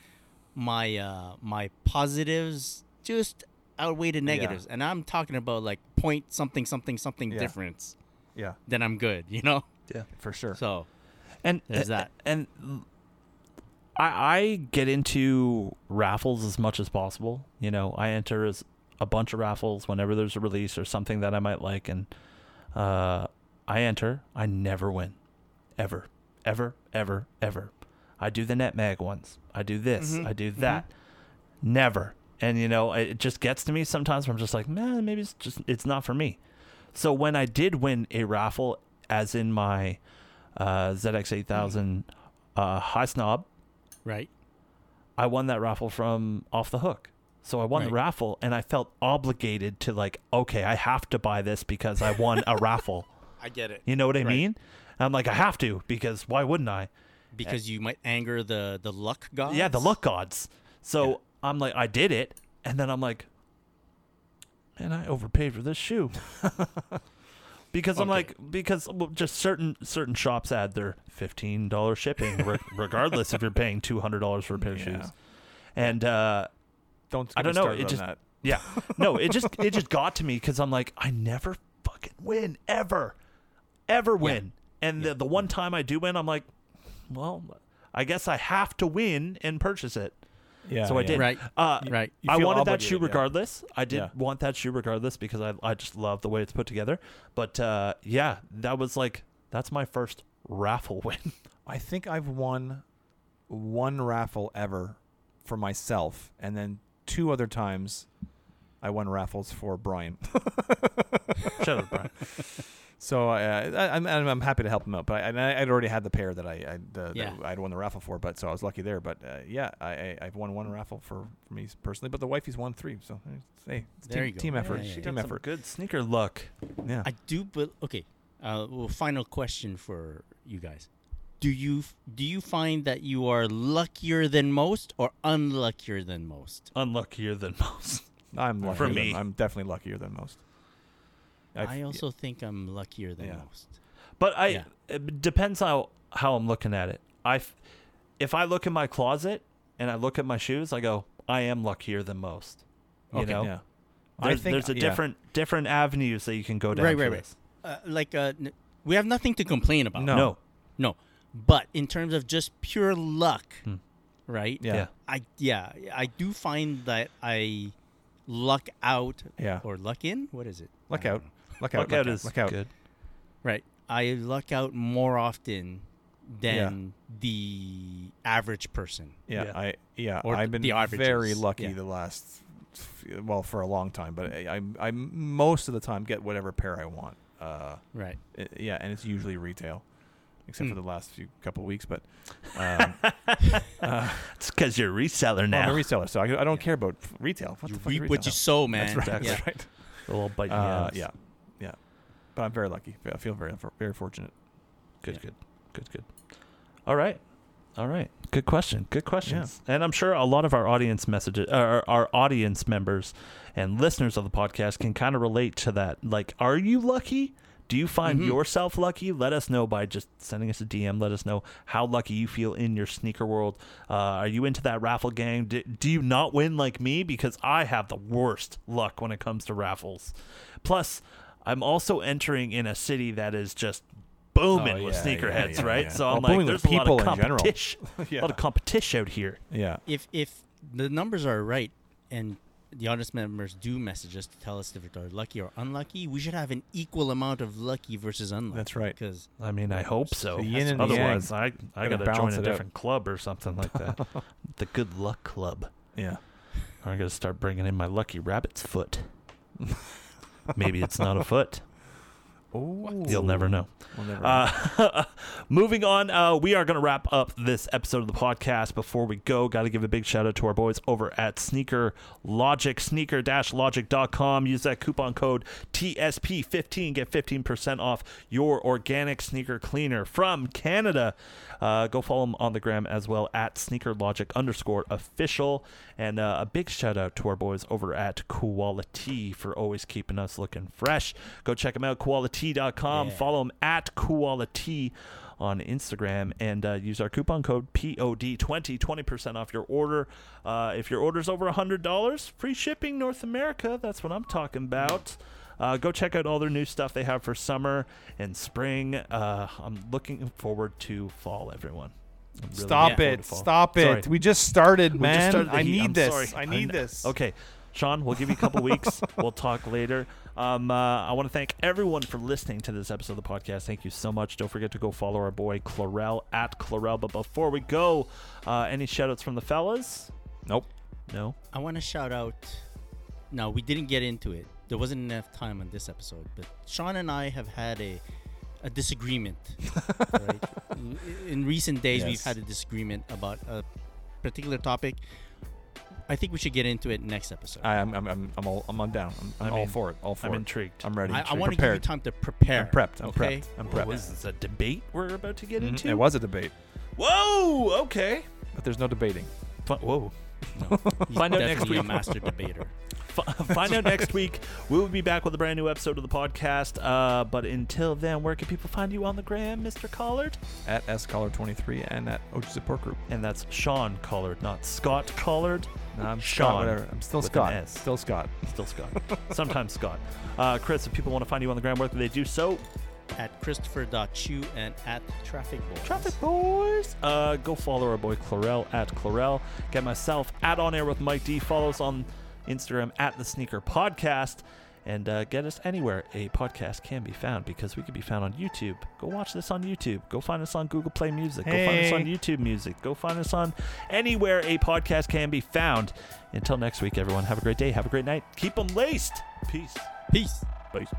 [SPEAKER 4] my uh, my positives just outweigh the negatives, and I'm talking about like point something something something
[SPEAKER 3] Yeah.
[SPEAKER 4] difference,
[SPEAKER 3] Yeah,
[SPEAKER 4] then I'm good. You know.
[SPEAKER 3] for sure.
[SPEAKER 4] So
[SPEAKER 2] And
[SPEAKER 4] There's that.
[SPEAKER 2] And I, I get into raffles as much as possible. You know, I enter as a bunch of raffles whenever there's a release or something that I might like, and uh, I enter. I never win, ever, ever, ever, ever. I do the netmag ones. I do this.
[SPEAKER 4] Mm-hmm.
[SPEAKER 2] I do that. Never. And you know, it it just gets to me sometimes. Where I'm just like, man, maybe it's just it's not for me. So when I did win a raffle, as in my uh, ZX8000 uh, High Snob,
[SPEAKER 4] right.
[SPEAKER 2] I won that raffle from Off the Hook. So I won the
[SPEAKER 4] Right.
[SPEAKER 2] raffle and I felt obligated to like, okay, I have to buy this because I won a raffle.
[SPEAKER 4] I get it.
[SPEAKER 2] You know what I
[SPEAKER 4] Right.
[SPEAKER 2] mean? And I'm like, I have to because why wouldn't I?
[SPEAKER 3] Eh.
[SPEAKER 4] Because you might anger the the luck god.
[SPEAKER 2] Yeah, the luck gods. So I'm like, I did it, and then I'm like, man, I overpaid for this shoe. because I'm
[SPEAKER 4] Okay.
[SPEAKER 2] like, because well, just certain certain shops add their fifteen dollar shipping, re- regardless if you're paying two hundred dollars for a pair of
[SPEAKER 3] Yeah.
[SPEAKER 2] shoes. And uh,
[SPEAKER 3] Don't
[SPEAKER 2] I
[SPEAKER 3] get me
[SPEAKER 2] don't know,
[SPEAKER 3] started
[SPEAKER 2] it
[SPEAKER 3] on
[SPEAKER 2] just-
[SPEAKER 3] that.
[SPEAKER 2] yeah, no, it just it just got to me because I'm like, I never fucking win ever, ever win. And the the one time I do win, I'm like, well, I guess I have to win and purchase it.
[SPEAKER 3] Yeah,
[SPEAKER 2] so I
[SPEAKER 3] yeah.
[SPEAKER 2] did.
[SPEAKER 4] Right.
[SPEAKER 2] Uh,
[SPEAKER 4] Right.
[SPEAKER 3] You
[SPEAKER 2] I
[SPEAKER 3] feel
[SPEAKER 2] wanted that shoe
[SPEAKER 3] obligated, yeah.
[SPEAKER 2] regardless. I did
[SPEAKER 3] Yeah.
[SPEAKER 2] want that shoe regardless because I, I just love the way it's put together. But uh, yeah, that was like that's my first raffle win.
[SPEAKER 3] I think I've won one raffle ever for myself, and then two other times I won raffles for Brian.
[SPEAKER 2] Shut up, Brian.
[SPEAKER 3] So uh, I, I'm, I'm I'm happy to help him out, but I, and I, I'd already had the pair that I I the,
[SPEAKER 4] Yeah.
[SPEAKER 3] that I'd won the raffle for, but so I was lucky there. But uh, yeah, I, I I've won one raffle for, for me personally, but the wifey's won three. So hey, it's
[SPEAKER 4] There
[SPEAKER 3] team,
[SPEAKER 4] you go.
[SPEAKER 3] team
[SPEAKER 4] Yeah,
[SPEAKER 3] effort,
[SPEAKER 4] yeah, yeah.
[SPEAKER 3] team
[SPEAKER 2] Got some
[SPEAKER 3] effort.
[SPEAKER 2] Good sneaker luck.
[SPEAKER 3] Yeah,
[SPEAKER 4] I do, but okay. Uh, well, final question for you guys: Do you f- do you find that you are luckier than most or unluckier than most?
[SPEAKER 2] Unluckier than most.
[SPEAKER 3] I'm luckier
[SPEAKER 2] For
[SPEAKER 3] than-
[SPEAKER 2] me.
[SPEAKER 3] I'm definitely luckier than most. I've-
[SPEAKER 4] I also think I'm luckier than
[SPEAKER 3] Yeah.
[SPEAKER 4] most.
[SPEAKER 2] But I
[SPEAKER 4] Yeah.
[SPEAKER 2] it depends how how I'm looking at it. I f- if I look in my closet and I look at my shoes, I go, I am luckier than most. You
[SPEAKER 4] Okay.
[SPEAKER 2] know,
[SPEAKER 3] yeah.
[SPEAKER 2] there's, there's a
[SPEAKER 3] yeah.
[SPEAKER 2] different different avenues that you can go down.
[SPEAKER 4] Right,
[SPEAKER 2] for
[SPEAKER 4] right,
[SPEAKER 2] this.
[SPEAKER 4] right. Uh, like, uh, n- we have nothing to complain about.
[SPEAKER 3] No.
[SPEAKER 2] No,
[SPEAKER 4] no. But in terms of just pure luck,
[SPEAKER 2] Hmm.
[SPEAKER 4] right?
[SPEAKER 3] Yeah.
[SPEAKER 2] Yeah.
[SPEAKER 4] I yeah, I do find that I luck out
[SPEAKER 3] Yeah.
[SPEAKER 4] or luck in. What is it?
[SPEAKER 3] Luck
[SPEAKER 4] I don't
[SPEAKER 3] out.
[SPEAKER 4] know.
[SPEAKER 3] Luck out.
[SPEAKER 2] Lookout
[SPEAKER 3] Luck out.
[SPEAKER 2] is
[SPEAKER 3] Luck out.
[SPEAKER 2] good.
[SPEAKER 4] Right. I luck out more often
[SPEAKER 3] Yeah.
[SPEAKER 4] than the average person.
[SPEAKER 3] Yeah,
[SPEAKER 2] Yeah.
[SPEAKER 3] I yeah,
[SPEAKER 4] Or
[SPEAKER 3] I've
[SPEAKER 4] th-
[SPEAKER 3] been
[SPEAKER 4] the averages,
[SPEAKER 3] very lucky
[SPEAKER 4] yeah.
[SPEAKER 3] the last f- well for a long time, but I, I I most of the time get whatever pair I want. Uh,
[SPEAKER 4] Right.
[SPEAKER 3] i- yeah, and it's usually retail, except for
[SPEAKER 4] Mm.
[SPEAKER 3] the last few couple weeks. But um, uh,
[SPEAKER 2] It's because you're a reseller
[SPEAKER 3] I'm a
[SPEAKER 2] now.
[SPEAKER 3] reseller, so I, I don't care about f- retail. What
[SPEAKER 4] you
[SPEAKER 3] the fuck is
[SPEAKER 4] reap what you
[SPEAKER 3] retail?
[SPEAKER 4] sow, man.
[SPEAKER 3] That's right.
[SPEAKER 4] Yeah.
[SPEAKER 3] That's right.
[SPEAKER 2] A little bite in the
[SPEAKER 3] Uh,
[SPEAKER 2] ass.
[SPEAKER 3] yeah, yeah. But I'm very lucky. I feel very for- very fortunate.
[SPEAKER 2] Good,
[SPEAKER 4] Yeah.
[SPEAKER 2] good, good, good. All right, all right. Good question. Good questions. And I'm sure a lot of our audience messages, uh, our, our audience members, and listeners of the podcast can kind of relate to that. Like, are you lucky? Do you find
[SPEAKER 4] Mhm.
[SPEAKER 2] yourself lucky? Let us know by just sending us a DM. Let us know how lucky you feel in your sneaker world. Uh, are you into that raffle game? Do, do you not win like me? Because I have the worst luck when it comes to raffles. Plus, I'm also entering in a city that is just booming
[SPEAKER 3] Oh,
[SPEAKER 2] with
[SPEAKER 3] yeah,
[SPEAKER 2] sneakerheads,
[SPEAKER 3] yeah, yeah,
[SPEAKER 2] right?
[SPEAKER 3] yeah.
[SPEAKER 2] So
[SPEAKER 3] Well,
[SPEAKER 2] I'm
[SPEAKER 3] booming
[SPEAKER 2] like,
[SPEAKER 3] with
[SPEAKER 2] there's a lot of
[SPEAKER 3] people in general.
[SPEAKER 2] competition, a lot of competition out here.
[SPEAKER 3] Yeah,
[SPEAKER 4] If if the numbers are right and the honest members do message us to tell us if they're lucky or unlucky, we should have an equal amount of lucky versus unlucky.
[SPEAKER 3] That's right.
[SPEAKER 4] Because
[SPEAKER 2] I mean, I hope so.
[SPEAKER 3] The yin and the
[SPEAKER 2] Otherwise, I I
[SPEAKER 3] Gotta
[SPEAKER 2] gotta join
[SPEAKER 3] balance
[SPEAKER 2] a
[SPEAKER 3] it out.
[SPEAKER 2] different club or something like that. the Good Luck Club.
[SPEAKER 3] yeah.
[SPEAKER 2] I gotta start bringing in my lucky rabbit's foot. Maybe it's not a foot.
[SPEAKER 3] Oh,
[SPEAKER 2] You'll never know.
[SPEAKER 3] We'll never know.
[SPEAKER 2] Uh, moving on, uh, we are going to wrap up this episode of the podcast. Before we go, got to give a big shout out to our boys over at Sneaker Logic, sneaker logic.com. Use that coupon code TSP15, get 15% off your organic sneaker cleaner from Canada. Uh, go follow them on the gram as well at sneaker logic underscore official. And uh, a big shout out to our boys over at Quality for always keeping us looking fresh. Go check them out, quality.com.
[SPEAKER 4] Yeah.
[SPEAKER 2] Follow follow him at Quality on Instagram and uh, use our coupon code POD20, 20% off your order. Uh, if your order's over $100, free shipping North America. That's what I'm talking about. Uh, go check out all their new stuff they have for summer and spring. Uh, I'm looking forward to fall, everyone. I'm really
[SPEAKER 3] Stop
[SPEAKER 2] looking forward
[SPEAKER 3] it!
[SPEAKER 2] to fall.
[SPEAKER 3] Stop
[SPEAKER 2] Sorry.
[SPEAKER 3] it! We just started,
[SPEAKER 2] We
[SPEAKER 3] man.
[SPEAKER 2] just started the
[SPEAKER 3] I
[SPEAKER 2] heat.
[SPEAKER 3] need
[SPEAKER 2] I'm
[SPEAKER 3] this.
[SPEAKER 2] sorry.
[SPEAKER 3] I need
[SPEAKER 2] kn-
[SPEAKER 3] this.
[SPEAKER 2] Okay, Sean, we'll give you a couple weeks. We'll talk later. Um, uh, I want to thank everyone for listening to this episode of the podcast. Thank you so much. Don't forget to go follow our boy Clarel at Clarel. But before we go, uh, any shout outs from the fellas?
[SPEAKER 3] Nope.
[SPEAKER 2] No.
[SPEAKER 4] I want to shout out. Now we didn't get into it. There wasn't enough time on this episode, but Sean and I have had a a disagreement. right? In- In recent days, we've
[SPEAKER 3] Yes.
[SPEAKER 4] had a disagreement about a particular topic. I think we should get into it next episode.
[SPEAKER 3] I, I'm, I'm, I'm, I'm all, I'm on down. I'm, I'm
[SPEAKER 2] I
[SPEAKER 3] all
[SPEAKER 2] mean,
[SPEAKER 3] for it. All for
[SPEAKER 2] I'm
[SPEAKER 3] it.
[SPEAKER 2] intrigued.
[SPEAKER 3] I'm ready.
[SPEAKER 4] I,
[SPEAKER 3] I'm
[SPEAKER 4] want to give you
[SPEAKER 3] prepared.
[SPEAKER 4] time to prepare.
[SPEAKER 3] I'm prepped. I'm
[SPEAKER 4] okay?
[SPEAKER 3] prepped. I'm
[SPEAKER 2] What Mm-hmm.
[SPEAKER 3] prepped.
[SPEAKER 2] was this? A debate we're about to get
[SPEAKER 3] Mhm.
[SPEAKER 2] into?
[SPEAKER 3] It was a debate,
[SPEAKER 2] Whoa. Okay.
[SPEAKER 3] but there's no debating.
[SPEAKER 2] Fi- Whoa.
[SPEAKER 4] He's
[SPEAKER 2] Find out next
[SPEAKER 4] definitely a
[SPEAKER 2] week.
[SPEAKER 4] master debater.
[SPEAKER 2] F- find out next week. We will be back with a brand new episode of the podcast. Uh, but until then, where can people find you on the gram, Mr. Collard?
[SPEAKER 3] At S Collar 23 and at Ocho Support Group.
[SPEAKER 2] And that's Sean Collard, not Scott Collard.
[SPEAKER 3] No, I'm
[SPEAKER 2] Sean.
[SPEAKER 3] Scott. Whatever. I'm still
[SPEAKER 2] with an
[SPEAKER 3] Scott.
[SPEAKER 2] S.
[SPEAKER 3] Still Scott.
[SPEAKER 2] Still Scott. Sometimes Scott. Uh, Chris, if people want to find you on the gram, where can they do so?
[SPEAKER 4] At Christopher.chu and at Traffic Boys.
[SPEAKER 2] Traffic Boys. Uh, go follow our boy Clarel at Clarel. Get myself at On Air with Mike D. Follow us on Instagram at The Sneaker Podcast. And uh, get us anywhere a podcast can be found because we can be found on YouTube. Go watch this on YouTube. Go find us on Google Play Music. Go find us on
[SPEAKER 3] Hey.
[SPEAKER 2] YouTube Music. Go find us on anywhere a podcast can be found. Until next week, everyone, have a great day. Have a great night. Keep them laced. Peace.
[SPEAKER 4] Peace.
[SPEAKER 2] Peace.